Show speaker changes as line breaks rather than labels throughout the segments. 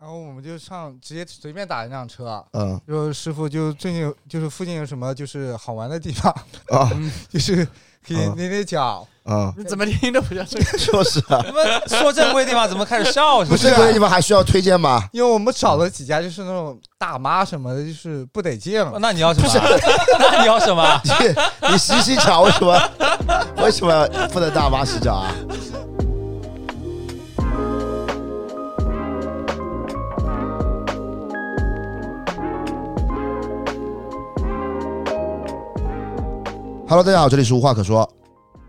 然后我们就上直接随便打一辆车，
嗯
就师傅就最近有就是附近有什么就是好玩的地方，
啊
就是可以
啊
捏捏脚。
啊，
你怎么听都不 像这个。
就是啊，
你们说正规地方怎么开始 笑？
不是啊
是
这个地方还需要推荐吗？
因为我们找了几家就是那种大妈什么的，就是不得劲
哦
了。
那你要什么？ 那你要什么？
你你洗洗脚为什么？ 为什么不能大妈洗脚啊？Hello，大家好，这里是无话可说，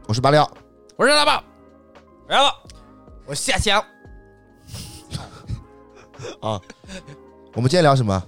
我是八六，
我是大宝，来了，我 下乡。
啊我们今天聊什么？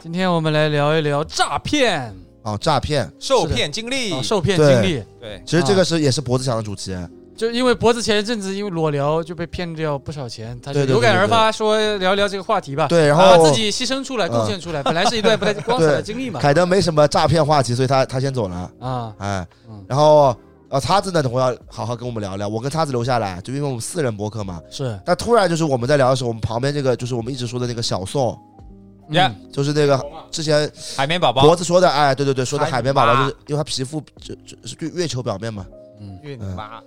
今天我们来聊一聊诈骗
哦，诈骗。
受骗经历
啊，，受骗经历。
对，
其实
啊
这个是也是脖子强的主题，
就因为脖子前一阵子因为裸聊就被骗掉不少钱，他就
对对对
有感而发说聊一聊这个话题吧。
对，然
啊
后
自己牺牲出来，
嗯
贡献出来， 本来是一段不太光彩的经历嘛。
凯德没什么诈骗话题，所以他他先走了，
啊，
哎
嗯，
然后呃，叉子呢，等会儿要好好跟我们聊聊。我跟叉子留下来，就因为我们四人播客嘛。
是，
但突然就是我们在聊的时候，我们旁边这个就是我们一直说的那个小宋，
呀
嗯
就是那个之前
海绵宝宝
脖子说的，哎，对对对，说的海绵宝
海
宝，
绵
就
宝
是因为他皮肤就就是对月球表面嘛，
嗯，
因为你妈，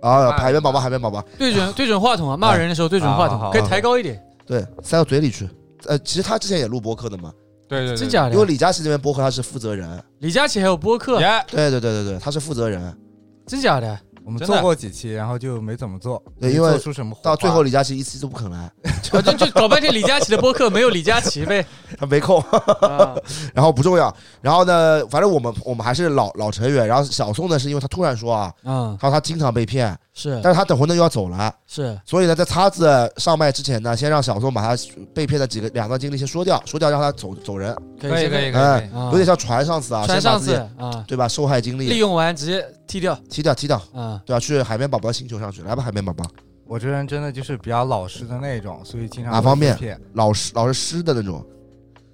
啊，
啊
海绵宝宝，海绵宝宝，
对准对准话筒啊，骂人的时候对准话
啊好
筒，
好
可以抬高一点，
对，塞到嘴里去。呃，其实他之前也录播客的嘛，
对对
真？假的
因为？李佳琦那边播客他是负责人，
李佳琦还有播客，
耶，
对对对对对，他是负责人。
真假的？
我们
真的
做过几期，然后就没怎么做，
啊对
没
因为
做出什么火花
到最后，李佳琦一期都不肯来，
啊就就搞半天李佳琦的播客没有李佳琦呗？
他没空。
啊，
然后不重要。然后呢，反正我们我们还是老老成员。然后小宋呢，是因为他突然说啊，
嗯，
他说他经常被骗，
是
但是他等会呢又要走了，
是，
所以呢，在叉子上麦之前呢，先让小宋把他被骗的几个两段经历先说掉，说掉让他走走人，
可
可以
先
可以
看
可以
哎，
啊
有点像船上次啊，
传
先把
上
自
次
己
啊，
对吧？受害经
利
历
用完直接踢掉
踢掉踢掉，
啊。
对吧？去海绵宝宝的星球上去，来吧，海绵宝宝，
我这人真的就是比较老实的那种，所以经常
哪方面
被骗
老师老是湿的那种，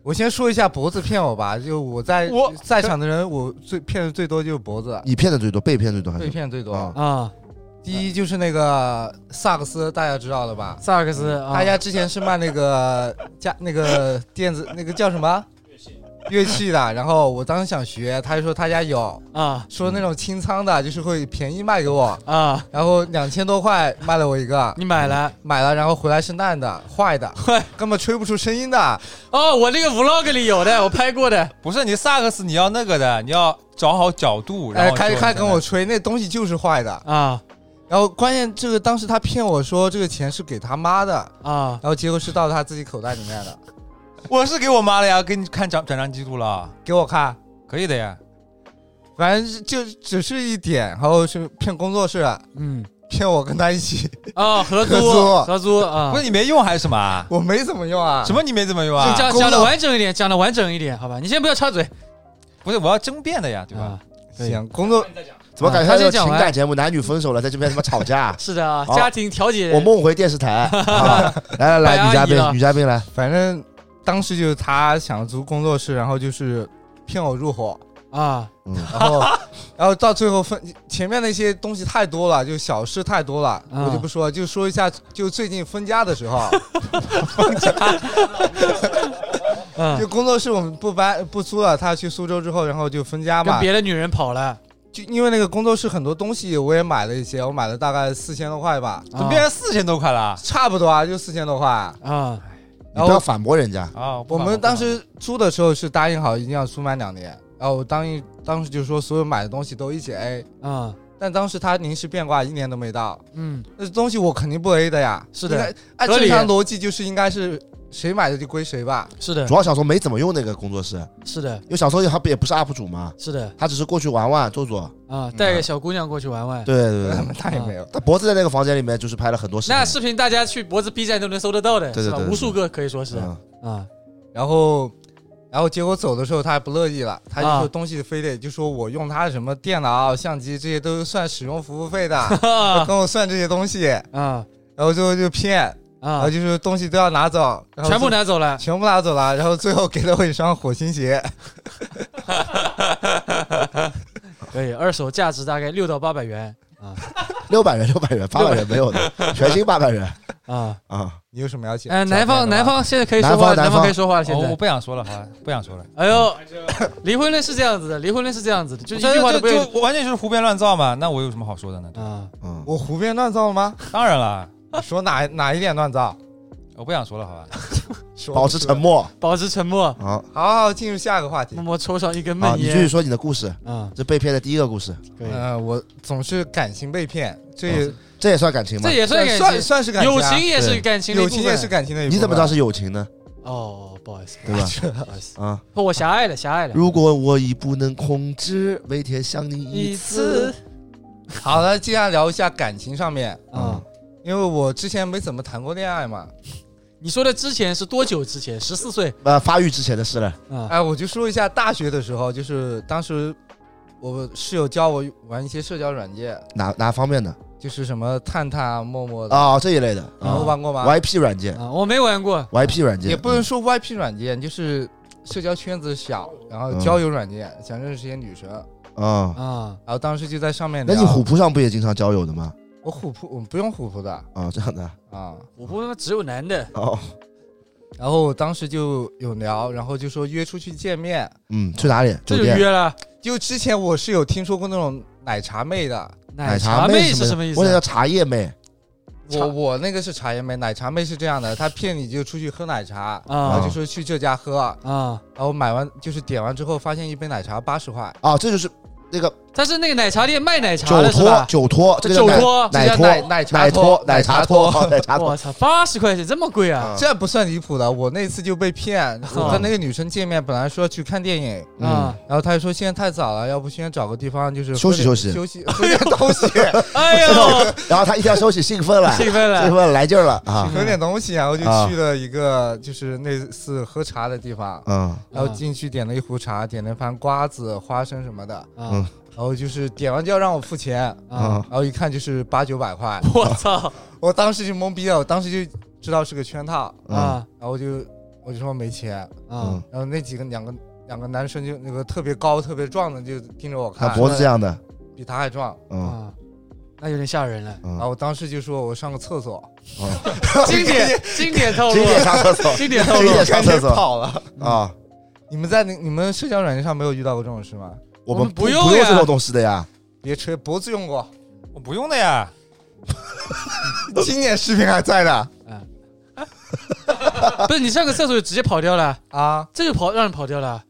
我先说一下脖子骗我吧，就我在
我
在场的人，我最骗的最多就是脖子，
你骗的最多，被骗最多还
被
是？
骗最多
啊。
啊，
第一就是那个萨克斯，大家知道的吧？
萨尔克斯，啊
他家之前是卖那个家那个电子那个叫什么乐器的，然后我当时想学，他就说他家有，
啊
说那种清仓的，就是会便宜卖给我，
啊，
然后两千多块卖了我一个，
你买了？
买了然后回来是烂的坏的，根本吹不出声音的，
哦，我那个 vlog 里有的，我拍过的。
不是你萨克斯，你要那个的，你要找好角度，然
哎，
后
开
就
开跟我吹，那东西就是坏的。
啊
然后关键这个当时他骗我说这个钱是给他妈的，
啊
然后结果是到他自己口袋里面的，
我是给我妈了呀，给你看转转账记录了，
给我看。
可以的呀。
反正就只是一点，然后是骗工作室，
嗯
骗我跟他一起，
啊，合租
合租
合租啊
不是，你没用还是什么啊？
我没怎么用啊。
什么你没怎么用
你
啊？
讲
工
讲的
作
完整一点，讲的完整一点，好吧？你先不要插嘴，
不是，我要争辩的呀，对吧
啊？？
行，工作
怎么感觉像
他先
个
讲
情
完？
感节目，男女分手了，在这边他妈吵架
是的啊，
好
家庭调解
我梦回电视台，啊来来
白阿
来，
姨
女嘉宾
了
女嘉宾来，
反正当时就是他想租工作室，然后就是骗我入伙，
啊
然 后然后到最后分前面那些东西太多了，就小事太多了，
嗯
我就不说，就说一下就最近分家的时 候，
嗯，
就工作室我们不搬不租了，他去苏州之后，然后就分家
跟
嘛。
别的女人跑了，
就因为那个工作室很多东西我也买了一些，我买了大概四千多块吧，
嗯
怎么变成四千多块了？
差不多啊，就四千多块。
啊
你
然
不
后
要反驳人家，
啊，不
我
管
们当时租的时候是答应好一定要租满两年，然后我答应当时就说所有买的东西都一起 A，
啊
但当时他临时变卦，一年都没到，
嗯，
那东西我肯定不 A 的呀。
是的
应该，按
合理啊
正常逻辑就是应该是谁买的就归谁吧。
是的
主，要小时候没怎么用那个工作室，
是的，
因为小时候他不也不是 UP 主嘛，
是的
他只是过去玩玩坐坐。
啊，带个小姑娘过去玩玩。
对 对对，
他
啊
也没有，
他脖子在那个房间里面就是拍了很多视频。
那视频大家去脖子 B 站都能搜得到的，
对对
是吧
对？对
无数个可以说是
嗯，
啊
然后，然后结果走的时候他还不乐意了，他就
啊
说东西非得就说我用他的什么电脑、相机这些都算使用服务费的， 要
啊
跟我算这些东西，
啊
然后最后就骗，然后
啊！
就是东西都要拿走，然后
全部
最
拿走了，
全部拿走了，然后最后给了我一双火星鞋，
可以，二手价值大概六到八百元啊。
六百元、六百元、八百元没有的，全新八百元。
啊。
啊，
你有什么要讲？
哎，南方南方现在可以说
南方
话，
南
南
方
可以说话了。现
哦，我
在，
不想说了，好 吧，不想说了。
哎呦，离婚论是这样子的，离婚论是这样子的，就一
这
句话都不
就
用
就完全就是胡编乱造嘛，那我有什么好说的呢？
啊。
嗯，
我胡编乱造了吗？
当然了，
你说哪哪一点乱造？
我不想说了，好吧？
说
保持沉。默
保持沉默，
啊
好好，进入下一个话题
默。默抽上一根
啊！
闷
你继续
烟。
说你的故事，
啊，
这被骗的第一个故事，
可以，
呃，我总是感情被骗，这也
这也算感情吗
这？也
算
算感
算
情，
算是感情啊，
友情也是
对
感情的一
友
部分，
情也是感情的一部分。啊
你怎么知道是友情呢？
哦，不好意思，
对吧？
不好意思，
啊，
我狭隘了，狭隘了。
如果我已不能控制，每天想你
一
一
次
次。
好了，接下来聊一下感情上面，
啊，
因为我之前没怎么谈过恋爱嘛。
你说的之前是多久之前？十四岁
呃，发育之前的事了，
啊
哎，我就说一下大学的时候，就是当时我室友教我玩一些社交软件，
哪哪方面的
就是什么探探啊、陌陌的，
啊？这一类的
你
啊
们玩过吗？
，YP 软件
啊，我没玩过，
，YP 软件
也不能说 YP 软件，就是社交圈子小，然后
嗯
交友软件，想认识一些女生。
啊。
啊，
然后当时就在上面
那
聊。
你虎扑上不也经常交友的吗？
我虎扑，嗯我不用虎扑的
啊，这样的
啊。
我不他妈只有男的，
哦，
然后我当时就有聊，然后就说约出去见面。
嗯，去哪里？
这
酒
就
店。
约了。
就之前我是有听说过那种奶茶妹的，
奶
哎茶
妹
是什么意思啊
我？想叫茶叶妹
我
茶
我那个是茶叶妹，奶茶妹是这样的，她骗你就出去喝奶茶，然后
啊
就说去这家喝，
啊，
然后买完就是点完之后发现一杯奶茶八十块，
啊，这就是那个
他是那个奶茶店卖奶茶
酒
的是
托，
吧？
酒托，这个叫
酒
奶
托
这
奶
叫
托，
奶奶茶
奶
托
托，奶茶托，哦奶茶托
我操，八十块钱这么贵啊！
啊
这不算离谱的。我那次就被 骗，我跟那个女生见面，本来说去看电影，
嗯
啊，
然后她就说现在太早了，要不先找个地方就是
休息
喝点
休息
休息 喝点东 西，
哎 呦，
然后他一条休息，兴奋了，
兴奋
兴
了，
奋来劲儿了啊，
喝点东西，然后就
啊
去了一个就是类似喝茶的地方，
嗯
啊
然后进去点了一壶茶，点了一盘瓜子、花生什么的，
嗯
啊
然后就是点完就要让我付钱，
啊！
啊
然后一看就是八九百 块，
我操
我当时就懵逼了，我当时就知道是个圈套，
嗯
啊
然后我就我就说没钱，
啊
嗯！，
然后那几个两个两个男生就那个特别高特别壮的就盯着我
他
看，
啊脖子这样的，
比他还壮，
嗯
啊，那有点吓人 了。
然
嗯
后，我当时就说我上个厕所，
经典经典套路
经，典上厕 所，
经典套
经
哎
路
典上厕所
赶紧跑了。
啊，
你们在那你们社交软件上没有遇到过这种事吗？
我
我
们
们
不
不用
不用
呀
这种东西的呀，
别吹，脖子用 过，
我不用 的呀，
经典视频还在的
不是你上个厕所就直接跑掉了，
啊。
这就跑让人跑掉了。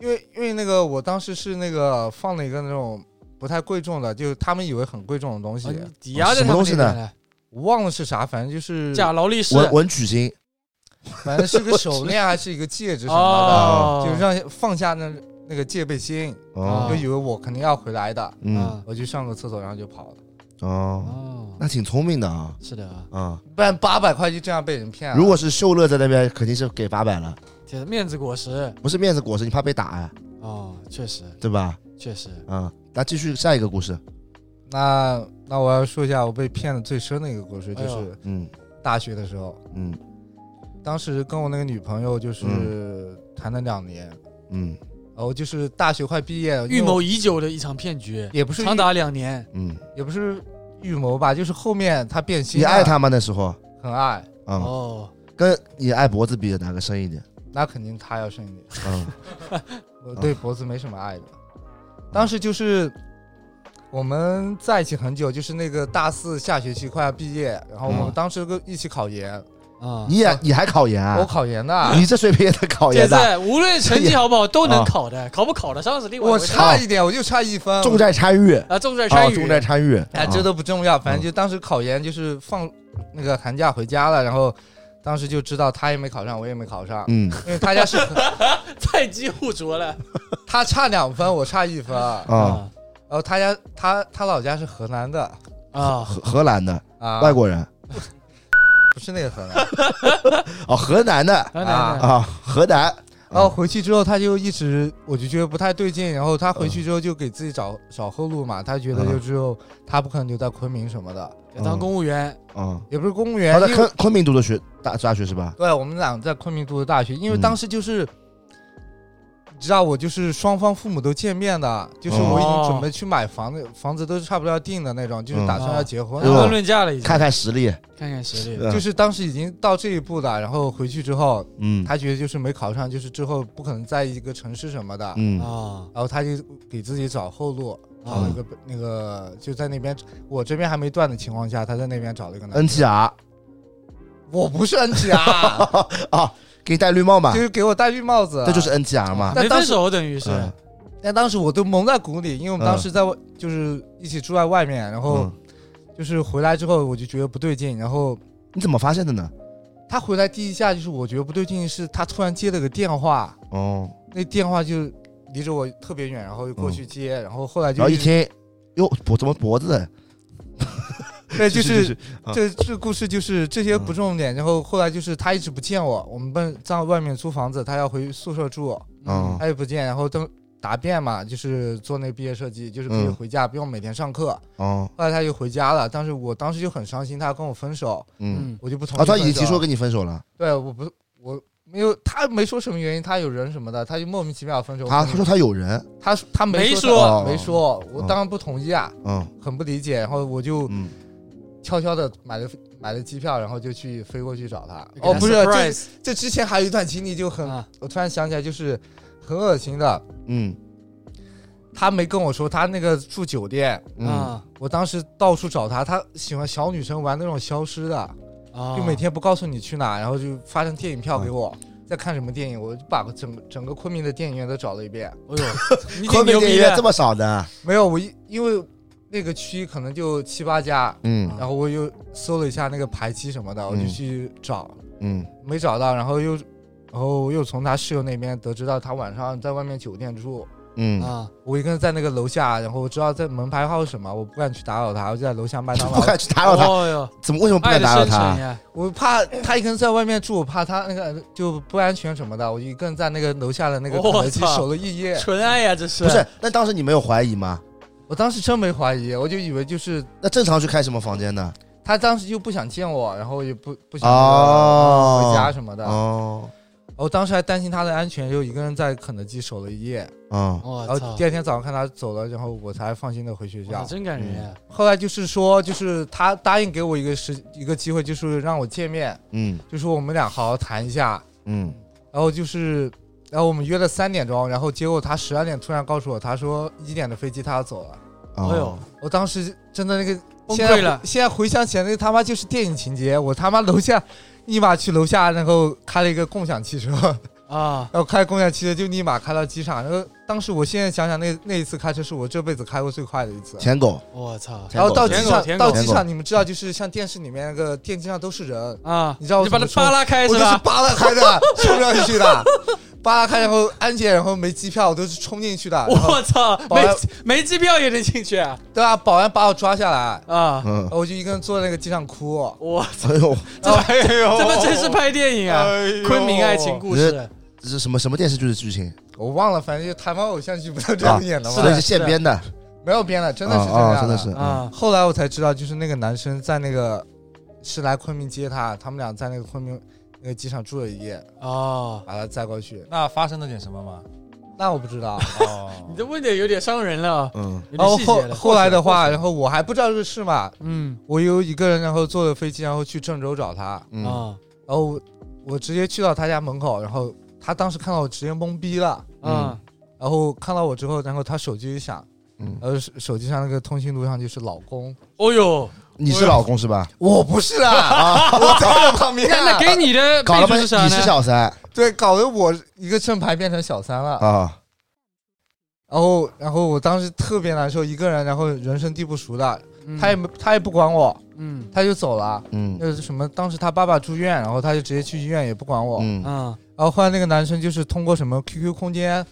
因为因为那个我当时是那个放了一个那种不太贵重的，就是他们以为很贵重的东西，
啊你抵押在他们那边了，
我忘了是啥，反正就是
假劳力士啊
文文曲星
反正是个手链 还是一个戒指什么的，
哦，
就让放下那那个戒备心，
哦
就以为我肯定要回来的，
嗯
啊
我就上个厕所，然后就跑了，
哦，
哦，
那挺聪明的啊
是的啊，
啊！
不然八百块就这样被人骗了。
如果是秀乐在那边，肯定是给八百了，
铁面子果实
不是面子果实，你怕被打呀，
哦，确实
对吧？
确实，
啊，那继续下一个故事，
那那我要说一下我被骗的最深的一个故事，就
哎
是
呦
嗯
大学的时候，
嗯
当时跟我那个女朋友就是谈了两年，
嗯
然后就是大学快毕业，因为
预谋已久的一场骗局，
也不是
长达两年。
嗯，
也不是预谋吧，就是后面他变心
你
了，
爱他吗？那时候
很爱，
啊，
哦，
跟你爱脖子比，哪个深一点？
那肯定他要深一点。
嗯
我
嗯
对脖子没什么爱的，当时就是我们在一起很久，就是那个大四下学期快要毕业，然后我们
嗯
当时跟一起考研，
啊，
你也你还考研啊
我？考研的，
你这水平也能考
现
研的？
在无论成绩好不好都能考的，考不考得上是另外一
我
回事。
差一点，我就差一分，
重在参与
啊，重在
啊，
参与，
重在参与。
哎，这都不重要，
嗯
反正就当时考研就是放那个寒假回家了，然后当时就知道他也没考上，我也没考上，
嗯
因为他家是
菜鸡互啄了
他差两分，我差 一分，然
啊，
后他家他他老家是河南的
啊！
荷荷兰的
啊，
外国人
不是那个河南。
哦，河南的
当然了
啊，河南
然后回去之后，他就一直我就觉得不太对劲。然后他回
嗯
去之后就给自己找找后路嘛，他觉得就只有他不可能留在昆明什么的，
要当公务员，
啊，
也不是公务员
他。在
哎因为
昆昆明读的学大大学是吧？嗯
对，我们俩在昆明读的大学，因为当时就是你知道我就是双方父母都见面的，就是我已经准备去买房子，房子都差不多要定的那种，就是打算要结婚
哦嗯
谈
了
哦
婚论嫁了已经，
看看实力，
看看实力。
嗯
就是当时已经到这一步了，然后回去之后，
嗯
他觉得就是没考上，就是之后不可能在一个城市什么的，
嗯
啊，
然后他就给自己找后路，
啊
找了一个
嗯
那个就在那边，我这边还没断的情况下，他在那边找了一个男，
，NTR
我不是 NTR，
啊，给你戴绿帽嘛
就，是给我戴绿帽子，
这就是 NTR 嘛，
但
没
当
分
时
手等于是
嗯
但当时我都蒙在鼓里，因为我们当时在外、就是一起住在外面，然后
嗯，
就是回来之后我就觉得不对劲，然后
你怎么发现的呢？
他回来第一下就是我觉得不对劲，是他突然接了个电话，
哦，
那电话就离着我特别远，然后又过去接，然后后来
然
就
嗯哦后一听，哟，脖怎么脖子？
对，就
就是啊
这这故事就是这些不重点，然后后来就是他一直不见我，我们奔在外面租房子，他要回宿舍住，
嗯
他也不见，然后等答辩嘛，就是做那个毕业设计，就是可以
嗯
回家，不用每天上课。
哦，
后来他就回家了，但是我当时就很伤心，他要跟我分手，
嗯，
嗯，
我就不同意
啊，
分手。
他已经提出跟你分手了，
对，我不我没有，他没说什么原因，他有人什么的，他就莫名其妙分手。
他
我
他说他有人，
他他没
没
说
说
没说，我
哦
当然不同意啊，
嗯
很不理解，然后我就
嗯，
悄悄的买了。买了机票，然后就去飞过去找他。
给他
哦，不是，这嗯
surprise
这之前还有一段经历就很，
啊
我突然想起来，就是很恶心的。
嗯
他没跟我说他那个住酒店，
嗯，
啊
我当时到处找他，他喜欢小女生玩那种消失的，
啊，
就每天不告诉你去哪，然后就发张电影票给我，在看什么电影，我就把整个整个昆明的电影院都找了一遍。
哎呦，你挺
昆明
牛
电
逼
影院这
的，
么少的，
没有，我一因为那个区可能就七八家，
嗯
然后我又搜了一下那个排期什么的，我就
嗯
去找，
嗯
没找到，然后又然后又从他室友那边得知到他晚上在外面酒店住。
嗯，
啊，
我一个人在那个楼下，然后我知道在门牌号是什么，我不敢去打扰他，我就在楼下麦当
不
劳
敢去打扰
哦
他，
哎呦，
怎么为什么不
爱
敢
的
打扰
深沉
他？
呀，
我怕他一个人在外面住，我怕他那个就不安全什么的，我就一个人在那个楼下的那个肯德基
我操
守了一 夜。
纯爱呀，这是
不是，那当时你没有怀疑吗？
我当时真没怀疑，我就以为就是
那正常去开什么房间呢？
他当时又不想见我，然后也不不想
哦
回家什么的。
哦，
我当时还担心他的安全，就一个人在肯德基守了一夜。
嗯
我
然后
操
哦第，二天早上看他走了，然后我才放心的回学
我操
校。
真感人呀，
后来就是说，就是他答应给我一个时一个机会，就是让我见面，
嗯
就说我们俩好好谈一下。
嗯，
然后就是，然后我们约了三点钟，然后结果他十二点突然告诉我，他说一点的飞机他要走了。
哦
哎呦，
我当时真的那个
崩
现在
溃了
回现在回想起来，那他妈就是电影情节。我他妈楼下立马去楼下，然后开了一个共享汽车，然
啊，
后开共享汽车就立马开到机场。然后当时我现在想想那，那一次开车是我这辈子开过最快的一次。
舔狗，
我操
舔
然后
狗
到机
舔
狗
场，
舔狗
到机
舔狗
场，你们知道，就是像电视里面那个电梯上都是人，
啊，
你知道我
你把他
怎么说
扒拉开
我
是
就是
吧？
扒拉开的， 冲上去的，扒拉开，然后安检，然后没机票，我都是冲进去的，然 后
我操，
保
没
安
没机票也能进去啊？
对吧？保安把我抓下来，
啊，
嗯
然，后我就一个人坐在那个机上哭。
我
哎呦，
这
哎呦
这不真是拍电影
哎
啊？昆明爱情故事，
这是什么什么电视剧的剧情？
我忘了，反正就台湾偶像剧不都这样演的
啊是
吗？
的，是现编的，
没有编的，真的是这
啊
样
啊真的是嗯
啊
后来我才知道，就是那个男生在那个是来昆明接他，他们俩在那个昆明那个机场住了一夜，
哦，
把他载过去。
那发生了点什么吗？
那我不知道。
哦
你这问的有点伤人了，
嗯
有
然
点
后
细
后
节了。
哦后来的话，然后我还不知道这个事嘛，
嗯
我有一个人，然后坐了飞机，然后去郑州找他。
嗯
啊
然后我我直接去到他家门口，然后他当时看到我直接懵逼了，
啊
然后看到我之后，然后他手机一响，
嗯，
然后手手机上那个通讯录上就是老公，
哦呦，
你是老公是吧？
我不是 啊，我在那旁边
那那
啊，
给你的
搞了
备注
半
是啥
你是
呢？
小三
对，搞得我一个正牌变成小三了。
啊？
然后然后我当时特别难受，一个人，然后人生地不熟的，
嗯
他也没他也不管我，
嗯
他就走了。
嗯
那是什么？当时他爸爸住院，然后他就直接去医院，也不管我。
嗯
啊
然后后来那个男生就是通过什么 QQ 空间，然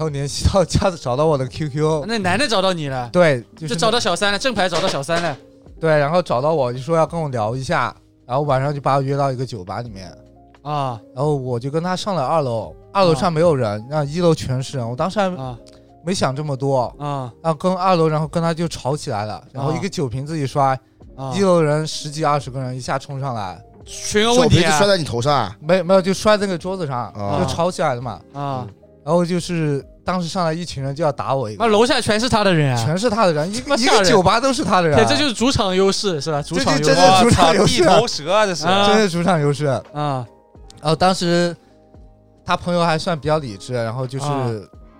后联系到 家找到我的 QQ，
那男的找到你了，
对，就是
就
那
找到小三了，正牌找到小三了。
对，然后找到我就说要跟我聊一下，然后晚上就把我约到一个酒吧里面，
啊
然后我就跟他上了二楼，二楼上没有人，那一楼全是人，我当时还
啊
没想这么多，
啊
然后跟二楼，然后跟他就吵起来了，然后一个酒瓶子一摔，
啊！
一楼人十几二十个人一下冲上来，
全有
手
问
皮
题
子
啊
摔在你头上啊？
没没有就摔在那个桌子上，嗯
啊
就吵起来了嘛，
啊！
然后就是当时上来一群人就要打我一个，
妈啊楼下全是他的人啊！
全是他的人，一个
妈
一
吓
个
人
酒吧都是他的人
对，，这就是主场优势是吧？主场优
这
势
是主场
我操，
游戏
地
啊
头蛇啊，这是
啊
真是主场优势。
啊！
然后当时他朋友还算比较理智，然后就是
啊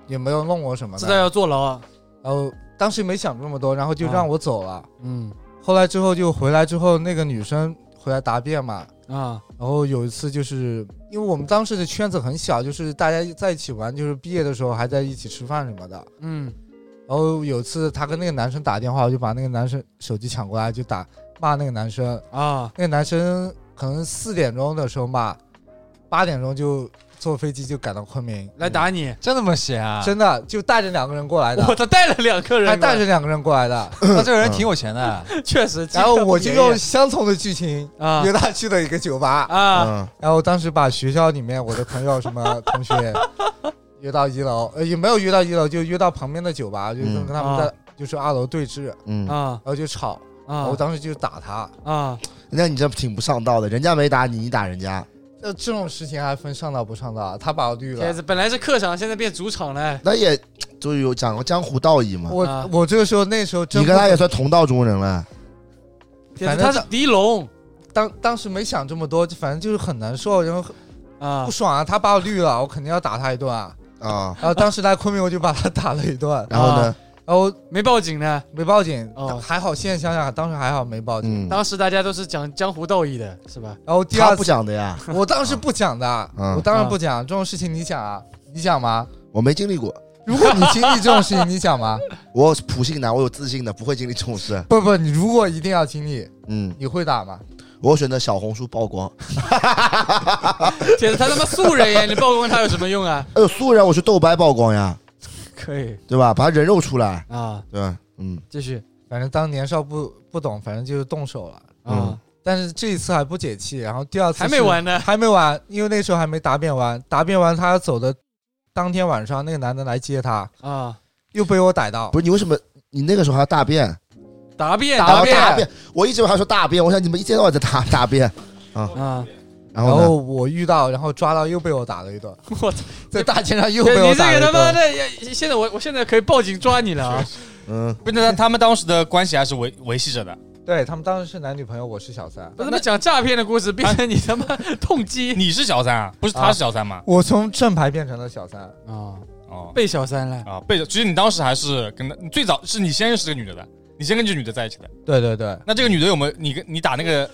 也没有弄我什么
知道
的，
要坐牢啊！
然后当时没想那么多，然后就
啊
让我走了。
嗯
后来之后就回来之后，那个女生回来答辩嘛，
啊
然后有一次就是因为我们当时的圈子很小，就是大家在一起玩，就是毕业的时候还在一起吃饭什么的。
嗯
然后有一次她跟那个男生打电话，我就把那个男生手机抢过来，就打骂那个男生。
啊
那个男生可能四点钟的时候骂，八点钟就坐飞机就赶到昆明
来打你！
真他妈闲啊！
真的就带着两个人过来的，
我他带了两个人过
还
来，
带着两个人过来的。嗯
他这个人挺有钱的，
确实。
然后我就用
鸡
相同的剧情
蛋不便宜啊
约他去了一个酒吧，
啊
嗯，
然后当时把学校里面我的朋友什么同 学约到一楼，呃也没有约到一楼，就约到旁边的酒吧，就是
嗯
跟他们在、就是二楼对峙，然
嗯，
啊
后就吵，然后我
啊
当时就打他。
啊！
那你这挺不上道的，人家没打你，你打人家，
呃，这种事情还分上道不上道啊？他把我绿
天
了，
子本来是客场，现在变主场了。
那也就有讲过江湖道义嘛。
我、
啊
我这个时候那时候真
你
不
跟他也算同道中人了，
天
反
子
正
他是狄龙
当当时没想这么多，就反正就是很难受，然后
啊
不！爽啊，他把我绿了，我肯定要打他一顿啊。
啊，
然后当时来昆明我就把他打了一顿，
然后呢，
然后
没报警呢。
没报警，
哦
还好现在想想当时还好没报警。
嗯，
当时大家都是讲江湖道义的，是吧？
然后第
他
二
不
次
讲的呀，
我当时不讲的，
嗯
我当然不讲这种事情，你讲啊，你讲吗？
我没经历过，
如果你经历这种事情，你讲吗？
我普信男，我有自信的，不会经历这种事。
不不，你如果一定要经历，
嗯，
你会打吗？
我选择小红书曝光。
天子他他妈素 人耶，你曝光他有什么用啊？
哎呦，素人我去豆瓣曝光呀，
可以
对吧？把他人肉出来，
啊，
对吧？嗯，
继续
反正当年少不不懂，反正就是动手了。
啊，
但是这一次还不解气，然后第二次是
还没，完呢
还没完，因为那时候还没答辩完，答辩完他要走的当天晚上，那个男的来接他，
啊！
又被我逮到
不。是你为什么你那个时候还要大便？
答辩
答辩
哦大便，我一直以为还说大便，我想你们一天到晚在大大便，
啊！
然
然
后呢？
后我遇到，然后抓到又被我打了一顿，
我操！
在大街上又
你
被我
这
打了
个
一
他妈
顿。
的，也现在我我现在可以报警抓你了啊！
嗯，
不是他他们当时的关系还是维维系着的。
对他们当时是男女朋友，我是小三。
我他妈讲诈骗的故事，变成你他妈痛击
你是小三啊？不是
啊
他是小三吗？
我从正牌变成了小三，
啊！
哦
被小三了，
啊，被其实你当时还是跟他，你最早是你先认识这个女的的，你先跟这个女的在一起的。
对对对，
那这个女的有没有你跟你打那个？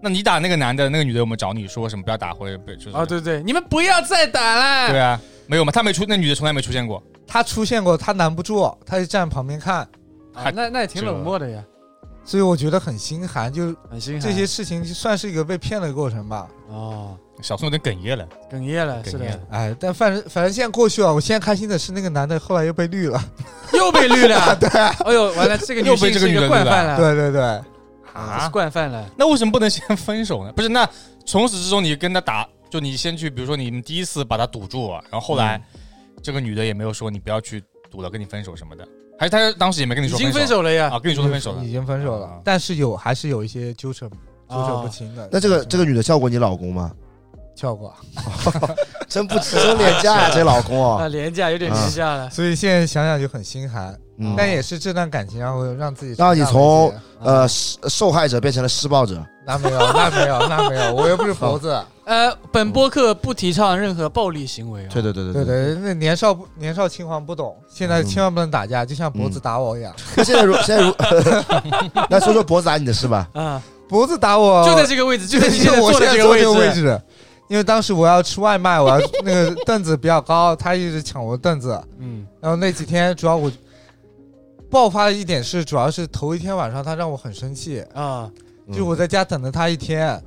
那你打那个男的，那个女的有没有找你说什么不要打或者被就是
啊！对对，你们不要再打了。
对啊，没有嘛，他没出，那女的从来没出现过。
他出现过，他拦不住，他就站旁边看，
啊，那那也挺冷漠的呀，
所以我觉得很心寒。啊就
很心寒。
这些事情，就算是一个被骗的过程吧。
哦，
小宋有点哽咽了，
哽咽了，是
哽咽
的，
哎，但反正反正现在过去了，我现在开心的是那个男的后来又被绿了。
又被绿了。对，哎呦，完了，这个女
又
性
被这个
是一
女
个
人
惯
绿了
犯了，
对对对，
这是
啊，
惯犯了。
那为什么不能先分手呢？不 是，那从始至终你跟他打，就你先去，比如说你们第一次把他堵住，然后后来、这个女的也没有说你不要去堵了，跟你分手什么的，还是他当时也没跟你
已
说
经
分
分手了呀
啊，，跟你说他分手了
已经分手
啊
了，但是有还是有一些纠缠纠
啊
缠不清的。
那这个这
个
个女的叫过你老公吗？
效果，
真不真廉价呀，这老公
啊，
呃
哦。
廉价有点廉价了。
所以现在想想就很心寒。
嗯
但也是这段感情，然后让自己
让你
成长
从
了一些啊
呃，施受害者变成了施暴者。
那没有那没有那没 有，我又不是猴子。
呃，本播客不提倡任何暴力行为啊。
对对对
对
对。
对，那年少不年少轻狂不懂，现在
嗯
千万不能打架，就像脖子打我一样，
那现在如现在如， 那说说脖子打你的事吧。
啊，
脖子打我
就在这个位置，就在你
嗯就
现在
呃我
坐
现
的
在
这
坐这
个
个
位
位
置。
置，因为当时我要吃外卖，我要 那个凳子比较高，他一直抢我的凳子，
嗯，
然后那几天主要我爆发的一点是，主要是头一天晚上他让我很生气，
啊
就我在家等了他一天，
啊，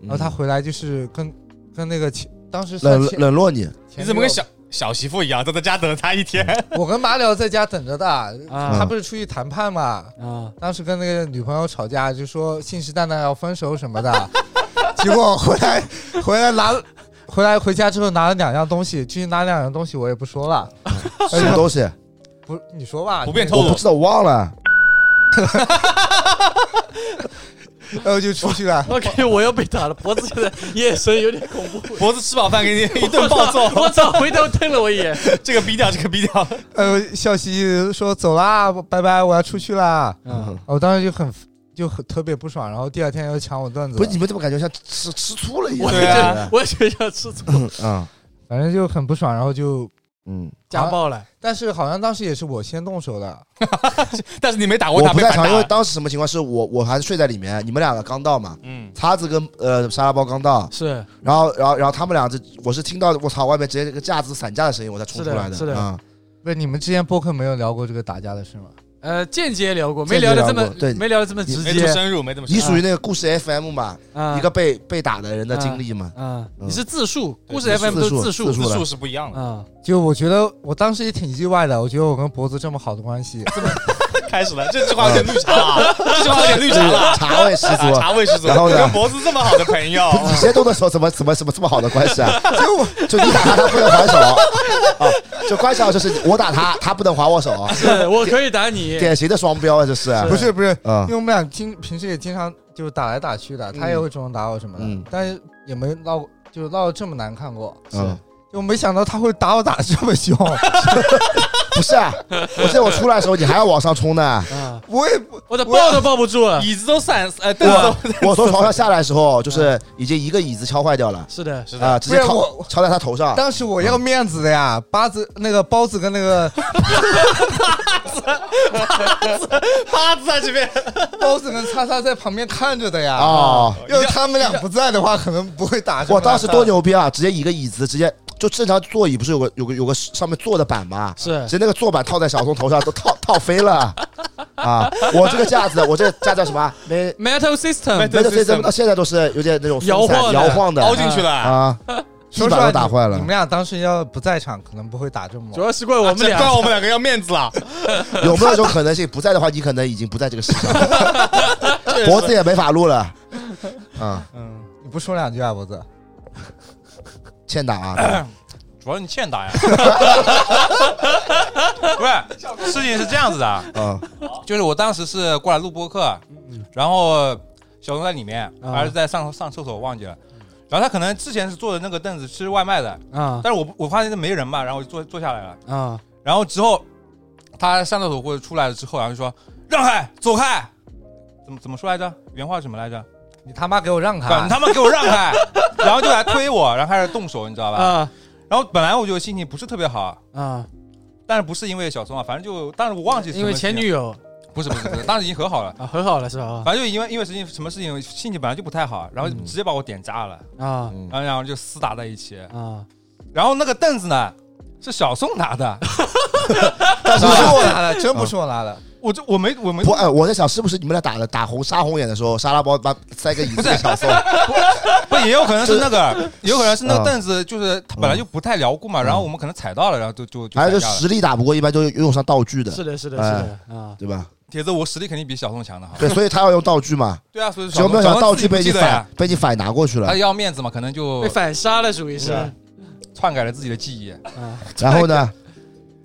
嗯，
然哦后他回来就是跟跟那个前当时算
冷
前
冷落你，
你怎么跟
前
小小媳妇一样，都在家等了他一天？
女友我跟马里奥在家等着的，
啊
他不是出去谈判嘛，
啊，
当时跟那个女朋友吵架，就说信誓旦旦要分手什么的，结果回来回来拿回来回家之后拿了两样东西，具体拿两样东西我也不说了，
什么东西？
不你说吧，
不便
你
透
我
露
不知道，忘了。
然后呃就出去了。
OK，我 又被打了，脖子现在眼神有点恐 怖。
脖子吃饱饭给你一顿暴揍，
我操！回头瞪了我一眼。
这个逼掉，这个逼掉。
呃，笑嘻嘻地说走啦，拜拜，我要出去啦。
嗯，
我当时就很就很特别不爽，然后第二天又抢我段子，
不是你们怎么感觉像吃吃醋了一样？
我
对啊
我觉得吃醋，
嗯
反正就很不爽，然后就，
嗯，
家暴了。
但是好像当时也是我先动手的，
但是你没打过
我
他，
不
被
在
反
场，因
打
为
了。
当时什么情况？是我我还是睡在里面，你们两个刚到嘛，
嗯，
叉子跟呃沙拉包刚到，
是
然后然后然后他们俩这，我是听到我操外面直接这个架子散架的声音，我才冲
是
出
的
来的，
是的
嗯
不是你们之前播客没有聊过这个打架的事吗？
呃，间接聊过，没
间接
聊的
聊
这么
过对
没聊的这么直
哎
没这么
接。
深入，没这么深
你
入。
属于那个故事 FM 嘛，
啊
一个被被打的人的经历嘛，
啊，
嗯
你是自述，
对
故事 FM 都是
自述
述
自述
字数是不一样 的。
啊。
就我觉得我当时也挺意外的，我觉得我跟脖子这么好的关系，
开始了，这句话有点绿茶了，这句话有点绿茶了。
茶味十 足。
茶味十足，
然后呢
跟脖子这么好的朋友，
不是你先动的时候怎么怎么怎么这么好的关系啊？
就我
就你打他，他不能还手 啊！就关系好就是我打他，他不能还我手，
是我可以打你，
典型的双标啊，这是。
不是不是，因
嗯
为我们俩经平时也经常就打来打去的，他也会主动打我什么的，
嗯
但是也没闹过，就闹得这么难看过。
嗯，
就没想到他会打我打得这么凶，
不是啊！我记得我出来的时候，你还要往上冲呢。
啊，
我也不
我的抱都抱不住了。
椅子都散，呃，凳
我
子
我从床上下来的时候，就是已经一个椅子敲坏掉了
是的，
都是
啊，
的，
直接
不是
敲
我
敲在他头上。
当时我要面子的呀，八子那个包子跟那个
趴子在这边，
包子跟叉叉在旁边看着的呀。
哦，
要是他们俩不在的话，可能不会打这么
我
难看。
当时多牛逼啊！直接一个椅子，直接就正常座椅不是有个有个有个上面坐的板吗？
是
直接那个坐板套在小松头上都套套飞了啊！我这个架子，我这个架叫什么？啊没
Metal System，
没得飞，怎么到现在都是有点那种
摇晃的
摇晃的
哦
凹进去了。
啊，
说实
地板
话
都打坏
你你
了
们。俩当时要不在场，可能不会打这么
主
猛。
要是怪我们
啊
这怪
俩。
我们两个要面子了，
有没有一种可能性，不在的话，你可能已经不在这个世上，
确实
脖子也没法录了。啊，
嗯，
你不说两句啊，脖子？
欠打啊！
主要你欠打呀。 不是，事情是这样子的啊，
啊，
就是我当时是过来录播客，然后小龙在里面，
嗯
啊
还是在上上厕所，我忘记了。然后他可能之前是坐的那个凳子吃外卖的，
嗯
啊
但是我不我发现没人嘛，然后我就坐坐下来了。
啊
然后之后他上厕所或者出来了之后，然后就说让开，走开，怎么怎么说来着？原话是什么来着？
你他妈给我让
啊
开！
管他妈给我让开！然后就来推我，然后开始动手，你知道吧？
啊
然后本来我就心情不是特别好，
啊！
但是不是因为小松啊，反正就，但是我忘记是
因为
什么事
前
情
女友
不是不是不是，当时已经和好了，
啊和好了是吧？
反正就因为因为事情什么事情，心情本来就不太好，然后直接把我点炸了，
啊
嗯
然后然后就厮打在一起，
啊！
然后那个凳子呢是小宋拿的，
不是我拿的，真不是我拿的。
我就我没我没
不，哎，我在想是不是你们俩打的打红杀红眼的时候，沙拉包把塞个椅子给小宋，
不也有可能是那个，也有可能是那
啊
个凳子就是它本来就不太辽固嘛，
嗯
然后我们可能踩到了，然后就就就
还
踩
有就
架了。
实力打不过，一般就用上道具的，
是的，是的，是的啊！
对吧？
铁子我实力肯定比小宋强的哈，
对，所以他要用道具嘛。
对啊，所以
结
小
果
宋
没有想到道具被
小宋
你
自己不记得呀哎
反，被你反拿过去
他
了。
要面子嘛，可能就
被反杀了，属于是
是篡改了自己的记忆。
啊
然后呢？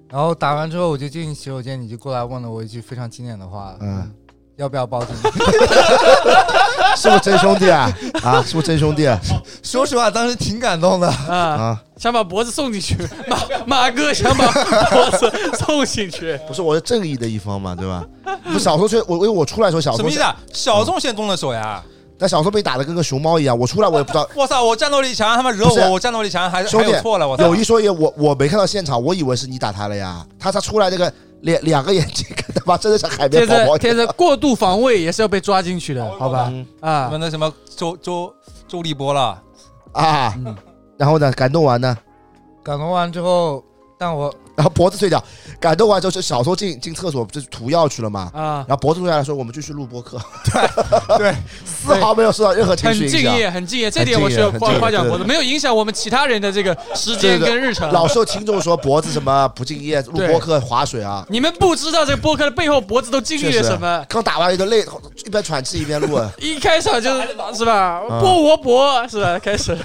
然后打完之后，我就进洗手间，你就过来问了我一句非常经典的话：
嗯，
要不要报警？
是不是真兄弟啊？啊，是不是真兄弟啊？
说实话，当时挺感动的。
啊！
啊
想把脖子送进去， 马马哥想把脖子送进去，
不是，我是正义的一方嘛，对吧？不，小时候却我因为我出来的时候，小时
什
候
么意思啊？小宋先动的手呀！
但小时候被打的跟个熊猫一样，我出来我也不 知道。
我操！我战斗力强，他们惹
不是
我，我战斗力强，还
兄
还
弟
有错了，我操！
有一说一，我我没看到现场，我以为是你打他了呀。他他出来这个两两个眼睛，跟他妈真的像海
贴
绵宝宝
着
一样。
贴着过度防卫也是要被抓进去的，好吧？
嗯
什
啊
么，那什么周周周立波了，
啊
嗯，
然后呢？感动完呢？
感动完之后，但我
然后脖子碎掉，感动完之后，就小时候进进厕所不是涂药去了嘛？
啊，
然后脖子坐下来说：“我们继续录播客。 对”
对，
丝毫没有受到任何情
很
绪影
敬
响。
业，很敬业，这点我需要
很敬
夸
业
夸奖
对
脖子，没有影响我们其他人的这个时间跟日程。
老受听众说脖子什么不敬业，录
对
播客划水啊，
你们不知道这个播客的背后脖子都经历了什么，
刚打完一个累，一边喘气一边录。啊
一开场就是是吧？
嗯
波我脖是吧？开始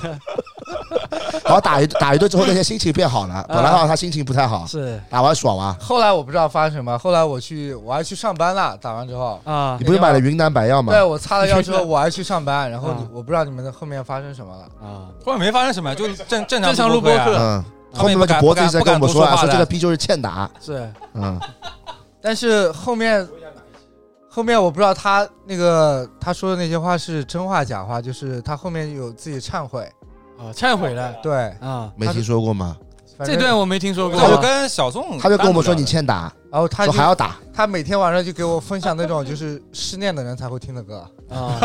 然后打一打一顿之后，那天心情变好
嗯
了。本来的话他心情不太 好，
是
打完爽啊。
后来我不知道发生什么，后来我去我还去上班了，打完之后，
啊
你不是买了云南白药吗？
对我擦了药之后我还去上班，然后
啊
我不知道你们的后面发生什么了。
啊，
后面没发生什么，就正正
正常啊录
录播
播课
呀
嗯，
后
后
面
面
啊
那个脖
不敢
子一直在跟我们说
不敢不敢多说话
啊，
了
说这个逼就是欠打。
是，
嗯，
但是后面
啊
后面我不知道他那个他说的那些话是真话假话，就是他后面有自己忏悔，
啊，忏悔了
对，
啊，
没听说过吗？
嗯
反
这
正
段我没听说过
我就跟小宋，
他就跟我们说你，欠打，
然后他
说
就
还要打。
他每天晚上就给我分享那种就是失恋的人才会听的歌，
啊，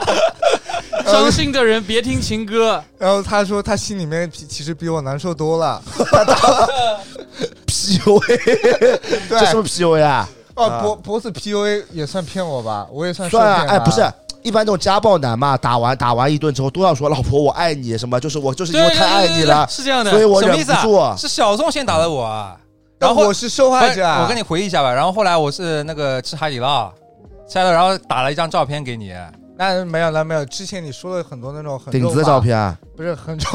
伤心的人别听情歌，
然后他说他心里面其其实比我难受多 了，
PUA，
对
这，是不是 PUA 啊？
哦脖脖子 PUA 也算骗我吧，我也算受
算啊，
骗
哎，
吧
不是，一般这种家暴男嘛，打完打完一顿之后都要说老婆我爱你什么，就是我就是因为太爱你了，
是这样的
所以，我
什么
忍
意思
不
啊
住。
是小宋先打的我啊，
然
然
后
后哎
我是受害者啊，
我跟你回忆一下吧。然后后来我是那个吃海底捞，吃海底捞，然后打了一张照片给你，
哦
那没有，那没有。之前你说了很多那种很
顶
肉
子的
麻，
照片 啊，
不是很肉，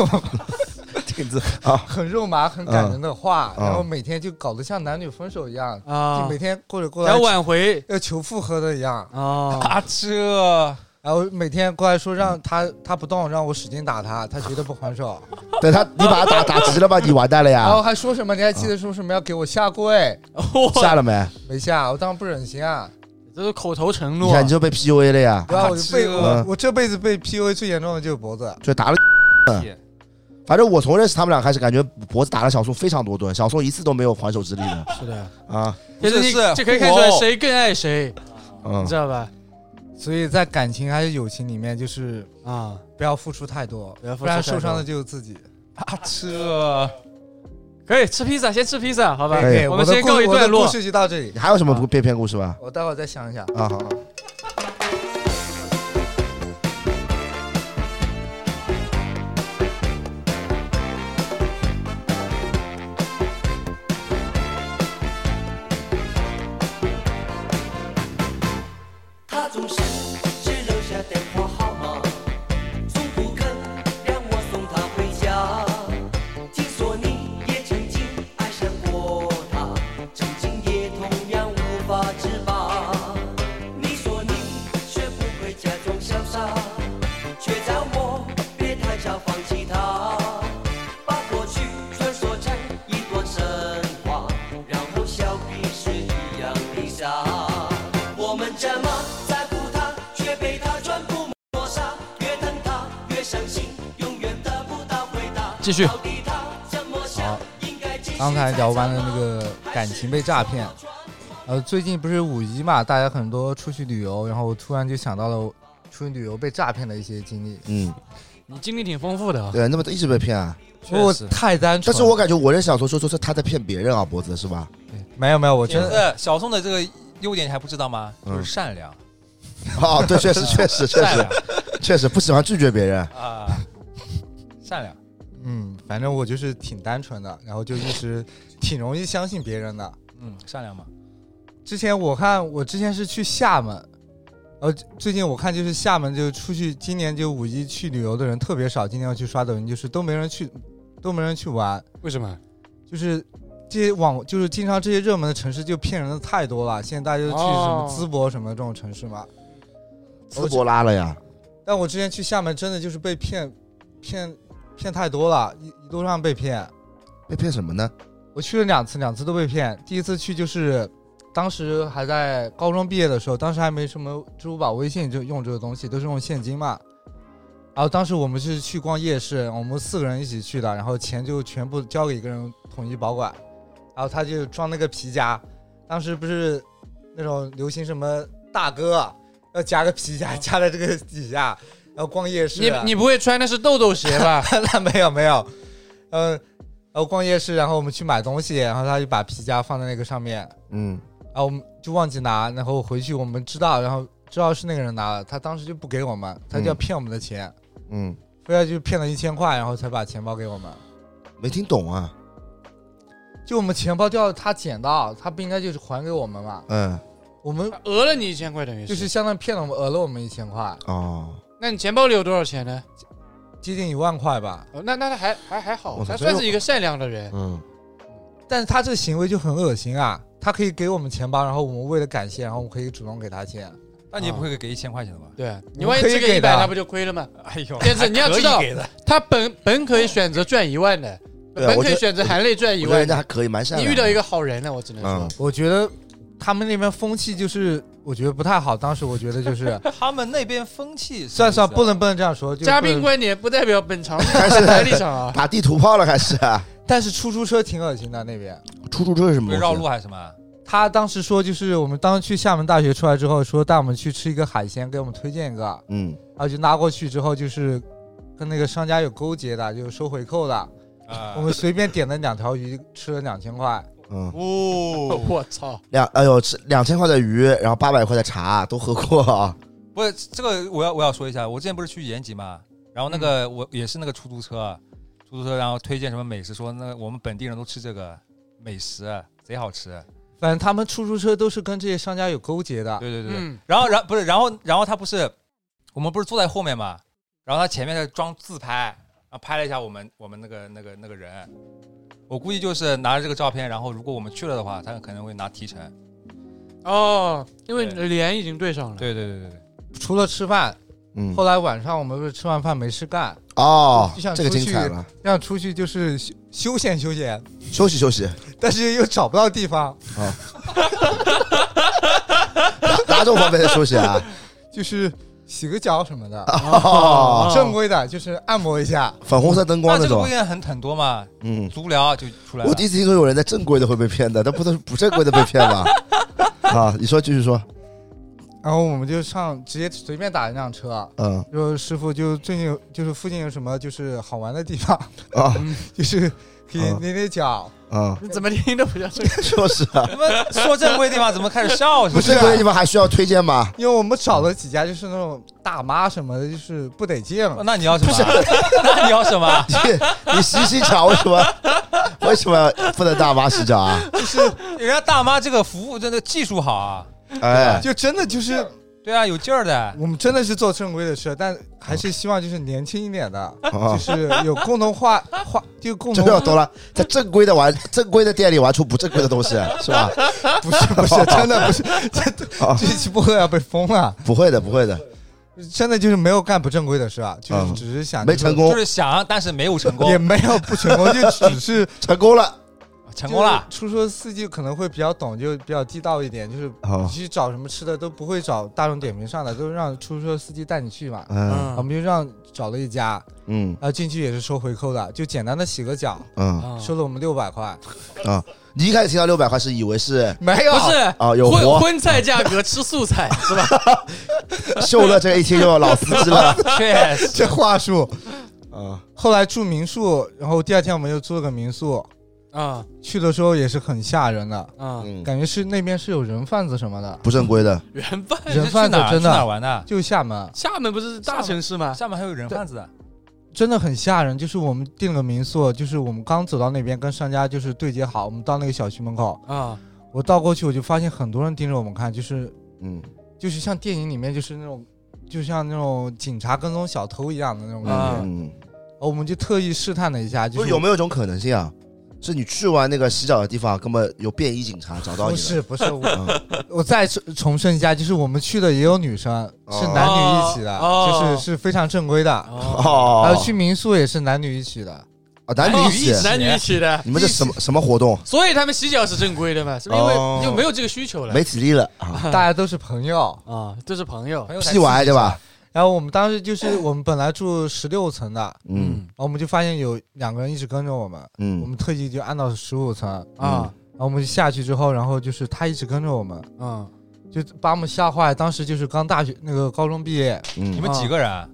顶 子啊，
很肉麻、很感人的话，
嗯
然后每天就搞得像男女分手一样，就
嗯
啊
每，天过来过来
要挽回
要求复合的一样，
啊，
啊这
然后每天过来说让他
嗯
他不动，让我使劲打他，他绝对不还 手，
等他你把他打打急了吧，你完蛋了
然后
哎 呀，
还说什么你还记得说什么要给我下跪，
哇，
下了没？
没下，我当时不忍心啊，
这是口头承
你
诺
看你就被 PUA 了呀，
对吧？
啊
我就被
这个
我我这辈子被 PUA 最严重的就是脖子，
就打了。嗯反正我从认识他们俩开始，感觉脖子打了小宋非常多顿，小宋一次都没有还手之力的
是的，
啊，
其实你
不是是
这可以看出来
互殴
谁更爱谁，
嗯
你知，道吧？
所以在感情还是友情里面，就是
啊，
不要付出太多，
不要付出太
然
多
受伤的就是自己。
啊这
可以吃披萨，先吃披萨，好吧？
可以
哎
我们先
的故
告一
我的
段落
故事就到这里
你。还有什么不被骗故事吧？
我待会儿再想一想。
啊，好好。
他总是只留下电话号码，从不肯让我送他回家。听说你也曾经爱上过他，曾经也同样无法自拔。你说你学不会假装潇洒，却叫我别太早放弃他。把过去穿梭成一段神话，然后笑彼此一样的傻。我们这么在乎他，却被他全部抹杀。越疼他越伤心，永远得不到回答。
继续
到底他怎么想
好？
应该继续
刚才
再
聊
找
完了那
吗
个感情被诈骗，呃，最近不是五一嘛，大家很多出去旅游，然后我突然就想到了我出去旅游被诈骗的一些经历。
嗯，
你经历挺丰富的啊，
对，那么一直被骗啊。
我太单纯了，
但是我感觉我认识小宋说说是他在骗别人啊，脖子是吧？
没有没有，我
觉
真的
得小宋的这个优点你还不知道吗？就是善良，
哦，对，确实确实嗯确
善
实
良
确实不喜欢拒绝别人。
啊，善良。
嗯，反正我就是挺单纯的，然后就一直挺容易相信别人的。
嗯，善良嘛，
之前我看我之前是去厦门，呃，最近我看就是厦门就出去，今年就五一去旅游的人特别少，今年我去刷抖音就是都没人去，都没人去玩。
为什么？
就是这些网，就是经常这些热门的城市就骗人的太多了。现在大家就去什么
哦
淄博什么这种城市嘛。
淄博拉了呀，
但我之前去厦门，真的就是被骗，骗骗太多了，一一路上被骗。
被骗什么呢？
我去了两次，两次都被骗。第一次去就是当时还在高中毕业的时候，当时还没什么支付宝、微信，就用这个东西，都是用现金嘛。然后当时我们是去逛夜市，我们四个人一起去的，然后钱就全部交给一个人统一保管。然后他就装那个皮夹，当时不是那种流行什么大哥要夹个皮夹夹在这个底下，然后逛夜
嗯
市。啊
你
啊
你不会穿的是豆豆鞋 吧？
那没有没有，嗯，然后逛夜市，然后我们去买东西，然后他就把皮夹放在那个上面，
嗯，
然后我们就忘记拿，然后回去我们知道，然后知道是那个人拿了，他当时就不给我们，他就要
嗯
骗我们的钱，
嗯，
非要就骗了一千块，然后才把钱包给我们。
没听懂啊。
就我们钱包掉，他捡到，他不应该就是还给我们嘛？
嗯，
我们
讹了你一千块，等于
就是
是。
相当于骗了我们，讹了我们一千块。
哦，
那你钱包里有多少钱呢？
接近一万块吧。
哦那那那还还还好
我，操
他算是一个善良的人。
嗯，
但是他这个行为就很恶心啊！他可以给我们钱包，然后我们为了感谢，然后我们可以主动给他钱。
那你也不会给一千块钱的吧？
对你
我
万一
可以
这个
给
一百，
的
他不就亏了吗？
哎 呦，
但是你要知道
可以给的，
他本本可以选择赚一万的，
对
本
我
可
觉
以
得
选择含泪赚一
我觉得
万
人家
的。
还可以，蛮善
你
良的。
遇到一个好人呢，我只能说
嗯，
我觉得他们那边风气就是，我觉得不太好。当时我觉得 就是，
他们那边风气
算算不
能
能不能这样说。就是
嘉
不能
宾观点不代表本场
开始
台立场啊。
把地图炮了，还是啊
但是出租车挺恶心的那边。
出租车是什么东西？啊
不是绕路啊还是什么？
他当时说，就是我们当时去厦门大学出来之后，说带我们去吃一个海鲜，给我们推荐一个，
嗯，
然后就拉过去之后，就是跟那个商家有勾结的，就是收回扣 的。
啊
我们随便点了两条鱼，吃了两千块。
嗯，
哦，
我操！
两哎呦，吃两千块的鱼，然后八百块的茶都喝过啊。
不是这个，我要我要说一下，我之前不是去延吉嘛，然后那个、我也是那个出租车，出租车然后推荐什么美食，说那个我们本地人都吃这个美食，贼好吃。
反正他们出租车都是跟这些商家有勾结的。
对对对对，
嗯，
然后然不是然后然后他不是我们不是坐在后面嘛，然后他前面在装自拍，然后拍了一下我们我们那个那个那个人，我估计就是拿着这个照片，然后如果我们去了的话，他可能会拿提成。
哦，因为
对
脸已经对上了。
对对对对对，
除了吃饭，
嗯
后，来晚上我们不是吃完饭没事干，
哦
就像，
这个
出
精彩
去
了，
让出去就是休休闲休闲，
休息休息，
但是又找不到地方，
哪种方面的休息 啊？
就是洗个脚什么的，
哦，
正规的就是按摩一下。
粉红色灯光
那
那
这个
种
规，定很很多嘛，
嗯。
足疗就出来了。
我第一次听说有人在正规的会被骗的，但不能不正规的被骗吧？啊，你说继续说，
然后我们就上直接随便打一辆车，
嗯
就师傅就最近有就是附近有什么就是好玩的地方，
啊
就是可以
啊
捏捏脚。
啊，
你怎么听都不像这个。
就是啊，
你们说正规地方怎么开始 笑？是
不
不
正规
啊
的地方还需要推荐吗？
因为我们找了几家就是那种大妈什么的，就是不得劲了。
那你要什么？
啊
那你要什么？
你你洗洗脚为什么？ 为什么不能大妈洗脚啊？
人家大妈这个服务真的技术好啊，
哎，
就真的就是
对啊，有劲儿的。
我们真的是做正规的事，但还是希望就是年轻一点的，
啊
就是有共同话话就共
这
同
要多了，在正规的玩正规的店里玩出不正规的东西是吧？
不是不是真的不是，这 这期播客要被封了，
不会的，不会的，
真的就是没有干不正规的事啊，就是
嗯
只是想
没成，
就
功，
是想，但是没有成功
也，没有不成功，就 只是
成功了。
成功 了。。
出租车司机可能会比较懂，就比较地道一点，就是你
好，
去找什么吃的都不会找大众点评上的，都是让出租车司机带你去嘛。
嗯
我们就让找了一家，
嗯
然后进去也是收回扣的，就简单的洗个脚，
嗯
啊
收了我们六百 块，
啊！你一开始听到六百块是以为是
没有
不是
啊有
荤
活，
荤菜价格吃素菜是吧？
秀乐这个一听就老司机 了
确实，
这话术。
啊！
后来住民宿，然后第二天我们又租了个民宿，
啊
去的时候也是很吓人的，
啊，
嗯，
感觉是那边是有人贩子什么的，
不正规的，
人贩
人贩子
去哪
真
去哪
的
玩啊的？
就厦门，
厦门不是大城市吗？
厦门还有人贩子啊的，
真的很吓人。就是我们订了民宿，就是我们刚走到那边跟商家就是对接好，我们到那个小区门口，
啊，
我倒过去我就发现很多人盯着我们看，就是
嗯
就是像电影里面就是那种，就像那种警察跟踪小偷一样的那种感觉。哦
啊
嗯，
我们就特意试探了一下，
不
就是是
有没有一种可能性啊？是你去完那个洗脚的地方，根本有便衣警察找到
不
你了
是不是我， 我再重重申一下，就是我们去的也有女生，
哦
是男女一起的，
哦
就是是非常正规的。
哦，
哦
啊还有去民宿也是男女一起 的，
啊，男女一起，
男哦女一起的，
你们这什么什么活动？
所以他们洗脚是正规的嘛？是不是因
哦
为就没有这个需求了？
没体力了啊，
大家都是朋友。
啊，这是朋友
朋友才
哦屁玩对吧？
然后我们当时就是我们本来住十六层的，然
嗯
后我们就发现有两个人一直跟着我们，我
嗯
们特意就按到十五层，然
啊
后我们就下去之后，然后就是他一直跟着我们，
啊，
就把我们吓坏。当时就是刚大学那个高中毕业，
嗯，
你们几个人？啊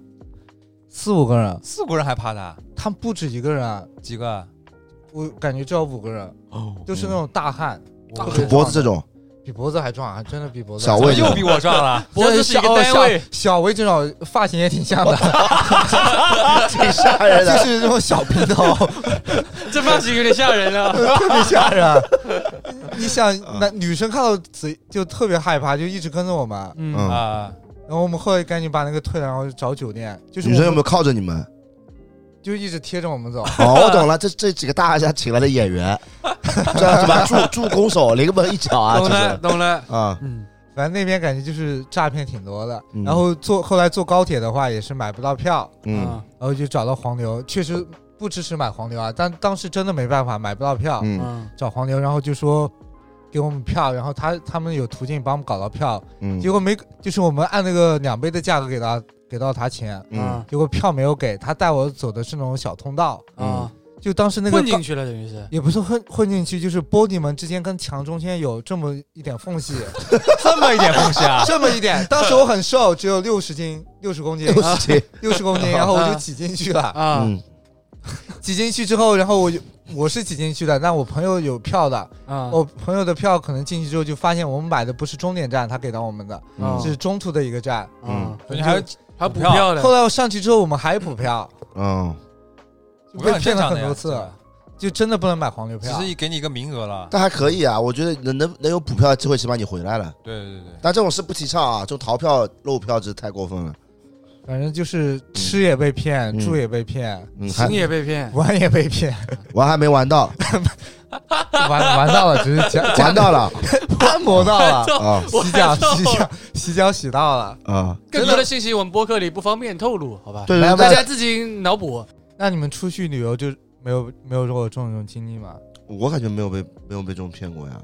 四五个人，
四个人还怕他？
他们不止一个人，啊
几个？
我感觉至少五个人，都是那种大汉，
大
我
汉，
觉得
脖子这种
比脖子还壮，还真的比脖子
小
还
魏
壮
呢
又比我壮了
脖子是一个
哦
单位
小，小薇这种发型也挺像的，
挺吓人
就
哦的，
是这种小平头，
这发型有点吓人了。
特别吓人。啊 你想，男女生看到贼就特别害怕，就一直跟着我们。
嗯
啊！
然后我们后来赶紧把那个退了，然后找酒店。就是
女生有
我们
没有靠着你们？
就一直贴着我们走。
哦，我懂了，这这几个大家请来的演员，这样什么助助攻手临门一脚啊，
懂
这
了
是
懂了，
啊，
嗯，
反正那边感觉就是诈骗挺多的，
嗯
然后坐后来坐高铁的话也是买不到票，
啊
嗯
然后就找到黄牛，确实不支持买黄牛啊，但当时真的没办法买不到票，
嗯
嗯，
找黄牛，然后就说给我们票，然后他他们有途径帮我们搞到票，
嗯，
结果没就是我们按那个两倍的价格给他给到他钱，
嗯
结果票没有给他带我走的是那种小通道，
啊，
就当时那个
混
高
进去了，等于是
也不是混混进去，就是玻璃门之间跟墙中间有这么一点缝隙，
这么一点东西啊
，这么一点。当时我很瘦，只有六十斤，六十公斤
对，不起，
六十公斤，然后我就挤进去 了。
啊
嗯
挤进去之后，然后我就我是挤进去的，但我朋友有票的，
嗯
啊，
哦
我朋友的票可能进去之后就发现我们买的不是终点站，他给到我们的
啊
嗯
是中途的一个站。
嗯，
所以你还是
还补票
后
的，
来我上去之后，我们还补票，
嗯，
就被骗了很多
我
次
看很正常的呀，
就真的不能买黄牛
只
票。
是给你一个名额了。
但还可以啊，我觉得能能能有补票的机会，起码你回来了。
对对对，
但这种事不提倡啊，就逃票漏票这太过分了。
反正就是吃也被骗，
嗯
住也被骗，
嗯，还
行也被骗，
玩也被骗，
玩还没玩到，
玩玩到了，只是讲
玩到了
按摩到了。
啊
洗脚洗脚洗脚洗到了。
啊！
更多的信息我们播客里不方便透露，好吧？
对对
大
对，
家自行脑补。
那你们出去旅游就没有没有过这种经历吗？
我感觉没有被没有被这种骗过呀。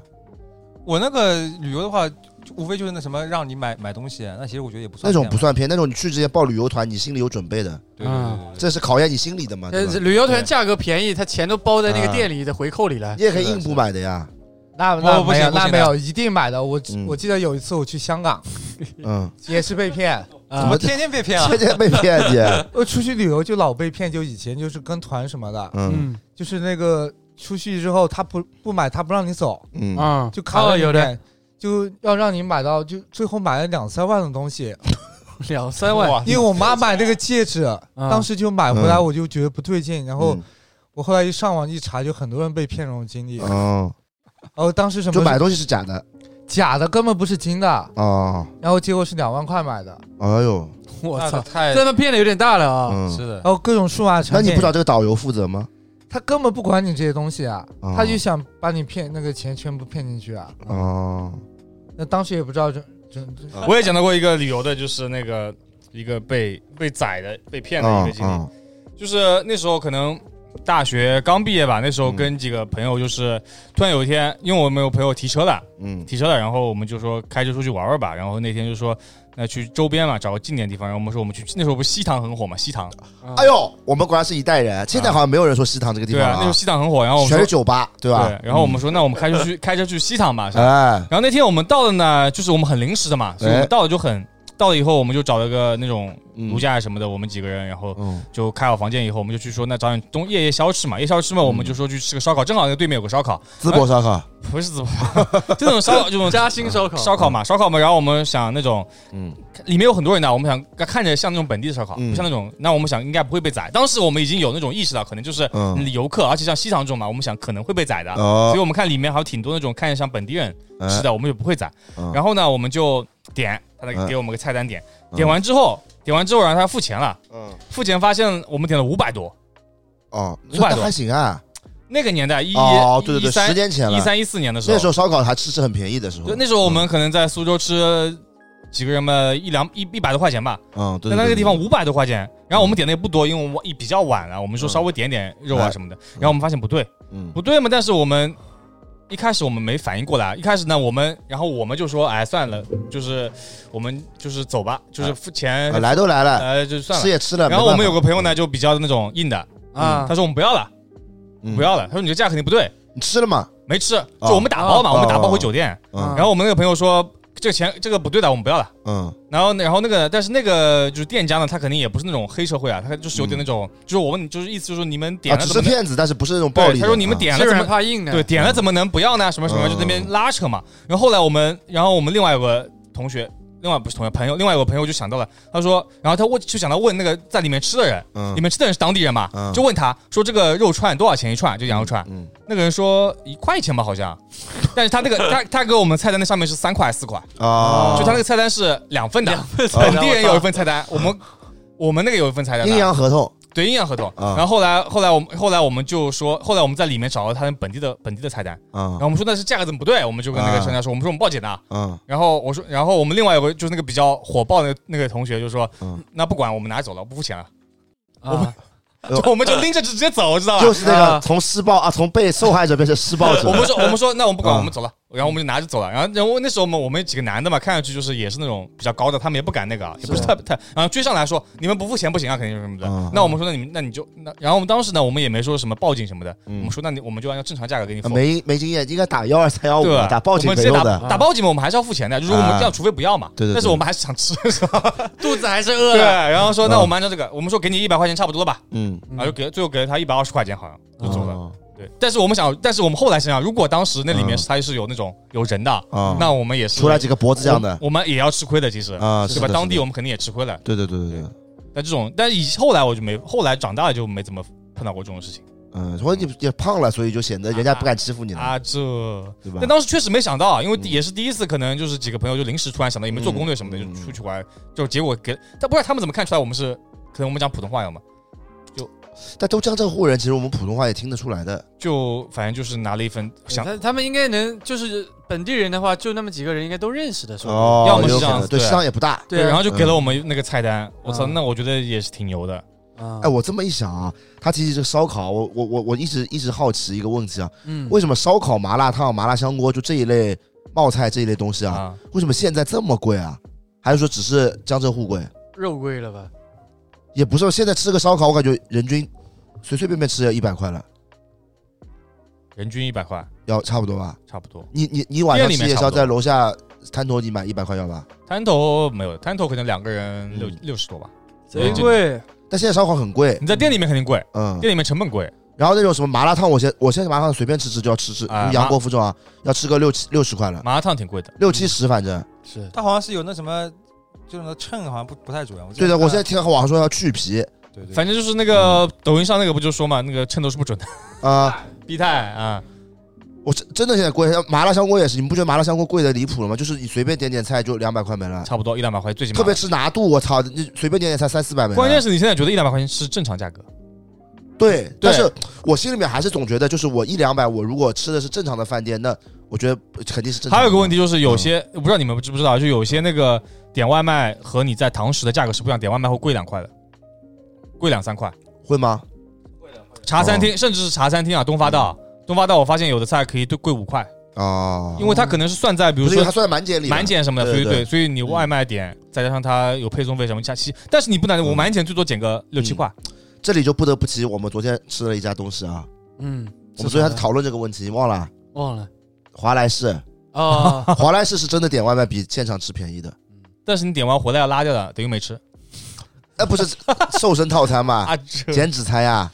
我那个旅游的话，无非就是那什么让你买买东西，那其实我觉得也不算
那种不
骗吧。
算骗，那种你去之前报旅游团，你心里有准备的，
对对对对对，
这是考验你心理的嘛。对，
呃
啊吧
旅游团价格便宜，他钱都包在那个店里的回扣里了
你。也可以硬补买的呀。
那
不
那
不
没
行
有，
不行
那
的
没有，一定买的。我
嗯
我记得有一次我去香港，
嗯，
也是被骗。
怎
啊
么天天被骗 啊？
天天被骗 姐。
我出去旅游就老被骗，就以前就是跟团什么的，
嗯
嗯
就是那个出去之后他不不买，他不让你走，
嗯，
啊，
就卡
哦
了
有的
的，就要让你买到，就最后买了两三万的东西。
两三万，
因为我妈买那个戒指，当时就买回来，
嗯
我就觉得不对劲，然后我后来一上网一查，就很多人被骗这种经历。然
哦，
后当时什
就
么
买东西是假的
假的根本不是金的，
哦，
然后结果是两万块买的，
哎呦，
我
那
操
个，啊太
这他妈骗的有点大了 啊！
嗯，
是的
然，后各种数码
那
产
你
品
不，找这个导游负责吗？
他根本不管你这些东西啊
哦，
他就想把你骗那个钱全部骗进去啊。
哦，
那当时也不知道这这这
我也讲到过一个旅游的，就是那个一个被被宰的、被骗的一
嗯
个经历。
嗯
就是那时候可能大学刚毕业吧，那时候跟几个朋友就是突然有一天，因为我们有朋友提车了，
嗯
提车了，然后我们就说开车出去玩玩吧。然后那天就说那去周边嘛，找个近点地方。然后我们说我们去那时候不是西塘很火嘛，西塘
哎呦，我们果然是一代人，现在好像没有人说食堂这个地
啊对
方
啊，那时
了
候西塘很火。然后
啊，
我们
全是
说
啊酒吧，对吧？
对，然后我们说那我们开车去开车去西塘吧。然
哎，
后那天我们到了呢，就是我们很临时的嘛，所以我
哎
们到了就很到了以后我们就找了个那种
嗯
如家什么的，我们几个人，然后
嗯
就开好房间以后，我们就去说那找点东夜夜宵吃嘛，夜宵
嗯
吃嘛，我们就说去吃个烧烤，正好那个对面有个烧烤，
淄博烧烤，
不是怎么就那种烧烤，就 那种
嘉兴烧烤，
烧烤嘛，烧烤嘛，然后我们想那种
嗯
里面有很多人的，我们想看着像那种本地的烧烤，
嗯
不像那种，那我们想应该不会被宰。当时我们已经有那种意识了，可能就是
嗯，
游客，而且像西塘这种嘛，我们想可能会被宰的，所以
哦，哎
我们看里面还有挺多那种看着像本地人吃的，我哎们就不会宰。
嗯
然后呢，我们就点，他那
嗯
个给我们个菜单点，
嗯
点完之后，点完之后，然后他付钱了，
嗯，
付钱发现我们点了五百多。
哦，
五百
那
多
还行啊，
那个年代一
哦，对对
一
对，十
三
年前了
一，三一四年的时候，
那时候烧烤还吃是很便宜的时候
就，那时候我们可能在苏州吃几个人嘛，一两一一百多块钱吧，
嗯，对，对
但那个
对
地方五百多块钱，然后我们点的也不多，因为我们一比较晚了，我们说稍微点点肉啊
嗯
什么的，然后我们发现不对，
嗯
不对嘛，但是我们。一开始我们没反应过来，一开始呢，我们然后我们就说，哎，算了，就是我们就是走吧，就是付钱
啊，，来都来了，
呃，就哎算
吃
了。
也吃了，
然后我们有
个
个朋友呢，就比较那种硬的，
啊
嗯他，说我们不要了，
嗯
不，要了，他说你这价肯定不对，
你吃了吗？
没吃，就我们打包嘛，
哦
我们打包回酒店。
嗯
然后我们那个朋友说，这个钱这个不对的，我们不要了。
嗯
然后，然后那个，但是那个就是店家呢，他肯定也不是那种黑社会啊，他就是有点那种，就是我问，就是意思就是你们
嗯啊，
点了
只
怎
是
么能？
骗子，但是不是那种暴
对，
力的。
他说你们
啊，
点了
吃
怎
软
么？
怕硬的，
对，点了怎么能不要呢？什么什么，
嗯
就那边拉扯嘛。然后后来我们，然后我们另外有个同学，另外不是同学朋友，另外有个朋友就想到了，他说，然后他问就想到问那个在里面吃的人，
嗯
里面吃的人是当地人嘛
嗯，
就问他说这个肉串多少钱一串？就羊肉串，
嗯，
那个人说一块钱吧，好像，但是他那个他他给我们菜单的上面是三块四块，
啊
就他那个菜单是两份的，
两份菜
本
单
地人有一份菜单，我们我们那个有一份菜单啊
阴
的，
阳合同，
对阴阳合同。
啊
然后后来后来我们后来我们就说，后来我们在里面找到他们本地的本地的菜单，
啊
然后我们说那是价格怎么不对，我们就跟那个
啊
商家说，我们说我们报警的。
啊
然后我说，然后我们另外有个就是那个比较火爆的那个同学就说
嗯，
那不管我们拿走了，不付钱了，
啊，
哦
就我们 就拎着直接走，知道吧？
就是那个
啊
从施暴啊，从被受害者变成施暴者
我们说我们说那我们不管，
啊
我们走了，然后我们就拿着走了。然后然后那时候我们我们几个男的嘛，看上去就是也是那种比较高的，他们也不敢那个啊，也不是
是
特特。然后追上来说你们不付钱不行啊，肯定是什么的
啊。
那我们说那你们那你就那，然后我们当时呢我们也没说什么报警什么的，我
嗯
们说那你我们就按照正常价格给你
啊
付。
没没经验，应该打幺二三幺五
对吧？啊
打报警没
我们直接
用
打
的。嗯
打报警嘛，我们还是要付钱的。如果我们这样，除非不要嘛。
对对对
但是我们还是想吃，是吧
肚子还是饿
对。啊
了。
然后说，
嗯
那我们按照这个，我们说给你一百块钱差不多了吧？
嗯，
然后就给最后给了他一百二十块钱，好像就走了。
哦
对，但是我们想，但是我们后来想想，如果当时那里面
嗯
他是有那种有人的，
啊
那我们也是
出来几个脖子这样的
我我们也要吃亏的，其实
啊，
对
是
吧？
的
当
是
地
的
我们肯定也吃亏了。
对对对对对，
但这种，但以后来我就没，后来长大了就没怎么碰到过这种事情
嗯，所以你也胖了，所以就显得人家不敢欺负你了，
啊。这，
嗯对吧
但？当时确实没想到啊，因为
嗯
也是第一次，可能就是几个朋友就临时突然想到，也哎没做攻略什么的，
嗯
就出去玩，就结果给，但不知道他们怎么看出来我们是，可能我们讲普通话要么，
但都江浙沪人，其实我们普通话也听得出来的。
就反正就是拿了一份想。
他他们应该能，就是本地人的话，就那么几个人应该都认识的，说不定
哦，
要么
有
是
可
这样
能
子
对，
对
市场也不大。
对啊
然后就给了
嗯
我们那个菜单，我操，
嗯
那我觉得也是挺牛的。
啊
哎，，我这么一想啊，他提起这个烧烤，我我我我一直一直好奇一个问题啊，
嗯，
为什么烧烤、麻辣烫、麻辣香锅就这一类冒菜这一类东西啊，
啊，
为什么现在这么贵啊？还是说只是江浙沪贵？
肉贵了吧？
也不是，现在吃个烧烤，我感觉人均随随便便吃要一百块了，
人均一百块
要差不多吧？
差不多。
你你你晚上
店里
吃
面
夜
差
宵
不多
在楼下摊头，你买一百块要吧？
摊头没有，摊头可能两个人六
嗯
六十多吧。
贼
嗯
贵，
但现在烧烤很贵，
你在店里面肯定贵，
嗯。
店里面成本贵。
然后那种什么麻辣烫，我现我现在麻辣烫随便吃吃就要吃吃，
啊
杨国福这种啊，要吃个六七六十块了，
麻辣烫挺贵的，
六七十反正。
是
它好像是有那什么，就是那秤好像不不太准。我记
对
得
的，
看了
嗯
我现在听网上说要去皮
对对，
反正就是那
嗯
个抖音上那个不就说嘛，那个秤都是 不准的。
啊，
B 态啊，
嗯我真真的现在贵，像麻辣香锅也是，你们不觉得麻辣香锅贵的离谱了吗？就是你随便点点菜就两百块没了，
差不多一两百块，最起码。
特别啊吃拿肚，我操，你随便点点菜三四百没了。
关键是你现在觉得一两百块钱是正常价格，
对，但是我心里面还是总觉得，就是我一两百，我如果吃的是正常的饭店，那我觉得肯定是正常的。
还有一个问题就是有些
嗯
我不知道你们知不知道，就有些那个点外卖和你在堂食的价格是不一样，点外卖会贵两块的，贵两三块。
会吗？
茶餐
哦
厅甚至是茶餐厅啊，东发道，
嗯
东发道我发现有的菜可以都贵五块，
啊，
因为它可能是算在比
比
如说
它算在满减里，
满减什么的，所以
对对
对，所以你
嗯
外卖点，再加上它有配送费什么加七，但是你不能，我满减最多
嗯
减个六七块，
这里就不得不提我们昨天吃了一家东西啊，
嗯，
我们昨天还
是
在
啥
讨论这个问题，你忘了？
忘了
华莱士，
哦，
华莱士是真的点外卖比现场吃便宜的，
但是你点完回来要拉掉
啊
了，等于没吃
那不是 瘦身套餐嘛，
啊。这
减脂餐呀？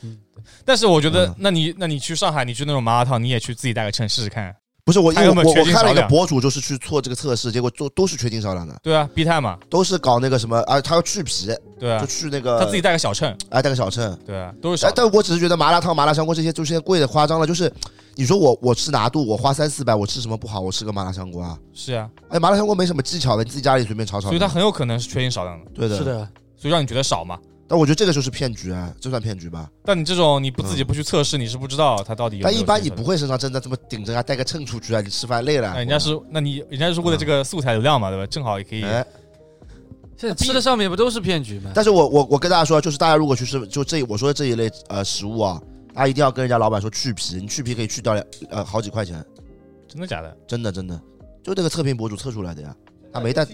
但是我觉得
嗯，
那你那你去上海，你去那种麻辣烫，你也去自己带个秤试试看。
不是我，因
它
为
有
我
没有
我
缺斤
看了一
少
个
两
博主，就是去做这个测试，结果做都是缺斤少两的，
对啊，B 态嘛，
都是搞那个什么啊，他要去皮，
对啊
就，去那个
他自己带个小秤，
哎带个小秤，
对啊，都是小
哎，。但我只是觉得麻辣烫、麻辣香锅这些就现在贵的夸张了。就是你说我我吃拿度，我花三四百，我吃什么不好？我吃个麻辣香锅啊！
是啊，
哎，麻辣香锅没什么技巧的，你自己家里随便炒炒的。
所以它很有可能是缺斤少两的，
对的，
是。的，
所以让你觉得少嘛。
但我觉得这个就是骗局啊，这算骗局吧？
但你这种你不自己不去测试，你是不知道它到底有没有
但
缺
一
斤少两。
般你不会身上真的这么顶着啊，带个秤出去啊，你吃饭累了。
哎，人家是，那你人家是为了这个素材流量嘛，对吧？正好也可以。
哎，
现在吃的上面不都是骗局吗？
但是我我我跟大家说，就是大家如果去吃，就这我说的这一类呃食物啊，大家一定要跟人家老板说去皮，你去皮可以去掉两呃好几块钱，
真的假的？
真的真的，就那个测评博主测出来的呀，他没带，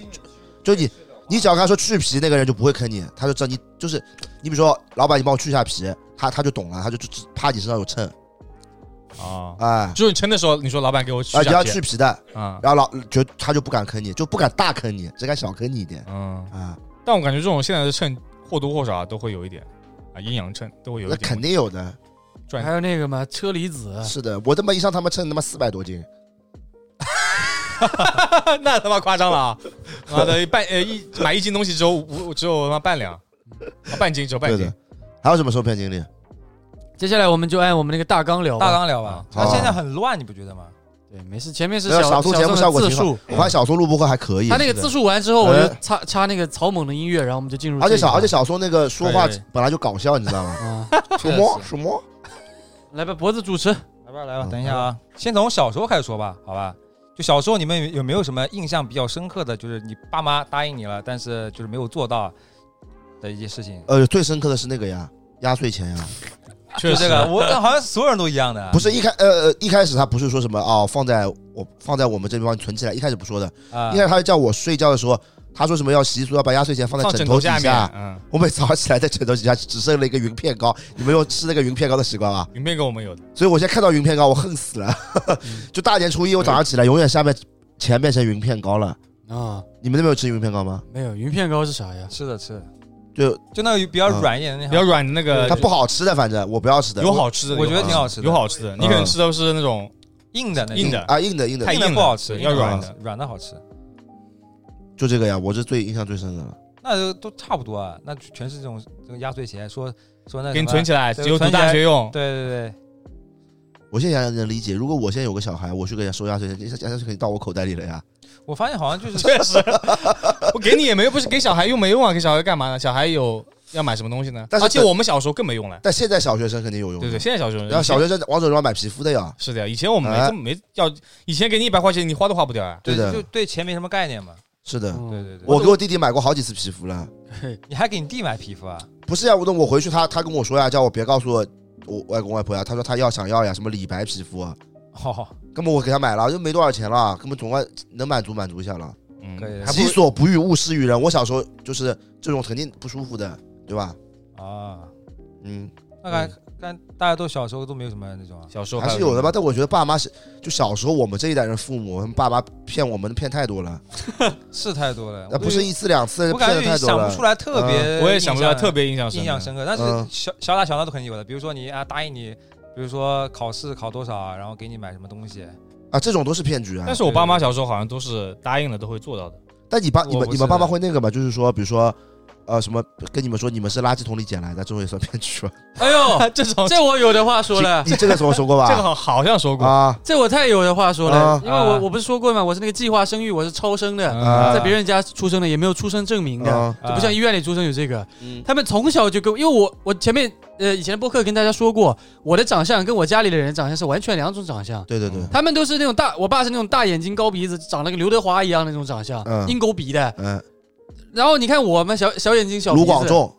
就你你只要跟他说去皮，那个人就不会坑你，他就知道你就是你比如说老板，你帮我去一下皮，他他就懂了，他就就只怕你身上有秤，
啊，
哎
就是你称的时候，你说老板给我取
啊
下
你要去皮的，
啊，
然后老就他就不敢坑你，就不敢大坑你，只敢小坑你一点
嗯，
啊，
但我感觉这种现在的秤或多或少啊都会有一点啊，阴阳秤都会有
那
一点啊
肯定有的，
但
还有那个嘛，车厘子，啊
是的，我他妈一上他们称他妈四百多斤，
那 那他妈夸张了啊！妈的，半呃一买一斤东西只有五只有他妈半两，啊半斤只有半
对
斤
的，，还有什么受骗经历？
接下来我们就按我们那个大纲聊吧。
大纲聊吧。
好
它现在很乱，你不觉得吗？
对，没事，前面是
没有小
宋
宋节目效果
的
挺
自
好
述，
我看小松录播课还可以，
他那个
是的
自述完之后，我就
哎
插插那个草蜢的音乐，然后我们就进入这
而
一趴。
且小而且小松那个说话
对对
本来就搞笑，你知道吗？
啊，
什么什么？
来吧，脖子主持，
来吧，来吧，
嗯
等一下啊，先从小时候开始说吧，好吧？就小时候你们有有没有什么印象比较深刻的，就是你爸妈答应你了，但是就是没有做到的一些事情？
呃，最深刻的是那个呀，压岁钱呀，
确
就
实
这个， 我好像所有人都一样的，
不是一开呃呃一开始他不是说什么哦，放在我放在我们这地方存起来，一开始不说的，
啊
一开始他就叫我睡觉的时候，他说什么要习俗要把压岁钱放在
放
枕
枕
头
头
底
下面，
下，
嗯，
我每早上起来在枕头底下只剩了一个云片糕，你们有吃那个云片糕的习惯吗？啊
云片跟我们有的，
所以我现在看到云片糕，我恨死了。
嗯
就大年初一，我早上起来，永远下面钱变成云片糕了。
啊，
你们那边有吃云片糕吗？
没有云片糕是啥呀？
吃的吃的，
就
就那个比较
嗯
软一点的
比
那
较
种，
软的那个，
它不好吃的，反正我不嗯要吃的。
呃有好吃的，
我觉得
有
挺好吃的
有好吃的。你可能吃的是那种
硬的那种
硬的
啊，硬的硬的
太，
硬的
硬
不
了
好吃，
对
硬的
要
不
软
好
的
吃软的好吃，
就这个呀，我是最印象最深的了。
那就都差不多啊，那全是这种这种压岁钱，说说那
给你
什么
存起来，
对
只有读
存起来
大 学用。
对对
我现在想想能理解，如果我现在有个小孩，我去给他收压岁钱，压岁钱可以到我口袋里了呀。
对，我发现好像就是
确实，我给你也没用，不是给小孩用没用啊？给小孩干嘛呢？小孩有要买什么东西呢？
但是
而且我们小时候更没用了。
但现在小学生肯定有用，
对对，。现在小学生，
然后小
以前
学生往手上买皮肤的呀，
是的呀，以前我们没
哎
这么没要，以前给你一百块钱，你花都花不掉啊呀。
对
对的
就对钱没什么概念嘛。
是的。
对
嗯
对对，
我给我弟弟买过好几次皮肤了。
你还给你弟买皮肤啊？
不是呀，我等我回去他，他跟我说呀，叫我别告诉我我外公外婆呀，他说他要想要呀，什么李白皮肤啊，
哦，
根本我给他买了，就没多少钱了，根本总归能满足满足一下了。
嗯，
可以
还不
己所不欲，勿施于人。我小时候就是这种肯定不舒服的，对吧？
啊，
嗯，
那看看大家都小时候都没有什么那种啊。
小时候
还是有的吧。但我觉得爸妈是，就小时候我们这一代人父母，他们爸妈骗我们骗太多了，
是太多了，
那呃不是一次两次
我
骗
感
的
觉
太
你
多
想不
了
出。来特别印象，
我也想不到特别印象深
印
的
象深刻，但是
嗯
小小打小闹都肯定有的，比如说你啊答应你，比如说考试考多少，啊然后给你买什么东西，
啊，这种都是骗局啊
但。是我爸妈小时候好像都是答应了都会做到的，
但你爸、你
我
们、
不
你们
是
爸妈
的
会那个吗？就是说，比如说，呃，什么跟你们说你们是垃圾桶里捡来的，这种也算骗局吧？
哎呦，
这种
这我有的话说了，
你这个时候说过吧？
这个好好像说过，
啊，
这我太有的话说了
啊，
因为
啊
我我不是说过吗？我是那个计划生育，我是超生的，
啊
在别人家出生的，也没有出生证明的，
啊，
就
就不像医院里出生有这个。
嗯
他们从小就跟，因为我我前面呃以前的播客跟大家说过，我的长相跟我家里的人长相是完全两种长相。
对对对，
他们都是那种大，我爸是那种大眼睛高鼻子，长得跟刘德华一样那种长相，
嗯
鹰钩鼻的。
嗯，
然后你看我们小小眼睛小鼻
卢
子，
广仲、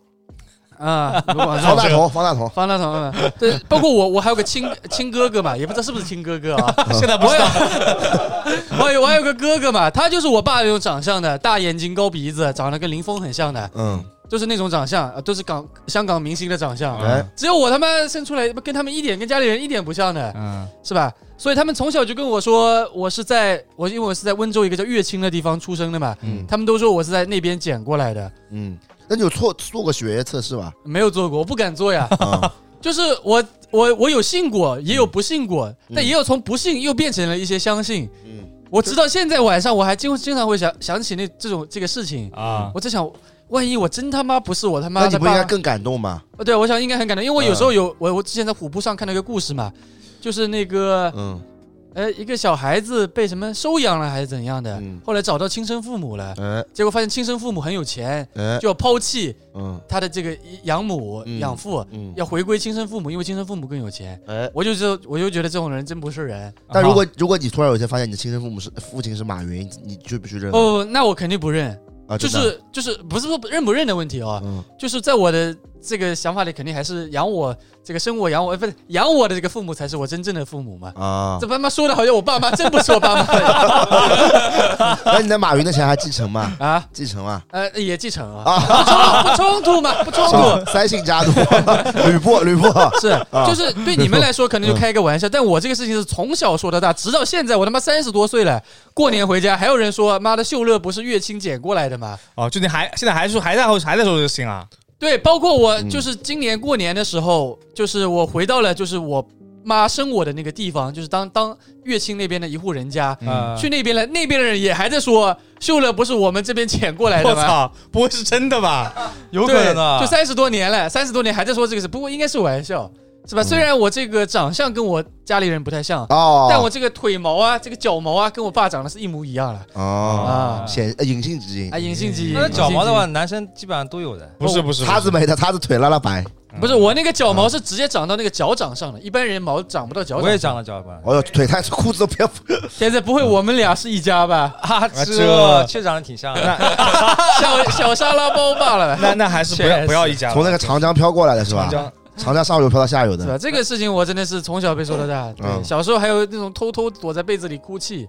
啊，卢广
方
仲
大。同、方大同，
方大同啊，对，包括我，我还有个亲亲哥哥嘛，也不知道是不是亲哥哥啊。
现在不
我
是
有， 我有我还有个哥哥嘛，他就是我爸那种长相的，大眼睛、高鼻子，长得跟林峰很像的，
嗯，
就是那种长相，呃都是港香港明星的长相。
哎，
只有我他妈生出来跟他们一点跟家里人一点不像的，
嗯，
是吧？所以他们从小就跟我说，我是在我因为我是在温州一个叫乐清的地方出生的嘛，
嗯
他们都说我是在那边捡过来的，
嗯，那你有做做过血液测试 吧？
没有做过，我不 敢做呀。
啊，
就是我我我有信过，也有不信过，
嗯
但也有从不信又变成了一些相信。
嗯，
我直到现在晚上，我还经经常会想想起那这种这个事情，
啊，
我在想，万一我真他妈不是我他妈
那
的
你不
爸
应
妈
该嗯更感动吗？
呃对，我想应该很感动，因为我有时候有、我我之前在虎扑上看到一个故事嘛，就是那个
嗯
呃一个小孩子被什么收养了还是怎样的，
嗯
后来找到亲生父母了，
哎
结果发现亲生父母很有钱，
哎，
就要抛弃
嗯
他的这个养母、
嗯
养父，
嗯，
要回归亲生父母，因为亲生父母更有钱。
哎。
我就知道，我就觉得这种人真不是人。
但如果如果你突然有一天发现你的亲生父母是呃父亲是马云，你去不去认？
哦，那我肯定不认，
啊，
就
真的
是就是不是说认不认的问题哦，
嗯
就是在我的这个想法里，肯定还是养我这个生我养我，呃不是养我的这个父母才是我真正的父母嘛。
啊
这，爸妈说的好像我爸妈真不是我爸妈 一样
那你的马云的钱还继承吗？
啊，
继承吗？
呃，也继承啊，
啊，
不冲突嘛，不冲
啊
突。
三姓家 奴，吕布吕布，
是，
啊
就是对你们来说可
嗯
能就开个玩笑，但我这个事情是从小说到大，直到现在，我他妈三十多岁了，过年回家还有人说，妈的秀乐不是乐清捡过来的吗？
哦，就你还现在还说还在后还在说这个事情啊，
对，包括我
嗯
就是今年过年的时候，就是我回到了就是我妈生我的那个地方，就是当当乐清那边的一户人家，
啊
嗯，
去那边了，那边的人也还在说秀乐不是我们这边捡过来
我
的吗？
操，不会是真的吧？
有
对，
可能啊
就，三十多年了，三十多年还在说这个事，不过应该是玩笑。是
嗯
吧？虽然我这个长相跟我家里人不太像，
哦，
但我这个腿毛啊，这个脚毛啊，跟我爸长得是一模一样的
哦，
啊
显呃隐性基因
啊！，隐性基因，
那脚毛的
隐
话，
性
男生基本上都有的。
不是不是，
叉子没的，叉子腿拉拉白。
基因，不是我那个脚毛是直接长到那个脚掌上的，一般人毛长不到脚
我也
掌。
长了脚毛，
哦哟，腿太裤子都 不要。
现在不会我们俩是一家吧？
啊，
这
这确实长得挺像的。
小小沙拉包 罢了吧，
那那还是不要不要一家了，
从那个长江飘过来的是吧？
长江
长江上游飘到下游
是
的
吧？，这个事情我真的是从小被说到大，对，
嗯
小时候还有那种偷偷躲在被子里哭泣，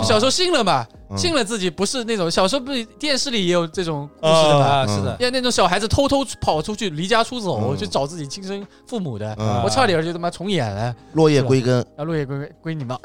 哦
就，小时候信了嘛，
嗯
信了自己不是那种小时候不是电视里也有这种故事的嘛。
啊，是的，
像那种小孩子偷偷跑出去离家出走
嗯
去找自己亲生父母的，
嗯
啊
我差点就他妈重演了。
落叶归根，
然后落叶归 归你妈。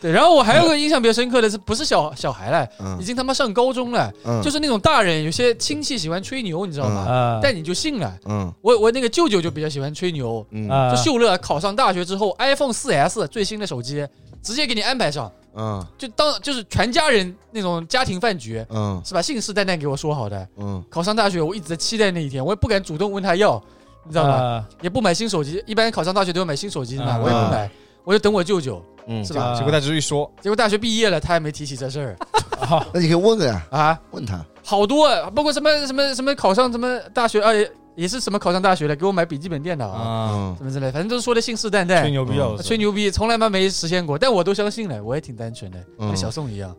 对，然后我还有个印象比较深刻的是，不是小小孩了，已
嗯
经他妈上高中了，
嗯，
就是那种大人，有些亲戚喜欢吹牛，你知道吗？
啊
但你就信了。
嗯
我我那个舅舅就比较喜欢吹牛，
嗯
啊
就秀乐考上大学之后，iPhone 4S 最新的手机直接给你安排上，
嗯
就当就是全家人那种家庭饭局，
嗯
是吧？信誓旦旦给我说好的。
嗯
考上大学，我一直在期待那一天，我也不敢主动问他要，你知道
嗯
吧？
啊
也不买新手机，一般考上大学都要买新手机的嘛，
啊
我也不买，我就等我舅舅，
嗯
是，吧？
啊
结果他只是一说，
结果大学毕业了，他还没提起这事儿
那你可以问个呀，
啊，
问他，
好多啊包括什么什么什么考上什么大学，啊，也也是什么考上大学的，给我买笔记本电脑啊，
嗯，
嗯
什么之类，反正都是说的信誓旦
吹
旦。
牛逼啊
嗯
要死
吹牛逼，从来嘛没实现过，但我都相信了，我也挺单纯的，
嗯
跟小宋一样。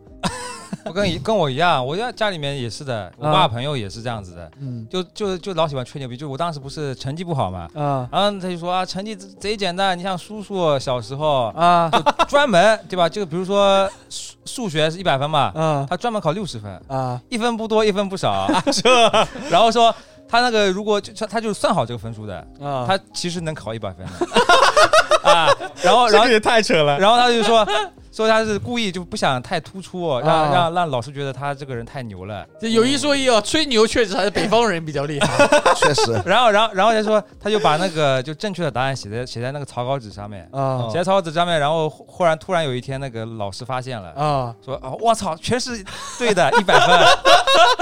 我跟跟我一样，我家家里面也是的，我爸朋友也是这样子的，
嗯
就就就老喜欢吹牛逼。就我当时不是成绩不好嘛，
啊
然后他就说啊，成绩贼简单，你像叔叔小 时候
啊
专门对吧？就比如说数数学是一百分嘛，
啊
他专门考六十分，
啊！
一分不多，一分不少，这然后说。他那个如果就他他就算好这个分数的，
他
他其实能考一百分的 啊，然后然后
这个也太扯了，
然后他就说说他是故意就不想太突出，让
啊
让让老师觉得他这个人太牛了。
这有一说一啊，吹牛确实还是北方人比较厉害。
确实，
然后然后然后他说他就把那个就正确的答案写在写在那个草稿纸上 面，
哦
啊
写在草稿纸上面，然后忽忽然突然有一天那个老师发现
哦
了。
啊！
说啊，我操，全是对的，一百 分，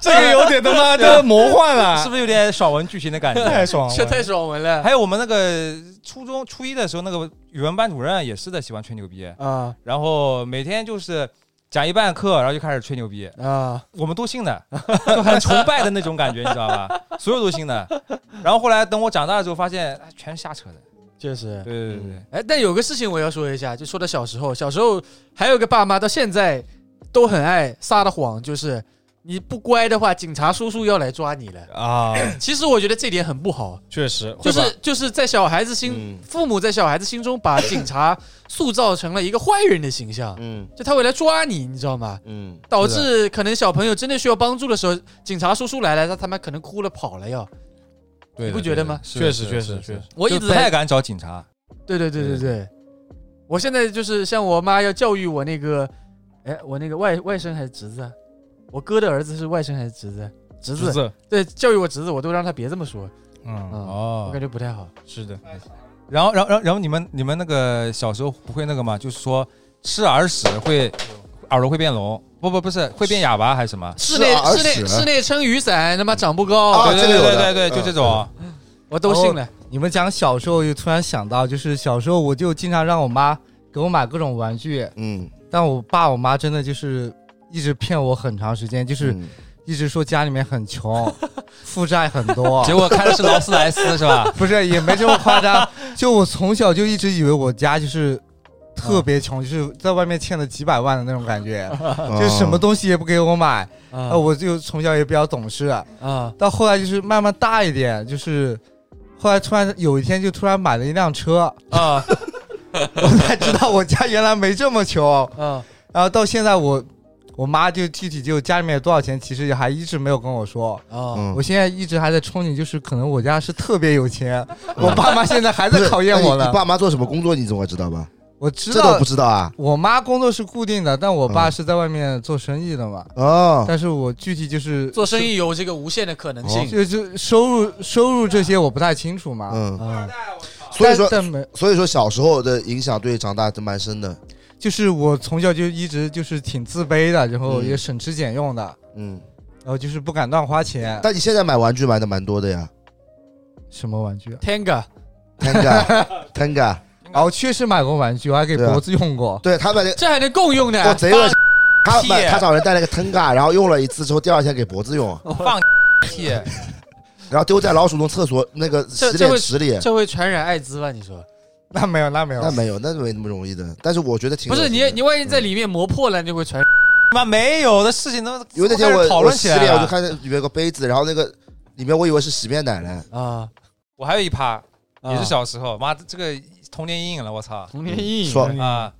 这个有点他妈的魔幻
是
了，
不是有点爽文剧情的感觉？
太爽
这
了。
太爽文了
还有我们那个初中初一的时候，那个语文班主任也是的，喜欢吹牛逼，
啊
然后每天就是讲一半课，然后就开始吹牛逼，
啊！
我们都信的， 就很崇拜的那种感觉，你知道吧？所有都信的。然后后来等我长大了之后，发现哎全是瞎扯的。
确实。
对对对
哎，但有个事情我要说一下，就说到小时候，小时候还有个爸妈到现在都很爱撒的谎，就是你不乖的话，警察叔叔要来抓你了。
啊，
其实我觉得这点很不好，
确实，
就
会吧
是就是在小孩子心，
嗯
父母在小孩子心中把警察塑造成了一个坏人的形象，
嗯
就他会来抓你，你知道吗？
嗯
导致可能小朋友真的需要帮助的时候，警察叔叔来了，他他妈可能哭了跑了要。
对，
你不觉得吗？
是
确
的
实
是
确
的
实
是
确
的
实，
我一
就
直
不
在
太敢找警察。
对对对对
对
对，我现在就是像我妈要教育我那个，哎，我那个外外甥还是侄子啊，我哥的儿子是外甥还是侄子？啊侄子
侄子，
对，教育我侄子，我都让他别这么说，
嗯，
嗯，我
哦
感觉不太好。
是的，
然后然后然后然后你们你们那个小时候不会那个吗？就是说吃耳屎会耳朵会变聋，不不不是会变哑巴还是什么？
室内
耳
室内
屎
室内撑雨伞，他妈长不高，
啊
对
这个
对
有
对
的
对对，就这种。
我都信了。
你们讲小时候，就突然想到，就是小时候我就经常让我妈给我买各种玩具，
嗯，
但我爸我妈真的就是一直骗我很长时间， 就是
嗯
一直说家里面很穷， 负债很多，
结果开的是劳斯莱斯是 吧？
不是也没这么夸 张。就我从小就一直以为我家就是特别
嗯
穷，就是在外面欠了几百万的那种感觉，啊就是什么东西也不给我买。
嗯
啊
哦
呃，我就从小也比较懂事，
啊
到后来就是慢慢大一点，就是后来突然有一天就突然买了一辆 车，
啊
我才知道我家原来没这么穷。
啊！
然后到现在我我妈就具体就家里面有多少钱，其实也还一直没有跟我说。
啊
嗯
我现在一直还在憧憬，就是可能我家是特别有钱，我爸妈现在还在考验我
嗯不是那你
呢
你。爸妈做什么工作，你总会知道吧？
我知
这都
道
不，知道啊？
我妈工作是固定的，但我爸
嗯
是在外面做生意的嘛。
哦，
但是我具体就是哦
做生，意有这个无限的可能性。
哦
就就收入收入这些我不太清楚嘛。
嗯，
啊
所以说
但但没，
所以说小时候的影响对长大真蛮深的。
就是我从小就一直就是挺自卑的，然后
嗯
也省吃俭用的，
嗯，
然后就是不敢乱花钱。
但你现在买玩具买的蛮多的呀，
什么玩具啊？
Tenga
Tenga Tenga，
哦，确实买过玩具，我还给
对啊
脖子用过。
对他把那个
这还能共用
我
呢？
贼恶心，他
屁
把他找人带了个 Tenga，然后用了一次之后，第二天给脖子用，
放屁！
然后丢在老鼠洞厕所那个洗
这这
脸
会
池里。
这会传染艾滋吧？你说
那没有，那没有
那，没有，那没那么容易的。但是我觉得挺
不是
恶心
你
的
你万一在里面磨破了，你就会传染。
妈没有的事情都
有那天
开
我
始讨
我
论
洗
起来
脸，我就
了。
看见里面有个杯子，然后那个里面我以为是洗面奶呢。
啊，
我还有一趴，也
啊
是小时候，妈这个童年阴影了，我操
童年阴影
说
啊！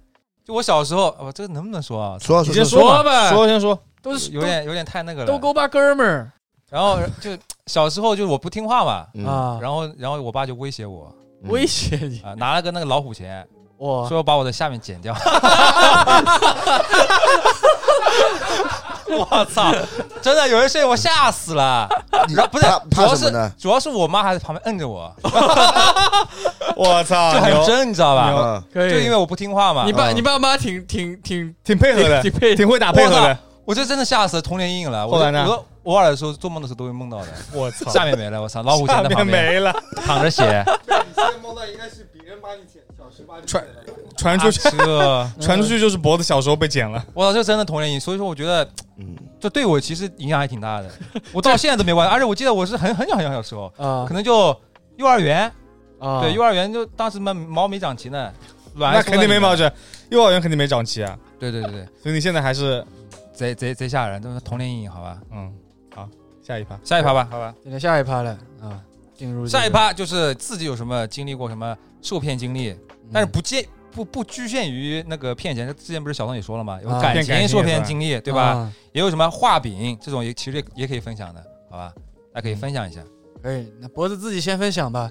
就我小时候，我这个能不能说啊？
说
你
说
先
说，
说
说
吧
说先说，
都是
有点有点太那个
都
了。
勾巴哥们儿
然后就小时候就我不听话嘛，
嗯
啊，
然后然后我爸就威胁我
嗯
威胁你
啊，拿了个那个老虎钳，
哇！
说要把我的下面剪掉。 我操！真的有一瞬间我吓死了，
你
然后不是
怕，
主
怕
要
什么呢
是？主要是我妈还在旁边摁着我，
我 操，
就很真，你知道吧？
啊，
可以，
就因为我不听话嘛
你，爸
嗯
你爸妈挺挺 挺
挺配合的，
挺配
挺会打配合
我
的。
我就真的吓死了童年阴影了。我
后来呢
我都偶尔的时候做梦的时候都会梦到的，
我操，
下面没了，我操，老虎钳在
下面
旁边
没了，
淌着血，
传传出去，
啊这
传出去就是脖子小时候被剪了。
我操，这真的童年阴影，所以说我觉得
嗯，
这对我其实影响还挺大的，我到现在都没忘，而且我记得我是很很小很小很小时候，
啊
可能就幼儿园，
啊
对，幼儿园就当时嘛毛没长齐呢，卵还
那肯定没毛
长，
着，幼儿园肯定没长齐啊。
对对对对，
所以你现在还是
贼贼贼吓人，都是童年阴影，好吧，
嗯，好，下一趴。
下一趴吧，好吧，
进入下一趴了啊，进入这个
下一，趴就是自己有什么经历过什么受骗经历，
嗯
但是不见不不局限于那个骗钱，之前不是小宋也说了嘛，有
啊
感
骗感
情
情
受
也
骗
算
经历，对吧？
啊
也有什么画饼这种也其实也也可以分享的，好吧，大家可以分享一下。
可以，那脖子自己先分享吧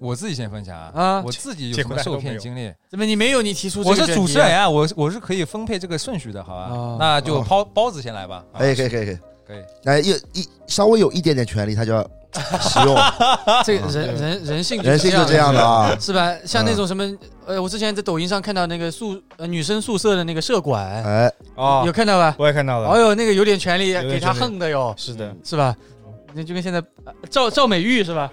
我自己先分享啊，
啊
我，自己有什么受骗经历？
怎么你没有你提出这
我
个
是
选题啊
主持人啊，我是我是可以分配这个顺序的，好吧
哦？
那就
哦
包包子先来吧。啊
哎
可以可以可以可以，
可以，
哎，一一稍微有一点点权利，他就要使用，
这个人人啊人性
人性就这样的啊。
是吧？像那种什么，呃，我之前在抖音上看到那个宿呃女生宿舍的那个社管，
哎，
哦
有，看到吧？
我也看到
哦嗯
了。
呦，那嗯啊个有点权利，
有点
给他
权利
横的哟，
是的，
是吧？
嗯
那就跟现在呃赵赵美玉是吧？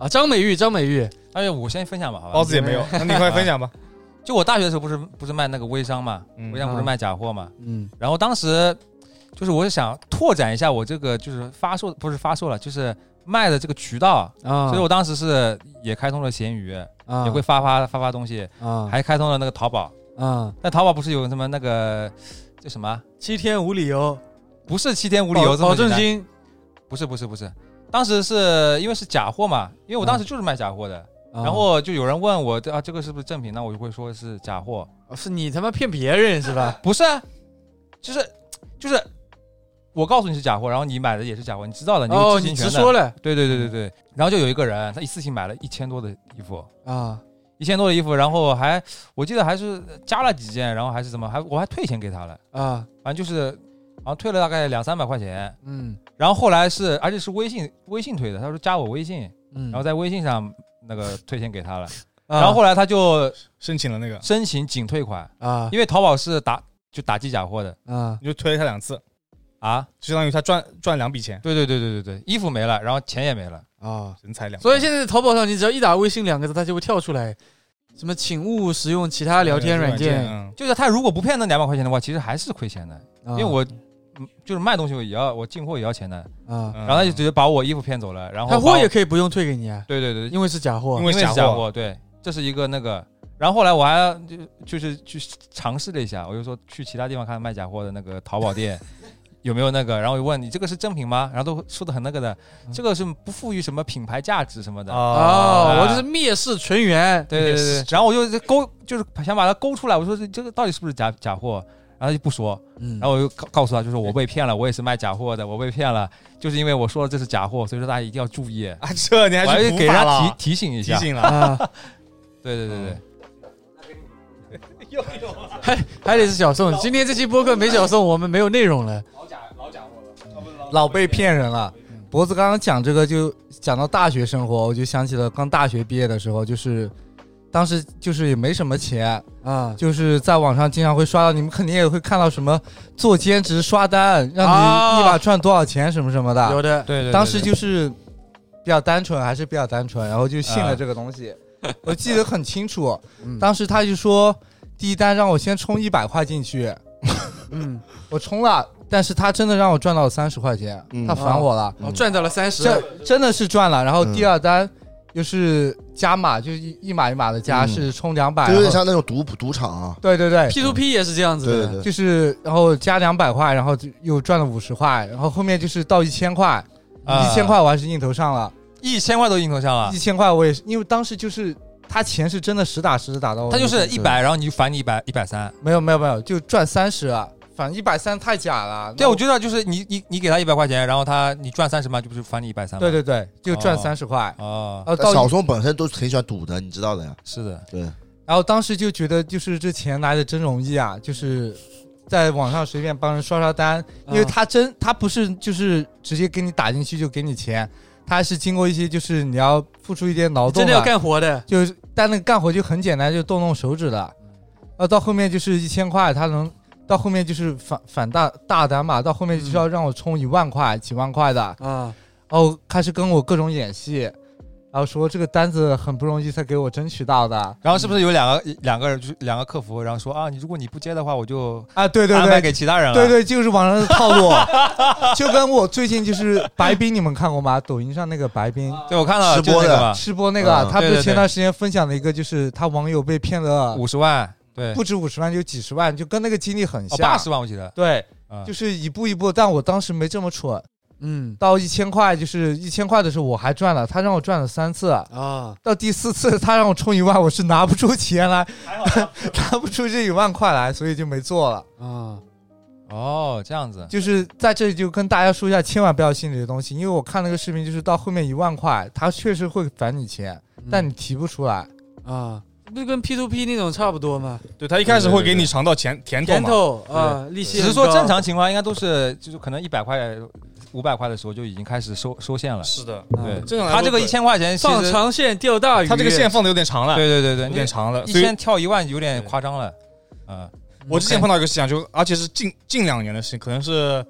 啊，张美玉，张美玉，
而且我先分享吧，好吧？
包子也没有，那你快分享吧。
就我大学的时候不是不是卖那个微商嘛，
嗯
微商不是卖假货嘛，
嗯
然后当时就是我想拓展一下我这个就是发售不是发售了，就是卖的这个渠道，
啊，
所以我当时是也开通了闲鱼，
啊
也会发发发发东西，
啊
还开通了那个淘宝。
啊，
但淘宝不是有什么那个这什么？啊
七天无理由，
不是七天无理由这么
保
简
证
单
金
不是不是不是，当时是因为是假货嘛，因为我
嗯
当时就是卖假货的，
啊
然后就有人问我啊这个是不是正品，那我就会说是假货，
哦是你他妈骗别人是吧？
不是 啊，就是就是我告诉你是假货，然后你买的也是假货，你知道的，你有
哦，
知
你
情
直
权的，
说了
对对对对对，然后就有一个人他一次性买了一千多的衣服，
啊
一千多的衣服，然后还我记得还是加了几件，然后还是怎么还我还退钱给他了，
啊，
反正就是好像退了大概两三百块钱，
嗯
然后后来是而且是微信微信退的，他说加我微信。
嗯，
然后在微信上那个退钱给他了，
啊
然后后来他就
申请了那个，
申请仅退款，
啊
因为淘宝是打就打击假货的
啊
你就推了他两次，
啊，
就相当于他赚赚两笔钱，
对对对对对对，衣服没了，然后钱也没了，
啊，
人财两。
所以现在淘宝上你只要一打微信两个字，它就会跳出来，什么请勿使用其他聊天软件，
嗯，
就是他如果不骗那两百块钱的话，其实还是亏钱的，
因
因为我。嗯就是卖东西我也要，我进货也要钱的，
啊，
然
然后他就直接把我衣服骗走了，然后
他
把
货
我
也可以不用退给你啊，
对对对，因
因为是假货
因
为
为
是
假
假
货，
货，对，这是一个那个，然后后来我还就就是去尝试了一下，我就说去其他地方看卖假货的那个淘宝 店有没有那个，然后我就问你这个是正品吗？然后都说的很那个的，
嗯
这个是不赋予什么品牌价值什么的。
哦，
啊
我就是蔑视纯元，
对对对对
也
对，然后我就勾，就是想把它勾出来。我说这这个到底是不是假假货？然后他就不说，
嗯，
然后我就告告诉他，就是我被骗了，我也是卖假货的，我被骗了，就是因为我说了这是假货，所以说大家一定要注意。
啊，这你
我
还
还
去
给人
补法
家
了
提提醒一
提
下。
醒嗯了，
啊，
对对对对，
还还得是小宋，今天这期播客没小宋，我们没有内容了，
老被骗人了。脖子刚刚讲这个，就讲到大学生活，我就想起了刚大学毕业的时候，就是当时就是也没什么钱，
啊
就是在网上经常会刷到，你们肯定也会看到什么做兼职刷单，让
啊
你一把赚多少钱什么什么的。
有的，
对对，
当时就是比较单纯，还是比较单纯，然后就信了这个东西。我记得很清楚，
嗯
当时他就说第一单让我先充一百块进去，
嗯，
我充了，但是他真的让我赚到了三十块钱，
嗯
他烦我了，
哦，赚到了三十，
这真的是赚了。然后第二单又是加码，就一一码一码的加，
嗯
是充两百，
就有点
然后
像那种赌赌场啊，
对对对。
P to P 也是这样子
对
的，
对对，
就是，然后加两百块，然后就又赚了五十块，然后后面就是到一千块，
啊
一千块我还是硬头上了，
一千块都硬头上了
一，千块我也是，因为当时就是他钱是真的实打实的打到我
他
的
就
手
是
里，
一百，然后你就返你一百一百三。
没有没有没有，就赚三十，啊反正一百三太假了。
对，
那
我觉得就是你你你给他一百块钱，然后他你赚三十嘛，就不是返你一百三吗？
对对对，就赚
哦
三十块。
哦，
然后
但
到
小松本身都挺喜欢赌的，你知道的呀。
是的，
对，
然后当时就觉得就是这钱来的真容易啊，就是在网上随便帮人刷刷单，因
嗯
为他真他不是就是直接给你打进去就给你钱，他还是经过一些就是你要付出一点劳动
真
啊，
的要干活的，
就是但那个干活就很简单，就动动手指的。然后到后面就是一千块，他能到后面就是反反大大单嘛，到后面就是要让我充一万块、几万块的，
啊，
然后开始跟我各种演戏，然后说这个单子很不容易才给我争取到的
然后是不是有两个两个人就是两个客服，然后说啊，你如果你不接的话，我就
啊，对对
安排
对。
给其他人了。
对对，就是网上的套 路，就跟我最近就是白冰，你们看过吗？抖音上那个白冰
对，我看到了，
直
就
播
是
的
那个嘛，
吃播那啊个啊，
嗯
他不
对对
是
对
前段时间分享了一个，就是他网友被骗了
五十万，对，哦
不止五十万，哦就几十万，就跟那个经历很像。
八十万我记得，
对，
啊
就是一步一步，但我当时没这么蠢。
嗯
到一千块，就是一千块的时候，我还赚了，他让我赚了三次。
啊，
到第四次，他让我充一万，我是拿不出钱来，拿不出这一万块来，所以就没做了。
啊，
哦，这样子，
就是在这里就跟大家说一下，千万不要信这些东西，因为我看那个视频，就是到后面一万块，他确实会返你钱，
嗯
嗯
但你提不出来。
啊，不就跟 P to P 那种差不多吗？
对他一开始会给你尝到甜甜头
甜
嘛，
头啊，利息
只
很
是说
高
正常情况应该都是就是可能一百块、五百块的时候就已经开始收收线了。
是的，
对
啊，
正常来说
他这个一千块钱其
放
实，
长线钓大鱼，
他这个线放的有点长了，
对对对对，
有
你
点长了。
一
所以
千跳一万有点夸张了，啊，
嗯
我之前碰到一个现象，就而且是近近两年的事情，可能是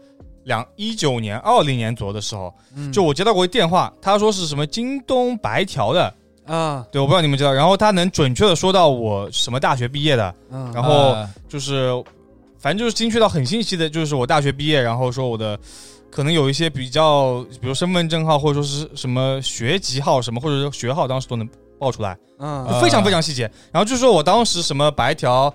两一九年、二零年左右的时候，
嗯
就我接到过一电话，他说是什么京东白条的，
啊，
对，我不知道你们知道，然后他能准确的说到我什么大学毕业的，
嗯
然后
啊
就是反正就是精确到很信息的，就是我大学毕业，然后说我的可能有一些比较，比如身份证号或者说是什么学籍号什么，或者说学号，当时都能报出来，
嗯
就非常非常细节。然后就说我当时什么白条。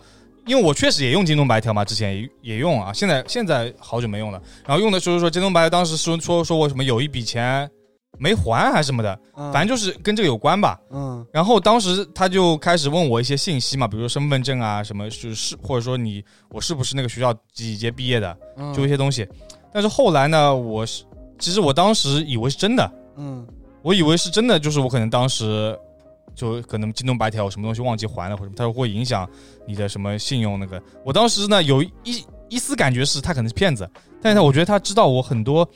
因为我确实也用京东白条嘛，之前也也用啊，现在现在好久没用了。然后用的就是说京东白条当时说说说我什么有一笔钱没还还是什么的，
嗯
反正就是跟这个有关吧。
嗯
然后当时他就开始问我一些信息嘛，比如说身份证啊，什么是是，或者说你我是不是那个学校几几届毕业的，
嗯
就一些东西。但是后来呢，我是其实我当时以为是真的，
嗯
我以为是真的，就是我可能当时就可能京东白条有什么东西忘记还了，或者什么，它会影响你的什么信用那个。我当时呢有一一丝感觉是他可能是骗子，但是他我觉得他知道我很多，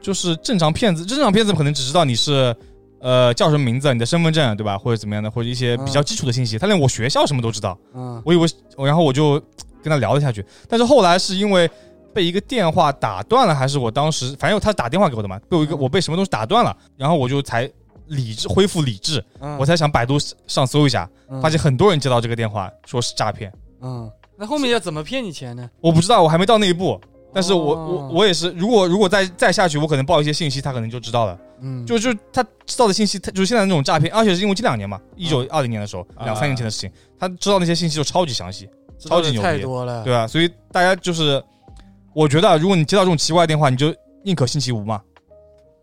就是正常骗子，正常骗子可能只知道你是。呃，叫什么名字？你的身份证对吧？或者怎么样的，或者一些比较基础的信息，他连我学校什么都知道。
嗯
我以为是，然后我就跟他聊了下去，但是后来是因为被一个电话打断了，还是我当时反正他打电话给我的嘛，被我一个
嗯
我被什么东西打断了，然后我就才理智恢复理智，
嗯，
我才想百度上搜一下，
嗯
发现很多人接到这个电话说是诈骗，
嗯，那后面要怎么骗你钱呢？
我不知道，我还没到那一步。但是我、
哦
我我也是，如果如果再再下去，我可能报一些信息，他可能就知道了。
嗯，
就就他知道的信息，他就是现在那种诈骗，而且是因为这两年嘛，一九二零年的时候，
嗯
两三年前的事情，他知道那些信息就超级详细。
知道的
超级牛逼
太多了，
对啊，所以大家就是，我觉得啊如果你接到这种奇怪的电话，你就宁可信其无嘛，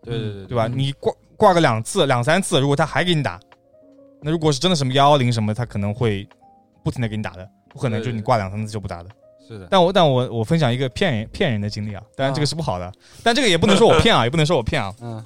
对对对
对吧？
嗯
你挂挂个两次、两三次，如果他还给你打，那如果是真的什么幺幺零什么，他可能会不停的给你打的，不可能就
对对
你挂两三次就不打的。
是的，
但我但我我分享一个骗人骗人的经历啊，当然这个是不好的，但这个也不能说我骗啊，也不能说我骗啊。
嗯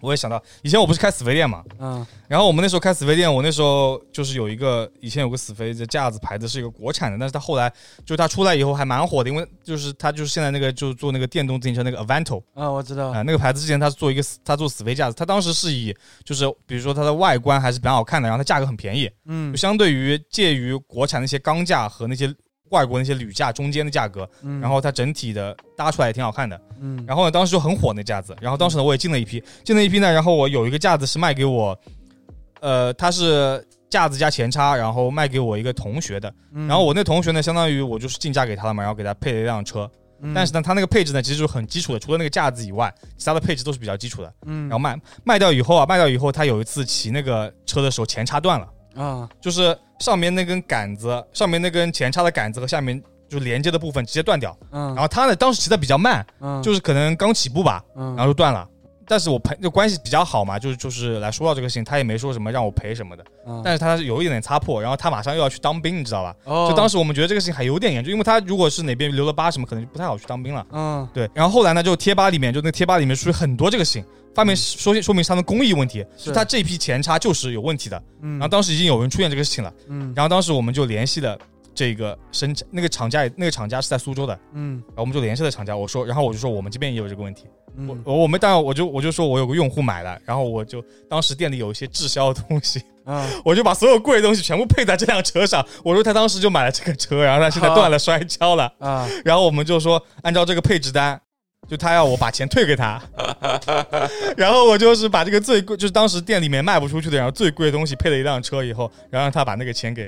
我也想到以前我不是开死飞店嘛，
嗯
然后我们那时候开死飞店，我那时候就是有一个以前有个死飞的架子牌子是一个国产的，但是它后来就是它出来以后还蛮火的，因为就是它就是现在那个就是做那个电动自行车那个 Avanto
啊，我知
啊、
道，
那个牌子之前它是做一个死它做死飞架子，它当时是以就是比如说它的外观还是蛮好看的，然后它价格很便宜，
嗯
就相对于介于国产那些钢架和那些外国那些铝架中间的价格，
嗯
然后它整体的搭出来也挺好看的。
嗯，
然后呢，当时就很火那架子，然后当时呢我也进了一批，进了一批呢，然后我有一个架子是卖给我，呃，它是架子加前叉，然后卖给我一个同学的，
然
嗯
然后我那同学呢，相当于我就是竞价给他了嘛，然后给他配了一辆车，
嗯
但是呢，他那个配置呢其实就是很基础的，除了那个架子以外，其他的配置都是比较基础的。
嗯
然后卖卖掉以后啊，卖掉以后，他有一次骑那个车的时候前叉断了，
啊，
就是上面那根杆子，上面那根前叉的杆子和下面就连接的部分直接断掉。
嗯，
然后他呢当时骑的比较慢，
后，
就是是可能刚起步吧，
嗯
然后就断了。但是我赔就关系比较好嘛，就是就是来说到这个事情，他也没说什么让我赔什么的，
嗯
但是他是有一点擦破，然后他马上又要去当兵，你知道吧？
哦
就当时我们觉得这个事情还有点严重，因为他如果是哪边留了疤什么，可能就不太好去当兵了。
嗯
对，然后后来呢，就贴吧里面，就那贴吧里面出现很多这个事情，发明说说明是他们工艺问题，
嗯是嗯
就他这批前叉就是有问题的。
然
然后当时已经有人出现这个事情了，
嗯
然后当时我们就联系了这个生产那个厂家，那个厂家是在苏州的，
嗯
然后我们就联系了厂家，我说，然后我就说我们这边也有这个问题，我
嗯
我我们当然我就我就说我有个用户买了，然后我就当时店里有一些滞销的东西，
嗯，
我就把所有贵的东西全部配在这辆车上，我说他当时就买了这个车，然后他现在断了摔跤了。
啊，
然后我们就说按照这个配置单，就他要我把钱退给他，然后我就是把这个最贵，就是当时店里面卖不出去的，然后最贵的东西配了一辆车以后，然后让他把那个钱给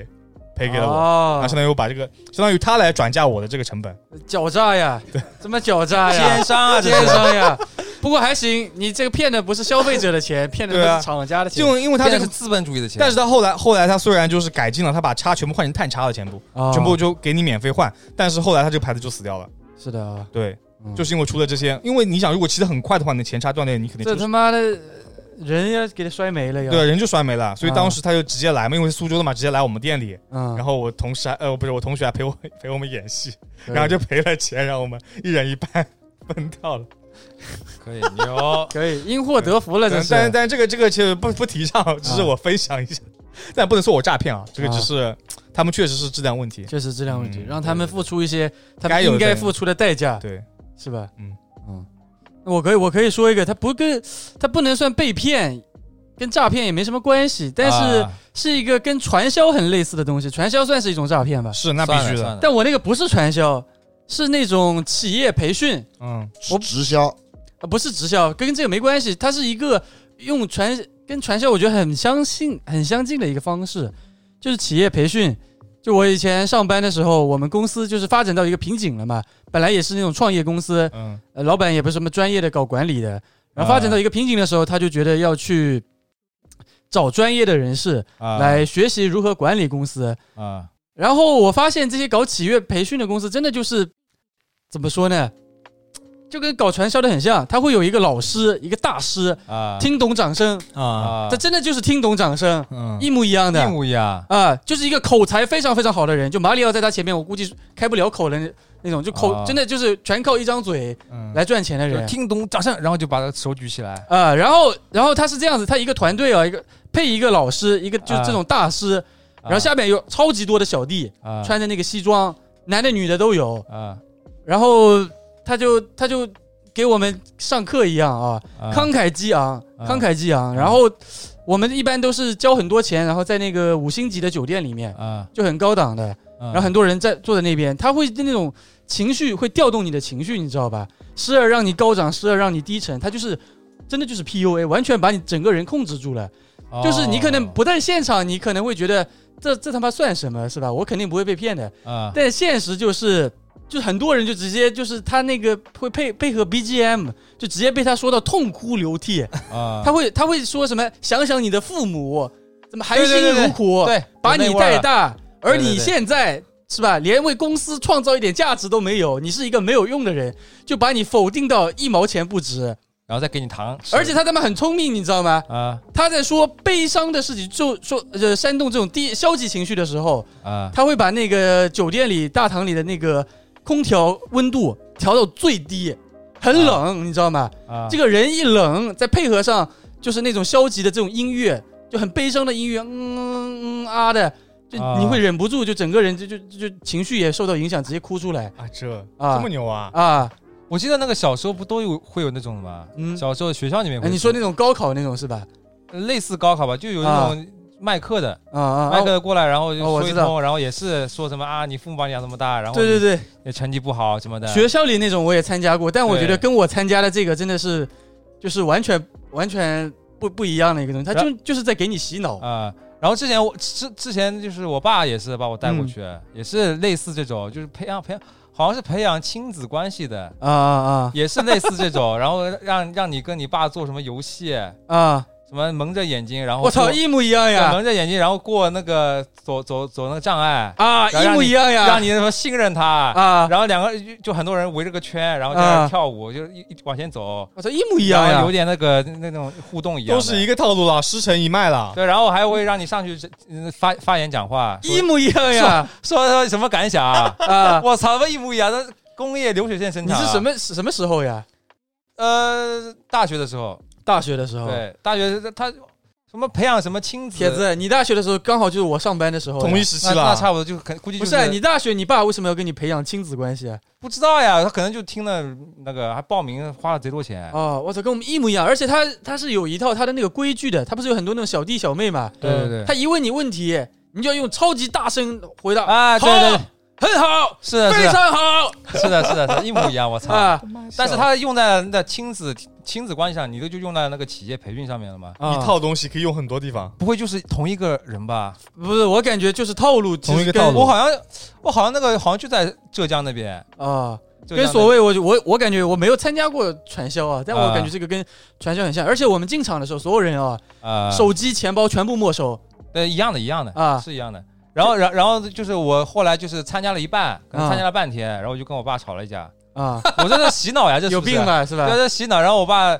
赔给了我，然后
我
相当于我把这个相当于他来转嫁我的这个成本，
狡诈呀，怎么狡诈呀？
奸商啊，这
奸
是
商呀！不过还行，你这个骗的不是消费者的钱，骗的
对啊
是厂家的钱。
就因为他
骗
这
的是
个。
资本主义的钱。
但是他后来，后来他虽然就是改进了，他把叉全部换成碳叉了，全部
啊
全部就给你免费换，但是后来他这个牌子就死掉了。
是的啊，
对，
嗯
就是因为出了这些，因为你想，如果骑得很快的话，你的前叉断裂，你肯定
这
出
他妈的人要给他摔没了呀！
对，人就摔没了，所以
啊
当时他就直接来嘛，因为是苏州的嘛，直接来我们店里。
嗯，
然后我同事还呃不是我同学还陪我陪我们演戏，
可以，
然后就赔了钱，让我们一人一半 分掉了。
可以 牛
可哦以因祸得福了，这
但
是。
但但这个这个其实不不提倡，只是我分享一下，
嗯
但不能说我诈骗啊，这个只是他们确实是质量问题。
确实质量问题，
嗯
让他们付出一些他
该
们
有
应
的
该付出的代价，
对，
是吧？
嗯
嗯，那我可以我可以说一个，他不跟他不能算被骗，跟诈骗也没什么关系，但是
啊
是一个跟传销很类似的东西，传销算是一种诈骗吧？
是那必须的。。
但我那个不是传销，是那种企业培训，
嗯，
我
直销
呃，不是直销，跟这个没关系，它是一个用传跟传销我觉得很相信、很相近的一个方式，就是企业培训。就我以前上班的时候，我们公司就是发展到一个瓶颈了嘛，本来也是那种创业公司，
嗯，
呃，老板也不是什么专业的搞管理的，然后发展到一个瓶颈的时候，他就觉得要去找专业的人士
啊
来学习如何管理公司，
啊，
然后我发现这些搞企业培训的公司，真的就是怎么说呢，就跟搞传销的很像，他会有一个老师，一个大师，
啊
听懂掌声，
啊
他真的就是听懂掌声，
嗯
一模一样
一
的。
模一样，
啊，就是一个口才非常非常好的人，就马里奥在他前面，我估计开不了口的那那种，就口、
啊
真的就是全靠一张嘴
嗯
来赚钱的
就是
人
听懂掌声，然后就把手举起来。
啊。然后，然后他是这样子，他一个团队啊，一个配一个老师，一个就是这种大师，然后下面有超级多的小弟，
啊
穿着那个西装，男的女的都有。
啊
然后他就他就给我们上课一样啊，
啊
慷慨激昂，
啊
慷慨激昂。然后我们一般都是交很多钱，然后在那个五星级的酒店里面，
啊，
就很高档的，然
然
后很多人在坐在那边，他会那种情绪会调动你的情绪，你知道吧？时而让你高涨，时而让你低沉，他就是。真的就是 PUA，完全把你整个人控制住了。
哦
就是你可能不在现场，你可能会觉得这这他妈算什么，是吧？我肯定不会被骗的。
啊
但现实就是，就很多人就直接就是他那个会配配合 BGM，就直接被他说到痛哭流涕。
啊，
他会他会说什么？想想你的父母怎么含辛
对对对
茹苦
对
把你带，大，而
对对
你
对
现在。是吧？连为公司创造一点价值都没有，你是一个没有用的人，就把你否定到一毛钱不值。
然后再给你糖吃，
而且他他妈很聪明，你知道吗？
啊
他在说悲伤的事情，就说呃煽动这种低消极情绪的时候，
啊
他会把那个酒店里大堂里的那个空调温度调到最低，很冷，你知道吗？
啊，
这个人一冷，再配合上就是那种消极的这种音乐，就很悲伤的音乐，嗯嗯啊的，就
啊
你会忍不住，就整个人就就就就情绪也受到影响，直接哭出来
啊，这
啊
这么牛啊！
啊！
我记得那个小时候不都有会有那种的吗？
嗯
小时候学校里面
哎
会，
你说那种高考那种是吧？
类似高考吧，就有那种卖课的，
啊啊
卖课
啊！
的过来，然后就
哦我
说一
知道
通，然后也是说什么啊，你父母把你养这么大，然后
对对对，
对，成绩不好什么的，
学校里那种我也参加过，但我觉得
嗯对
跟我参加的这个真的是，就是完全完全不不一样的一个东西，他就就是在给你洗脑。
啊、然后之前我之之前就是我爸也是把我
嗯
带过去，也是类似这种，就是培养培养，好像是培养亲子关系的，
啊啊
也是类似这种，然后让让你跟你爸做什么游戏，
啊啊！
什么蒙着眼睛，然后
我操，
过
一模一样
对
呀！
蒙着眼睛，然后过那个走走走那个障碍，
啊，一
然后让
模
你
一样呀！
让你什么信任他，
啊，
然后两个就就很多人围着个圈，然后在那
啊
儿跳舞，就一一往前走，
我操，一模一样
然后
呀
有！点那个那种互动一样的，
都是一个套路了，师承一脉了。
对，然后还会让你上去嗯发发言讲话，说
一模一样呀！
说说什么感想啊？
啊，
我操，一模一样，那工业流水线生
你
产、啊
是什？么什么时候呀？
呃，大学的时候，
大学的时候。
对，大学他什么培养什么亲子
哦铁子，你大学的时候刚好就是我上班的时候呀。
同一时期
那那
了，
差不多就可估计
不
就是
啊你大学，你爸为什么要跟你培养亲子关系啊？
不知道呀，他可能就听了那个还报名花了贼多钱，
哦，我操，跟我们一模一样，而且他他是有一套他的那个规矩的，他不是有很多那种小弟小妹嘛？
对对对
他一问你问题，你就要用超级大声回答，
啊，对对对，啊
很好，
是 的
非
是的
常好
是的是的，是一模一样，我操！
啊
但是他用在那亲子亲子关系上，你都就用在那个企业培训上面了吗？
啊
一套东西可以用很多地方。
不会就是同一个人吧？
不是，我感觉就是套路，
同一
其实
个
跟
套路
我好像我好像那个好像就在浙江那边，
啊，
浙江
跟
那
所谓我就我我感觉我没有参加过传销啊，但我
啊
感觉这个跟传销很像，而且我们进场的时候，所有人啊，
呃
手机、钱包全部没收
对，一样的，一样的，
啊
是一样的。然后，然然后就是我后来就是参加了一半，可能参
嗯
加了半天，然后我就跟我爸吵了一架。
啊，
我这是洗脑呀， 这是
有
不是
病？啊 嗯吧是吧
对，？这洗脑。然后我爸，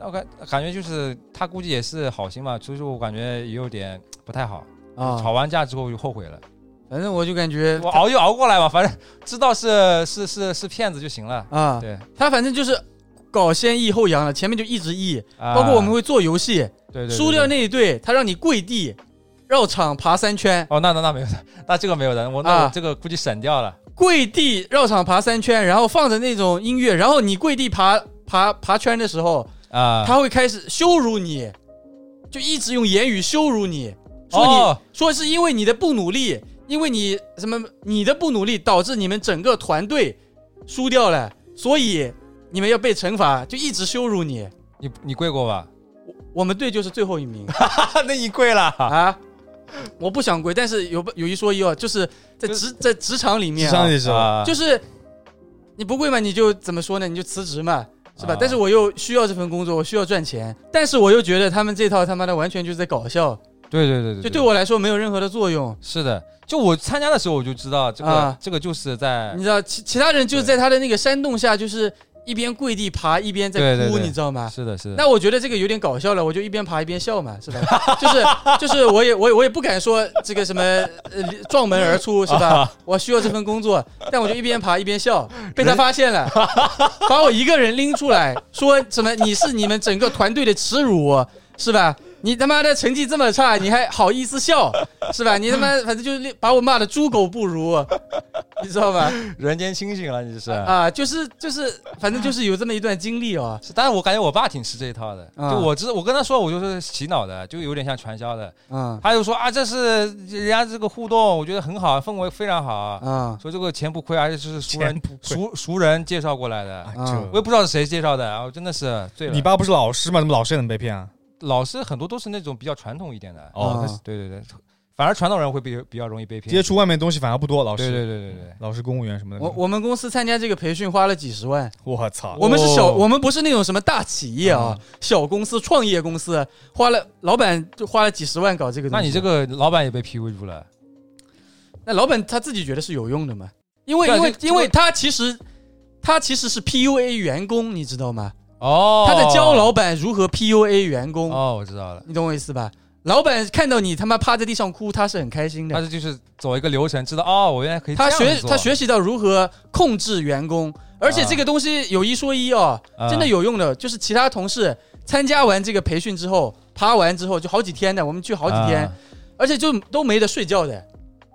我感感觉就是他估计也是好心嘛，所以说我感觉也有点不太好。吵
啊，嗯
完架之后我就后悔了，
反正我就感觉
我熬就熬过来吧，反正知道是是是是骗子就行了。
啊，
对，
他反正就是搞先抑后扬了，前面就一直抑，
啊
包括我们会做游戏，
对对对
输掉
对
那一队，他让你跪地绕场爬三圈，
哦，那那那没有的，那这个没有的，我那
啊
我这个估计省掉了。
跪地绕场爬三圈，然后放着那种音乐，然后你跪地爬爬爬圈的时候，
啊，
他会开始羞辱你，就一直用言语羞辱你，说你、
哦
说是因为你的不努力，因为你什么你的不努力导致你们整个团队输掉了，所以你们要被惩罚，就一直羞辱你。
你你跪 过吧？
我我们队就是最后一名
那你跪了。
啊！我不想跪，但是有有一说一哦，就是在
就
职在职场里面、啊，
上一首，
啊，
就是你不跪嘛，你就怎么说呢？你就辞职嘛，是吧？
啊
但是我又需要这份工作，我需要赚钱，但是我又觉得他们这套他妈的完全就是在搞笑，
对对对对，
就对我来说没有任何的作用。
是的，就我参加的时候我就知道这个、
啊
这个就是在
你知道，其其他人就是在他的那个山洞下，就是一边跪地爬，一边在哭，
对对对
你知道吗？
是的是的，
那我觉得这个有点搞笑了，我就一边爬一边笑嘛，是吧？ 就是就是，我也我也我也不敢说这个什么呃撞门而出是吧？我需要这份工作，但我就一边爬一边笑，被他发现了，把我一个人拎出来，说什么你是你们整个团队的耻辱，是吧？你他妈的成绩这么差，你还好意思笑，是吧？你他妈反正就是把我骂的猪狗不如，你知道吧？
人间清醒了你这是。
啊，就是就是，反正就是有这么一段经历哦。
是但是我感觉我爸挺吃这一套的，
啊
就我知我跟他说，我就是洗脑的，就有点像传销的。
嗯
他就说啊，这是人家这个互动，我觉得很好，氛围非常好，
嗯
说这个钱不亏，而且是熟人
钱不亏
熟熟人介绍过来的，
哎
啊
我也不知道是谁介绍的，啊，我真的是醉了。
你爸不是老师吗？怎么老师也能被骗啊？
老师很多都是那种比较传统一点的，
哦，
啊
他是
对对对，反而传统人会比比较容易被骗。
接触外面东西反而不多，
哦
老师，
对对对对对。
老师、公务员什么的。
我我们公司参加这个培训花了几十万，
我操，
我们是
哦
小，我们不是那种什么大企业啊，小公司、创业公司，花了老板就花了几十万搞这个东
那
西。
你这个老板也被 PUA 住了，
那老板他自己觉得是有用的嘛？因为
对啊
因为
这这个
因为他其实他其实是 PUA 员工，你知道吗？
哦，
他在教老板如何 PUA 员工，
哦，我知道了，
你懂我意思吧？老板看到你他妈趴在地上哭，他是很开心的
但。是就是走一个流程，知道哦，我原来可以这
他
样
学
做
他学习到如何控制员工，而且
啊
这个东西有一说一哦，
啊
真的有用的。就是其他同事参加完这个培训之后，爬完之后就好几天的，我们去好几天，
啊
而且就都没得睡觉的。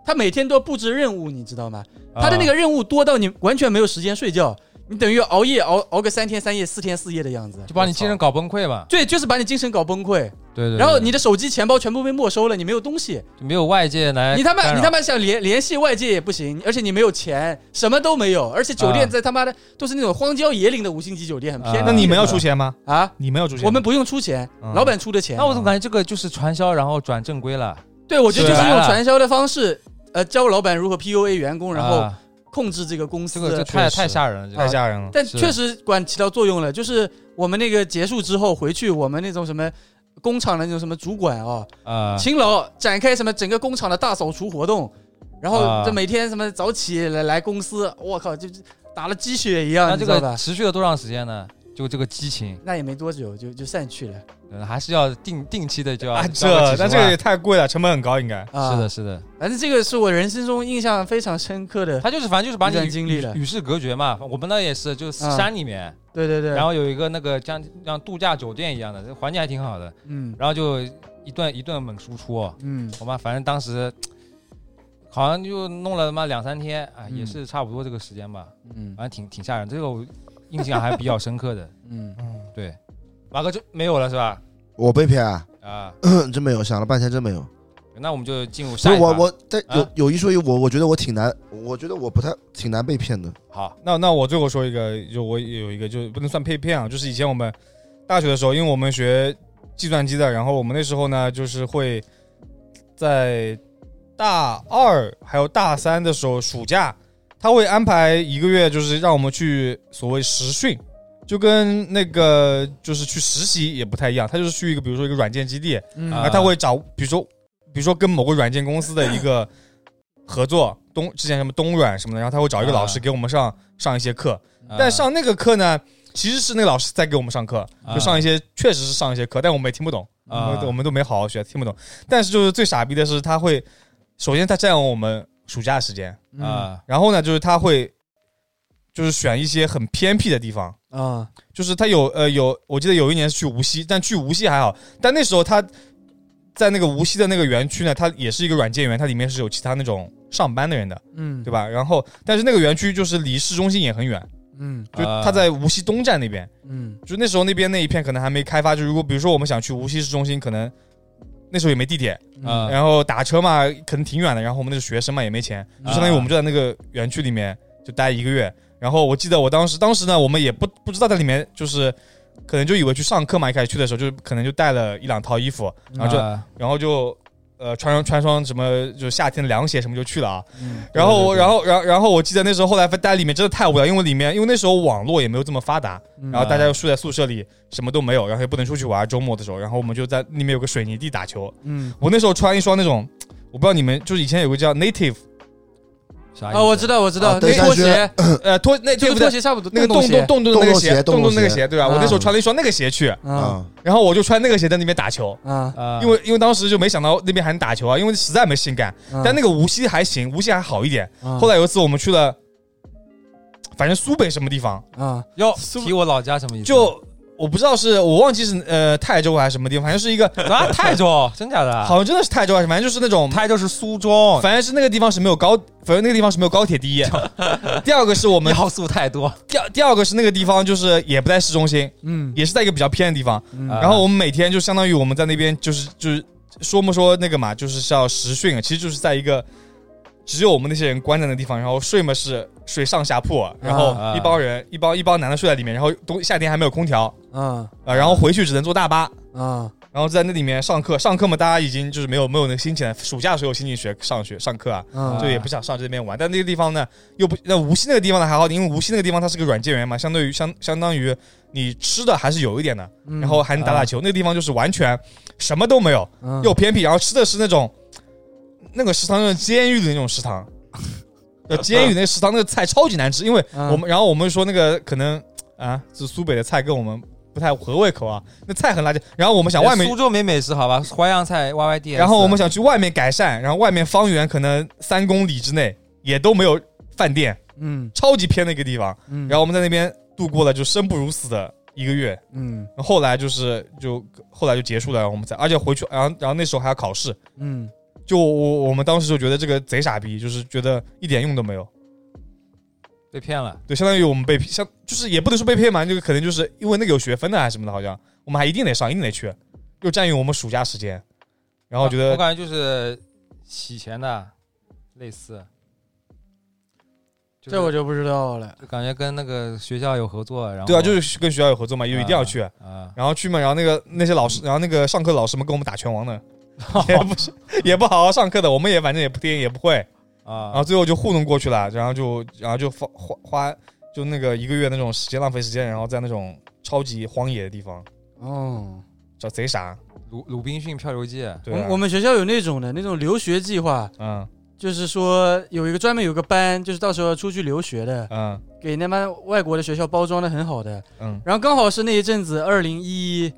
他每天都要布置任务，你知道吗？
啊
他的那个任务多到你完全没有时间睡觉，你等于熬夜熬熬个三天三夜、四天四夜的样子。
就把你精神搞崩溃嘛。
对，就是把你精神搞崩溃，
对对。
然后你的手机、钱包全部被没收了，你没有东西，
就没有外界来
你他妈
哎干扰
你他妈想联联系外界也不行，而且你没有钱，什么都没有，而且酒店
啊
在他妈的都是那种荒郊野岭的五星级酒店，很偏
啊
僻。
那你们要出钱吗？
啊？
你们要出钱吗？
我们不用出钱，
嗯
老板出的钱
啊那。我怎么感觉这个就是传销，然后转正规了？
对，我觉得就是
对
用传销的方式，呃，教老板如何 PUA 员工，然后
啊
控制这个公司
这
的
个这太
确实
太吓人了，这
太
个
吓人了。
但
是
确实管起到作用了。就是我们那个结束之后回去，我们那种什么工厂的那种什么主管啊、
啊
勤劳展开什么整个工厂的大扫除活动，然后
啊
这每天什么早起来来公司，我靠，就就打了鸡血一样，
那
你
这
知道
啊
个
吧？
持续了多长时间呢？就这个激情，
那也没多久就就散去了
对还是要定定期的就要
啊，
交个
这
几十
那
万
这个也太贵了，成本很高，应该。
啊。
是的，，是的，
反正这个是我人生中印象非常深刻 的。
他就是反正就是把
一
你
段
与
经历了
与世隔绝嘛。我们那也是，就是
啊
山里面，
对对对，
然后有一个那个像像度假酒店一样的，这环境还挺好的，
嗯
然后就一顿一顿猛输出，
嗯
我妈反正当时好像就弄了他妈两三天啊，也
嗯
是差不多这个时间吧，
嗯
反正挺挺吓人，这个我印象还比较深刻的。
嗯，
对，马哥就没有了是吧？
我被骗啊，
啊，
真没有，想了半天真没有。
那我们就进入
所
下
以
一趴
我我但有
啊
有一说一，我我觉得我挺难，我觉得我不太挺难被骗的。
好
那那我最后说一个，就我有一个，就不能算被骗啊，就是以前我们大学的时候，因为我们学计算机的，然后我们那时候呢，就是会在大二还有大三的时候，暑假他会安排一个月，就是让我们去所谓实训，就跟那个就是去实习也不太一样，他就是去一个比如说一个软件基地，
啊
啊，他会找，比如说，比如说跟某个软件公司的 一个合作，东之前什么东软什么的，然后他会找一个老师
啊
给我们上上一些课，
啊
但上那个课呢，其实是那个老师在给我们上课，
啊
就上一些确实是上一些课，但我们也听不懂，
啊
我们都我们都没好好学，听不懂。但是就是最傻逼的是，他会首先他占用我们暑假时间，
嗯
啊
然后呢，就是他会就是选一些很偏僻的地方。
啊
就是他有呃有，我记得有一年是去无锡，但去无锡还好，但那时候他在那个无锡的那个园区呢，它也是一个软件园，它里面是有其他那种上班的人的，
嗯
对吧？然后但是那个园区就是离市中心也很远，
嗯
就
啊
他在无锡东站那边，
嗯
就那时候那边那一片可能还没开发，就如果比如说我们想去无锡市中心，可能那时候也没地铁，
啊
嗯然后打车嘛，可能挺远的。然后我们那是学生嘛，也没钱，就相当于
啊
我们就在那个园区里面就待一个月。然后我记得我当时，当时呢，我们也不不知道在里面就是，可能就以为去上课嘛。一开始去的时候，就是可能就带了一两套衣服，然后就、
啊
然后就呃穿上穿双什么就夏天的凉鞋什么就去了啊。
嗯
然后
对对对
然后然后然后我记得那时候后来待在里面真的太无聊，因为里面因为那时候网络也没有这么发达，
嗯
然后大家又睡在宿舍里，什么都没有，然后也不能出去玩。周末的时候，然后我们就在里面有个水泥地打球。
嗯
我那时候穿一双那种，我不知道你们就是以前有个叫 Native，
啥意思
啊，我知道我知道，
啊对
那拖
上学
鞋
呃，拖那
就
Native
跟拖
的
鞋差不多，
那个
洞
洞洞
鞋
洞洞那个鞋，
洞洞
洞洞
鞋
那个鞋，对吧？
啊
我那时候穿了一双那个鞋去，
啊
然后我就穿那个鞋在那边打球，
啊，
啊
因为因为当时就没想到那边还能打球啊，因为实在没事情干。
嗯啊
但那个无锡还行，无锡还好一点。
个
后来有一次我们去了，反正苏北什么地方，
啊
要提我老家什么意思？
就我不知道是我忘记是呃泰州还是什么地方，反正是一个
啊泰 州，真假
啊
的？
好像真的是泰州还是反正就是那种
泰州是苏州，
反正是那个地方是没有高，反正那个地方是没有高铁。第一，第二个是我们
要素太多。
第二第二个是那个地方就是也不在市中心，
嗯
也是在一个比较偏的地方。
嗯
啊
然后我们每天就相当于我们在那边就是就是说不说那个嘛，就是叫实训，啊其实就是在一个只有我们那些人关在那个地方，然后睡嘛是睡上下铺，然后
啊
一帮人、一帮一帮男的睡在里面，然后冬夏天还没有空调
啊
啊、然后回去只能坐大巴。
啊
然后在那里面上课，上课嘛，大家已经就是没有没有那个心情了。暑假的时候有心情学上学上课啊，
啊
就也不想上这边玩。但那个地方呢，又不那无锡那个地方呢还好，因为无锡那个地方它是个软件园嘛，相对于相相当于你吃的还是有一点的，然后还能打打球。那个地方就是完全什么都没有，又偏僻，然后吃的是那种那个食堂就是监狱的那种食堂，呃，监狱那个食堂那个菜超级难吃，因为嗯
嗯
我们然后我们说那个可能啊，是苏北的菜跟我们。不太合胃口啊，那菜很垃圾。然后我们想外面
苏州没美食好吧？淮扬菜 Y Y D。
然后我们想去外面改善，然后外面方圆可能三公里之内也都没有饭店，
嗯
超级偏的一个地方。
嗯，
然后我们在那边度过了就生不如死的一个月。
嗯
后来就是就后来就结束了，然后我们才而且回去，然后然后那时候还要考试，
嗯
就我我们当时就觉得这个贼傻逼，就是觉得一点用都没有。
被骗了，
对，相当于我们被像就是也不能说被骗嘛，就可能就是因为那个有学分的还是啊什么的，好像我们还一定得上，一定得去，又占用我们暑假时间。然后我觉
我
得
感觉就是洗钱的类似，就是
这我就不知道了。
就感觉跟那个学校有合作，然后
对啊，就是跟学校有合作嘛，就一定要去。
啊，
然后去嘛，然后那个那些老
嗯
师，然后那个上课老师们跟我们打拳 王呢，也不是也不好好上课的，我们也反正也不听也不会，
啊
然后最后就糊弄过去了，然后就然后就花花花就那个一个月那种时间浪费时间，然后在那种超级荒野的地方
哦，
找贼傻，
鲁鲁滨逊漂流记，
对
我
啊、
们我们学校有那种的那种留学计划，
嗯
就是说有一个专门有个班，就是到时候出去留学的，
嗯
给那帮外国的学校包装的很好的。
嗯
然后刚好是那一阵子，二零一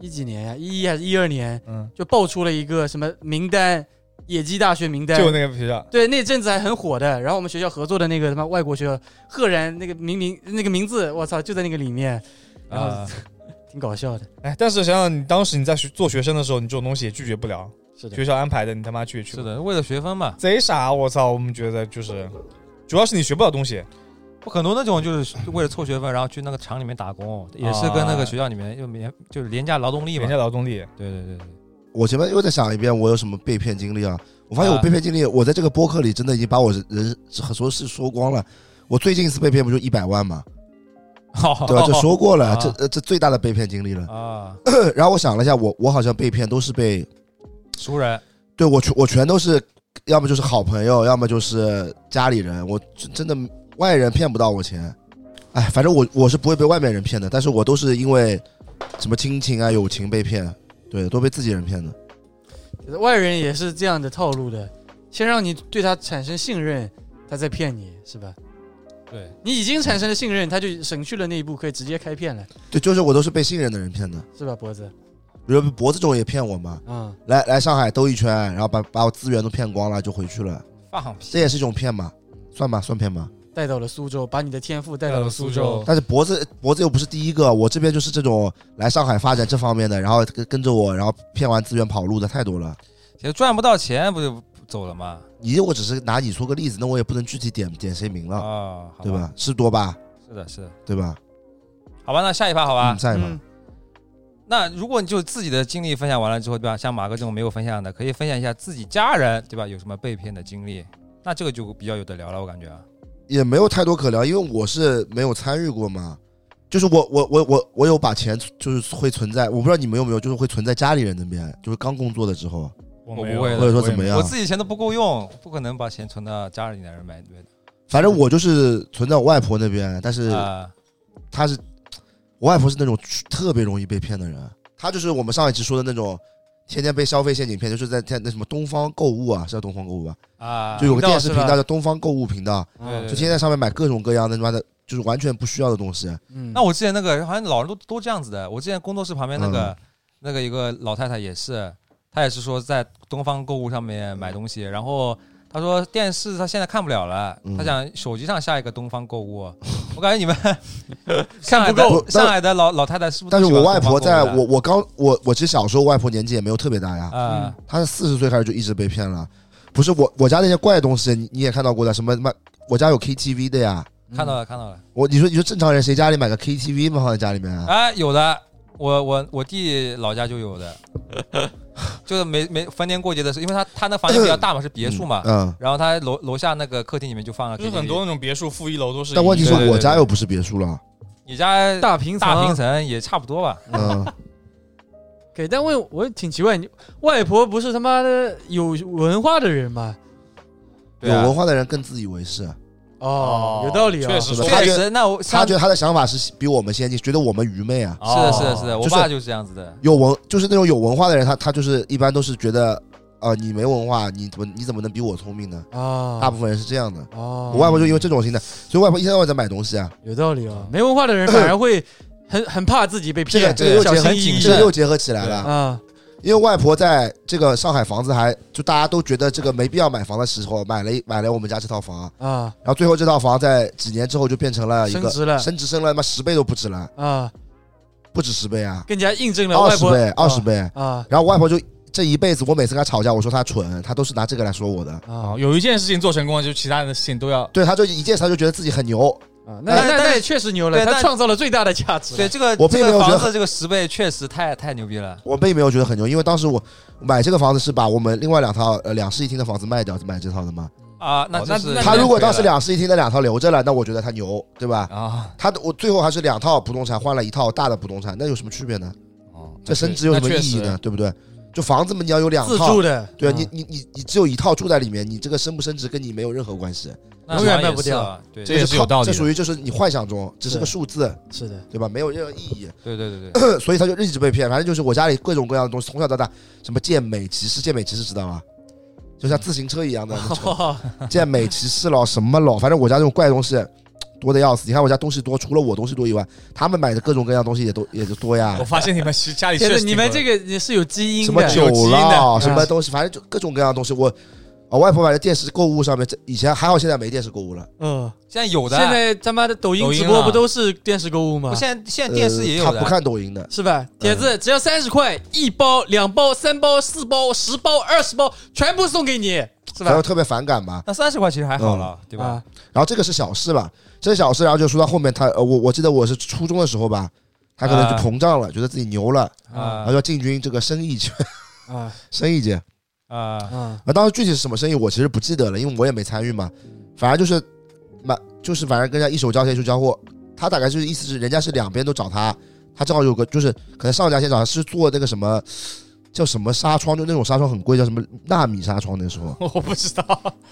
一几年呀，一一还是一二年，
嗯，
就爆出了一个什么名单，野鸡大学名单。
就那个学校，
对，那阵子还很火的。然后我们学校合作的那个他妈外国学校，赫然那个名名那个名字，我操，就在那个里面，然后、
啊
挺搞笑的。
哎，但是想想你当时你在学做学生的时候，你这种东西也拒绝不了，
是的
学校安排的你他妈去也去
是
不了，
的，为了学分嘛，
贼傻，我操，我们觉得就是。主要是你学不了东西，
我很多那种就是为了凑学分，然后去那个厂里面打工，也是跟那个学校里面又廉就是廉价劳动力嘛
啊廉，价劳动力，
对对对对，
我前面又再想一遍，我有什么被骗经历啊？我发现我被骗经历，我在这个播客里真的已经把我人呃很多事说光了。我最近一次被骗不就一百万嘛，对吧？这说过了，
啊
这呃这最大的被骗经历了。
啊，
然后我想了一下，我我好像被骗都是被
熟人
对我全我全都是，要么就是好朋友，要么就是家里人，我真真的外人骗不到我钱。哎，反正我我是不会被外面人骗的，但是我都是因为什么亲情啊、友情被骗，对，都被自己人骗的。
外人也是这样的套路的，先让你对他产生信任，他再骗你，是吧？
对，
你已经产生了信任，他就省去了那一步，可以直接开骗了，
对，就是我都是被信任的人骗的，
是吧？脖子，
比如脖子这种也骗我嘛，
嗯，
来来上海兜一圈，然后把把我资源都骗光了就回去了，
放
这
屁，
也是一种骗嘛，算吧，算骗吧。
带到了苏州，把你的天赋带到了苏州，
但是脖子脖子又不是第一个，我这边就是这种来上海发展这方面的，然后跟跟着我，然后骗完资源跑路的太多了。
其实赚不到钱不就走了吗？
你我只是拿你说个例子，那我也不能具体点点谁名了，
啊，好
对？吧？是多吧，
是的，是的，
对吧？
好吧，那下一趴好吧
嗯，。在吧
嗯，，
那如果你就自己的经历分享完了之后，对吧？像马哥这种没有分享的，可以分享一下自己家人，对吧？有什么被骗的经历？那这个就比较有的聊了，我感觉啊。
也没有太多可聊，因为我是没有参与过嘛。就是我我我我我有把钱就是会存在，我不知道你们有没有，就是会存在家里人那边，就是刚工作的时候，
我
我
没
不
有
会的
或者说怎么样
我自己钱都不够用，不可能把钱存到家里的人买对的
反正我就是存在我外婆那边，但是
嗯啊。
她是我外婆是那种特别容易被骗的人，她就是我们上一期说的那种天天被消费陷阱骗，就是在在那什么东方购物啊，是叫东方购物吧？
啊，
就有个电视频
是吧
道叫东方购物频道，
对
就
对
天天在上面买各种各样的他妈的，就是完全不需要的东西。
嗯，
那我之前那个好像老人都都这样子的。我之前工作室旁边那个、
嗯
那个一个老太太也是，她也是说在东方购物上面买东西，然后她说电视她现在看不了了，
嗯
她想手机上下一个东方购物。 我感觉你们
看
上海
不
的
够，
不
上海的老老太太是不是
但
都
是
喜欢
我外
东方
婆
购物的？
在我我刚我我其实小时候外婆年纪也没有特别大呀，
啊、
她是四十岁开始就一直被骗了。不是我我家那些怪东西你你也看到过的，什么妈我家有 KTV 的呀。
看到了看到了，
我你说你说正常人谁家里买个 KTV 嘛放在家里面啊？
啊，有的，我我我弟老家就 有的，就是每每逢年过节的时候，因为他他那房间比较大嘛，是别墅嘛，
嗯，嗯
然后他楼楼下那个客厅里面就放
啊
了
就是
KTV
很多那种别墅负一楼都是一个。
但问题是
对对
我
对
家又不是别墅 了，
你家
大平
啊
层，
大平层也差不多吧？
嗯，
给，但我我挺奇怪，你外婆不是他妈的有文化的人吗？
对
有
啊
文化的人更自以为是，
哦，有道理啊、
确实
是吧？
说
他
确
觉得
实，那我
他觉得他的想法是比我们先进，觉得我们愚昧啊。
是的，是的，是的，
就
我
是
爸就是这样子的。
有文就是那种有文化的人，他他就是一般都是觉得，呃，你没文化，你怎么你怎么能比我聪明呢？
啊，
大部分人是这样的。
哦，
我外婆就因为这种心态，所以外婆一天到晚在买东西啊。
有道理啊，没文化的人反而会很很怕自己被
这个
骗，
这个又
小
结合
心翼翼
这个又结合起来了，
啊，
因为外婆在这个上海房子还就大家都觉得这个没必要买房的时候，买了一买了我们家这套房，
啊
然后最后这套房在几年之后就变成了一个
升值了
升值升了他妈十倍都不止了，
啊，
不止十倍啊，
更加印证了
二
外
十
婆
倍，二十倍。
啊
然后我外婆就这一辈子我每次跟他吵架，我说他蠢，他都是拿这个来说我的。
啊，有一件事情做成功了，就其他的事情都要。
对，他就一件事他就觉得自己很牛，
啊，那那
但
那也确实牛了，
对
他
但
创造了最大的价值。
对，这个
我并
这
没有
个
觉得
房子这个十倍确实太太牛逼了。
我并没有觉得很牛，因为当时我买这个房子是把我们另外两套呃两室一厅的房子卖掉买这套的嘛。
啊，那
哦
就
那
是
那
他如果当时
亏了
两室一厅的两套留着了，那我觉得他牛，对吧？
啊，
他我最后还是两套不动产换了一套大的不动产，那有什么区别呢？
哦
这升值有什么
那确
意义呢？对不对？就房子嘛，你要有两
自
套
住，的，
对啊，
嗯
你你你你只有一套住在里面，你这个升不升值跟你没有任何关系。
那
永远
好像
卖
也
不
是
掉
啊。对
这也是有
靠
道理的
这属于就是你幻想中只是个
是
数字，
是的，
对吧？没有任何意义。
对对对对，
所以他就一直被骗。反正就是我家里各种各样的东西，从小到大，什么健美骑士，健美骑士知道吗？就像自行车一样的那种
哦
健美骑士咯，什么咯，反正我家这种怪东西多的要死。你看我家东西多，除了我东西多以外，他们买的各种各样东西也都也就多呀
我。发 现你们其实家里
天
确
哪，
实
你们这个也是有基因
什么
的，啊
酒
有基因
啦，
的嗯
什么东西，反正就各种各样的东西。我我外婆买的电视购物上面，这以前还好，现在没电视购物了。
嗯，
现在有的，
现在他妈的抖音
抖音
直播
啊
不都是电视购物吗
不？现在现在电视也有
呃
的。
他不看抖音的，
是吧？铁子只要三十块，一包、两包、三包、四包、十包、二十包，全部送给你，是
然后
吧？
特别反感嘛。
那三十块其实还好
嗯
了，对吧？
啊，
然后这个是小事吧，这是小事，然后就说到后面他，呃，我我记得我是初中的时候吧，他可能就
啊
膨胀了，觉得自己牛了，然
啊
后要进军这个生意界，
啊
生意界。
啊，
啊！
啊，当时具体是什么生意我其实不记得了，因为我也没参与嘛，反正就是买，就是反正跟人家一手交钱一手交货，他大概就是意思是人家是两边都找他，他正好有个就是可能上家先找他是做那个什么。叫什么纱窗？就那种纱窗很贵，叫什么纳米纱窗？那时 候
我不知道，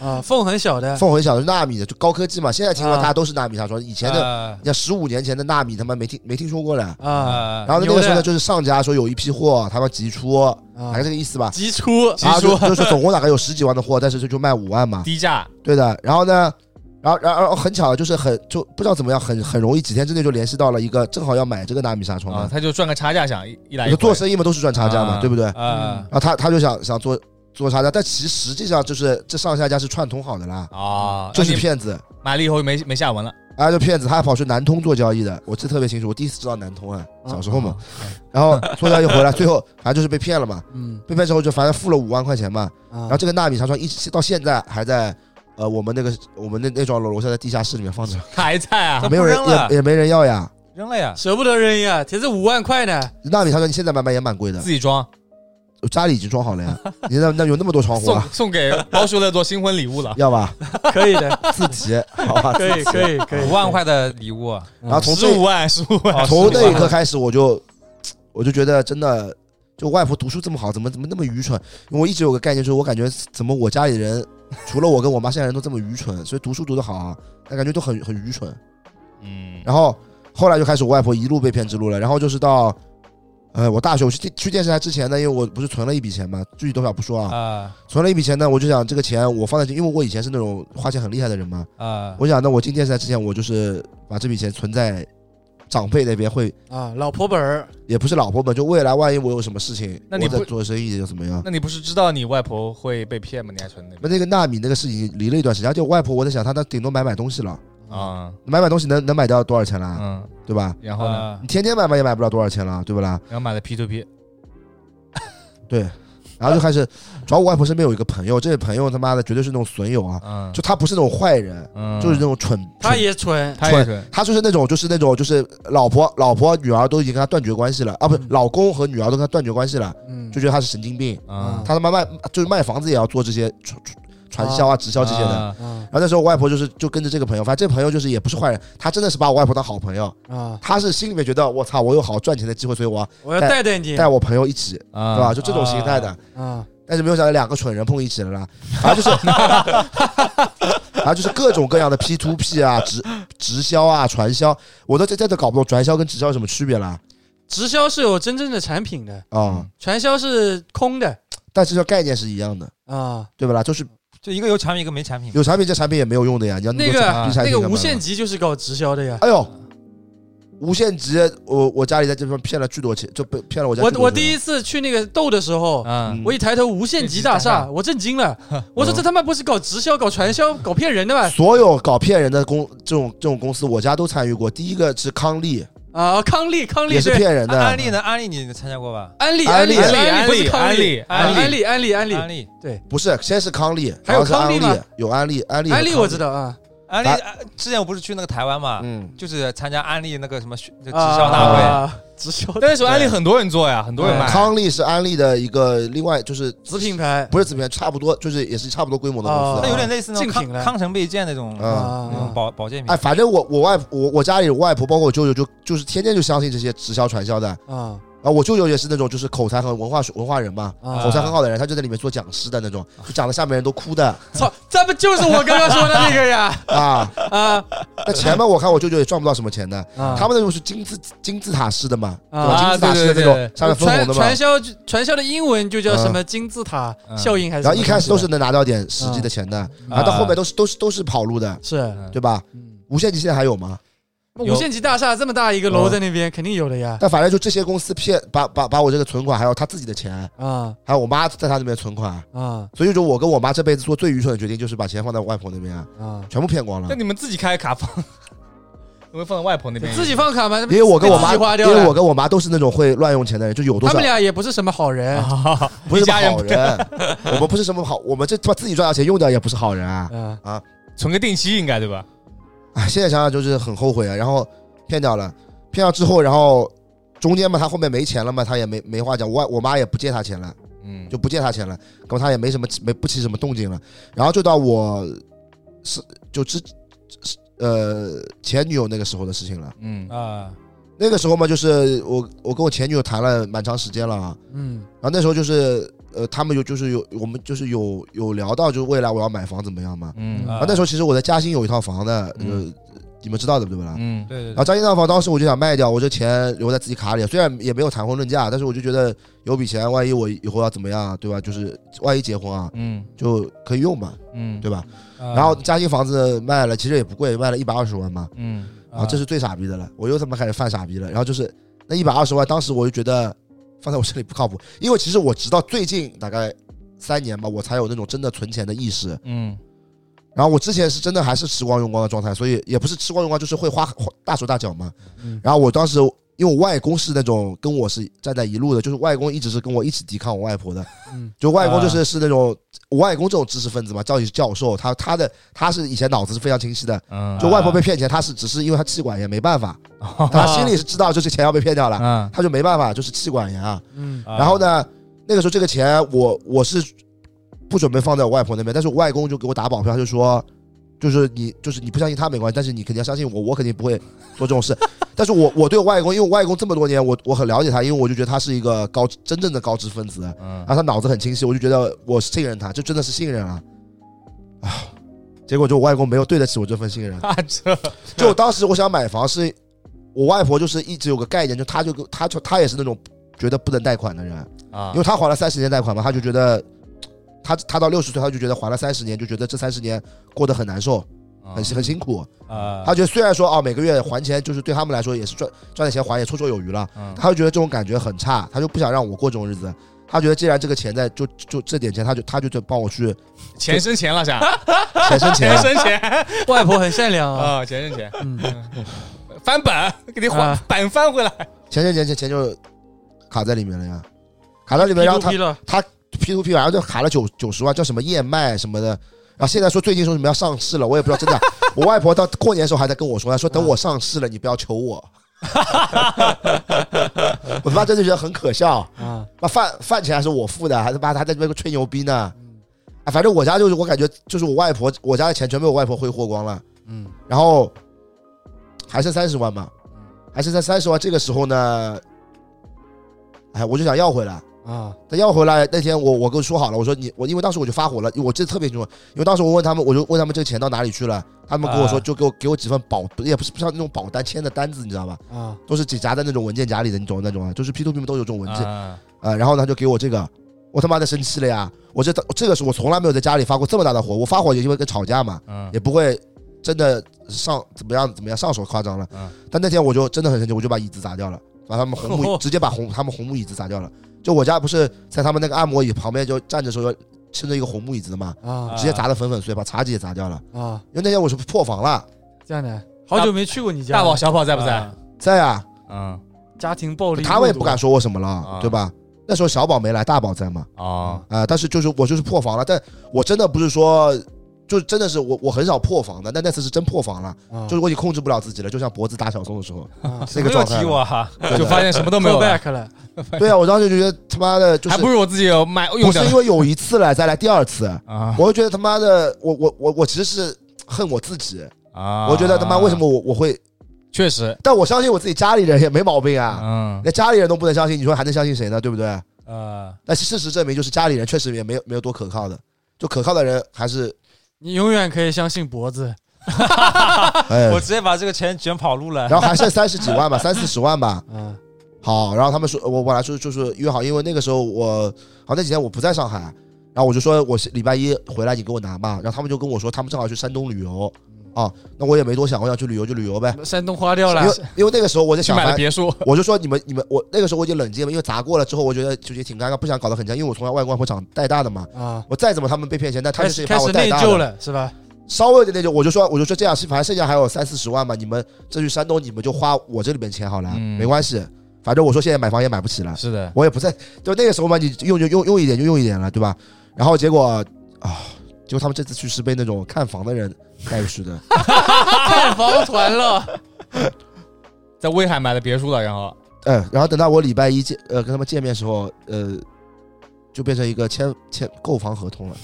啊，缝很小的，
凤凰小是纳米的，就高科技嘛。现在听说
啊
大家都是纳米纱窗，以前的
的
你像十五年前的纳米，他妈没听没听说过嘞。
啊
啊
然后那个时候
牛的
呢，就是上家说有一批
啊
货，他们急出，大
啊
概，这个意思吧。
急出
然后就就是总共大概有十几万的货，但是就就卖五万嘛，
低价
对的。然后呢，然后然后然后很巧，就是很就不知道怎么样，很很容易几天之内就联系到了一个正好要买这个纳米纱窗
啊，
的。
他就赚个差价，想一一来一
就
回
做生意嘛，都是赚差价嘛，
啊
对不对？
啊
然后他他就想想做做差价，但其实实际上就是这上下家是串通好的啦，
啊，
就是
那你
骗子。
买了以后没没 下文了，
啊，就骗子，他还跑去南通做交易的，我记得特别清楚，我第一次知道南通啊，小时候嘛，然后做交易回来，最后反正就是被骗了嘛，
嗯
被骗之后就反正付了五万块钱嘛，
啊
然后这个纳米纱窗一直到现在还在，呃，我们那个我们那那幢楼楼下的地下室里面放着，
还在啊
那，
没有人
不扔了
也也没人要呀，
扔了
嗯
呀，
舍不得扔呀，铁子五万块呢，
纳米纱窗你现在买卖也蛮贵的
自，己装，
家里已经装好了呀，你那那有那么多 窗户
送
啊，。
送给包叔乐做新婚礼物了
要吧，
可以的，
自提，好 吧，
可以可以可以，
五万块的礼物，
然后从
十
这
五万，十五万，
从那一
15
刻
万
开始，我就我就觉得真的，就外婆读书这么好，怎么怎么那么愚蠢？因为我一直有个概念，就是我感觉怎么我家里人除了我跟我妈，现在人都这么愚蠢，所以读书读得好啊，但感觉都很很愚蠢。
嗯，
然后后来就开始我外婆一路被骗之路了，然后就是到。呃，我大学我去去电视台之前呢，因为我不是存了一笔钱嘛，具体多少不说啊，
啊
存了一笔钱呢，我就想这个钱我放在这，因为我以前是那种花钱很厉害的人嘛，
啊
我想那我进电视台之前，我就是把这笔钱存在长辈那边会
啊，老婆本儿
也不是老婆本，就未来万一我有什么事情，
那你
我在
不
做生意又怎么样？
那你不是知道你外婆会被骗吗？你还存那
那那个纳米那个事情离了一段时间，而且我外婆我在想，她那顶多买买东西了，
啊，
买买东西能能买掉多少钱啦？
嗯，
对吧？
然后呢？
啊
你天天买买也买不了多少钱了，对不啦？
然后买了 P to P，
对，然后就开始，主要我外婆身边有一个朋友，这个朋友他妈的绝对是那种损友啊，
嗯，
就他不是那种坏人，
嗯
就是那种蠢，
他
蠢
也蠢，
他也
蠢
是，
他就是那种，就是那种，就是老婆、老婆、女儿都已经跟他断绝关系了啊，不，
嗯
老公和女儿都跟他断绝关系了，
嗯
就觉得他是神经病，
嗯，
他他妈卖就是卖房子也要做这些传传传销啊、直销这些的。
啊
啊
然后那时候我外婆就是就跟着这个朋友，反正这个朋友就是也不是坏人，他真的是把我外婆当好朋友，
啊，
他是心里面觉得我操我有好赚钱的机会，所以我要
我要带带你
带我朋友一起，对吧？
啊，
就这种心态的。
嗯啊，
但是没有想到两个蠢人碰一起了啦，然后就是，然后就是各种各样的 P to P 啊、直直销啊、传销，我都这这都搞不懂传销跟直销有什么区别啦
直销是有真正的产品的，
啊！
传销是空的
但是这概念是一样的，
啊。
对不啦？就是
就一个有产品，一个没产品。
有产品，这产品也没有用的呀，你要
那
么多
个
产品
那
干
个
嘛
无
呢
限极就是搞直销的呀。
哎呦，无限极，我我家里在这边骗了巨多钱，就被骗了我家
我
巨多钱。
我第一次去那个斗的时候，
嗯，
我一抬头无限极大厦，我震惊了，我说这他妈不是搞直销、搞传销、搞骗人的吧？
所有搞骗人的公这种这种公司，我家都参与过。第一个是康利，
啊，康利，康利
也是
对，
骗人的。
啊安利呢？安利你参加过吧？
安利，
安利
利，安
安利
不是康
安利
啊安
安
利，安利，安利，
安利，
不是，先是康利，
还
然
有
后是安
康利
利
吗，
有安利，安利，
安利我知。道啊，
安利
来
啊之前我不是去那个台湾嘛，
嗯，
就是参加安利那个什么学就直
啊
销大会，
直销
但那时候安利很多人做呀，很多人买。
康利是安利的一个另外就是
嗯子品牌
不是怎么样，差不多就是也是差不多规模的公司
哦
那
啊。
有点类似那种
竞品了
康康臣倍健那种
嗯
那种
啊，
保保健
哎，
品。
反正我我外我我家里我外婆包括我舅舅就就是天天就相信这些直销传销的
啊
啊。我舅舅也是那种就是口才很文化文化人嘛，
啊
口才很好的人，他就在里面做讲师的那种，就讲的下面人都哭的
操，这不就是我刚刚说的那个呀？
啊。
啊
那前面我看我舅舅也赚不到什么钱的，
啊
他们那种是金字金字塔式的嘛，对吧？
啊
金字塔式的那
对对
种上面分红
传
的嘛
传。销传销的英文就叫什么金字塔
嗯
效应还是什
然后
么东西的？
一开始都是能拿到点实际的钱的，然后到后面都是都是都是跑路的，
是，
对吧？
嗯，
无限极现在还有吗？
无限极大厦这么大一个楼在那边，肯定有的呀。
但反正就这些公司骗把把把我这个存款，还有他自己的钱，
啊
还有我妈在他那边存款，
啊
所以说我跟我妈这辈子做最愚蠢的决定就是把钱放在我外婆那边，
啊！
全部骗光了
那。你们自己开卡放， 我会放在外婆那边。
自己放卡吗？
嗯因为我跟我
被自
妈，
己花
因
掉了
为我跟我妈都是那种会乱用钱的人，就有多
他
少啊
们俩也不是什么好人。
不是
一
什
家
么好
人
人， 我们不是什么好，我们这他妈自己赚到钱用掉也不是好人啊！
嗯
存个定期应该对吧？
哎，现在想想就是很后悔啊。然后骗掉了，骗掉之后，然后中间嘛，他后面没钱了嘛，他也没没话讲。我我妈也不借他钱了，
嗯，
就不借他钱了，那么他也没什么没不起什么动静了。然后就到我是就之是呃前女友那个时候的事情了。
嗯
啊，
那个时候嘛，就是我我跟我前女友谈了蛮长时间了啊。
嗯
然后那时候就是呃，他们有就是有我们就是有有聊到就是未来我要买房怎么样嘛。
嗯
然后那时候其实我在嘉兴有一套房的，呃
嗯，
你们知道的对不啦？
嗯，
对对
然后
对，
嘉兴那套房当时我就想卖掉，我这钱留在自己卡里，虽然也没有谈婚论嫁，但是我就觉得有笔钱，万一我以后要怎么样，对吧？就是万一结婚啊，
嗯
就可以用嘛，
嗯，
对吧？
然
然后嘉兴房子卖了，其实也不贵，卖了一百二十万嘛。
嗯
然后这是最傻逼的了，我又他妈开始犯傻逼了。然后就是那一百二十万，当时我就觉得放在我这里不靠谱，因为其实我直到最近大概三年吧，我才有那种真的存钱的意识。
嗯
然后我之前是真的还是吃光用光的状态，所以也不是吃光用光，就是会花花大手大脚嘛。
嗯
然后我当时因为我外公是那种跟我是站在一路的，就是外公一直是跟我一起抵抗我外婆的，
嗯
就外公就是、
啊
是那种我外公这种知识分子嘛，教育教授，他他的他是以前脑子是非常清晰的，
嗯，
就外婆被
啊
骗钱，他是只是因为他气管炎没办法，他心里是知道就这钱要被骗掉了，
嗯
他就没办法，就是气管炎啊。
嗯
啊
然后呢，那个时候这个钱我我是不准备放在我外婆那边，但是我外公就给我打保票，他就说，就是你就是你不相信他没关系，但是你肯定要相信我，我肯定不会做这种事。 但是我我对我外公，因为我外公这么多年，我我很了解他，因为我就觉得他是一个高真正的高知分子，啊
嗯
然后他脑子很清晰，我就觉得我信任他，就真的是信任啊。啊，结果就我外公没有对得起我这份信任，
啊这
就我当时我想买房是，我外婆就是一直有个概念，就她就她就她也是那种觉得不能贷款的人，
啊
嗯
因为她还了三十年贷款嘛，她就觉得，她她到六十岁，她就觉得还了三十年，就觉得这三十年过得很难受，
啊
很很辛苦。
啊，
她觉得虽然说啊每个月还钱，就是对他们来说也是赚赚点钱还也绰绰有余了，
嗯
她就觉得这种感觉很差，她就不想让我过这种日子。她觉得既然这个钱在，就就这点钱，她就她就得帮我去
钱生钱了啥？
钱生钱啊
钱， 生钱
外婆很善良啊。
啊，钱生钱，
嗯
翻本给你还
啊
本翻回来。
钱生钱钱钱就卡在里面了呀，卡在里面，
，P
然后
to
她
P 了
P to P 然后就卡了九九十万，叫什么燕麦什么的。然后现在说最近说什么要上市了，我也不知道真的。 我外婆到过年的时候还在跟我说，她说等我上市了，你不要求我。 我他妈真的觉得很可笑，
啊，
妈饭饭钱还是我付的，还他妈还在这边吹牛逼呢。啊，反正我家就是我感觉就是我外婆，我家的钱全被我外婆挥霍光了。
嗯
然后还剩三十万嘛，还剩在三十万。这个时候呢，哎，我就想要回来。
啊
他要回来那天我，我跟我说好了，我说你我因为当时我就发火了，我记得特别清楚，因为当时我问他们，我就问他们这个钱到哪里去了，他们跟我说
啊
就给我给我几份保，也不是不像那种保单签的单子，你知道吧？
啊
都是只夹在那种文件夹里的，你懂那种啊？就是 P to P 们都有这种文件啊、
嗯
啊
然后呢他就给我这个，我他妈的生气了呀！我这这个是我从来没有在家里发过这么大的火，我发火也因为跟吵架嘛，
嗯
也不会真的上怎么样怎么样上手夸张了。
嗯
但那天我就真的很生气，我就把椅子砸掉了，把他们红 木、直接把红他们红木椅子砸掉了。就我家不是在他们那个按摩椅旁边就站着时候撑着一个红木椅子的嘛，
啊
直接砸得粉粉碎，把茶几也砸掉了。
啊！
因为那天我是破防了，
这样的，好久没去过你家
大
了，
宝小宝在不在？
在啊，
嗯
家庭暴力，
他们也不敢说我什么了
啊，
对吧？那时候小宝没来，大宝在嘛，
哦
啊
啊、但是就是我就是破防了，但我真的不是说，就真的是我我很少破防的，但那次是真破防了，
嗯
啊
就是我已经控制不了自己了，就像脖子打小松的时候
啊
那
不
个
要
状
提
态。
我哈，
对
就
的
发现什么都没有
call
了，
back 了，
对啊，我当时就觉得他妈的，就是
还不如我自己有买用
不是
掉
因为有一次来再来第二次，
啊
我就觉得他妈的，我我我我其实是恨我自己，
啊！
我觉得他妈为什么我我会，
确实，
但我相信我自己家里人也没毛病啊，
嗯
那家里人都不能相信，你说还能相信谁呢？对不对？
呃，
但是事实证明，就是家里人确实也没有没有多可靠的，就可靠的人还是
你永远可以相信脖子，
哎
呃我，直接把这个钱卷跑路了。
然后还剩三十几万 吧，三四十万吧。
嗯
好，然后他们说，我本来说就是约好，因为那个时候我好那几天我不在上海，然后我就说我是礼拜一回来你给我拿嘛，然后他们就跟我说他们正好去山东旅游
嗯
啊，那我也没多想，我想去旅游就旅游呗，
山东花掉
因
了
为，因为那个时候我在
去
想，
买了别墅，
我就说你们你们我那个时候我已经冷静了，因为砸过了之后，我觉得就也挺尴尬，不想搞得很僵，因为我从小外观会长带大的嘛，
啊，
我再怎么他们被骗钱，但他
开
们
始
是
开
把我
始
带
内
大
疚
的，
了是吧？
稍微有点内疚，我就说我就说这样，反正剩下还有三四十万嘛，你们这去山东你们就花我这里边钱好了，
嗯
没关系，反正我说现在买房也买不起了。
是的，
我也不在，就那个时候嘛，你用就用用一点就用一点了，对吧？然后结果啊，结果他们这次去是被那种看房的人带去的，
看啊房团了，
在威海买了别墅了，然后
嗯，然后等到我礼拜一见呃跟他们见面时候，呃，就变成一个签签购房合同了。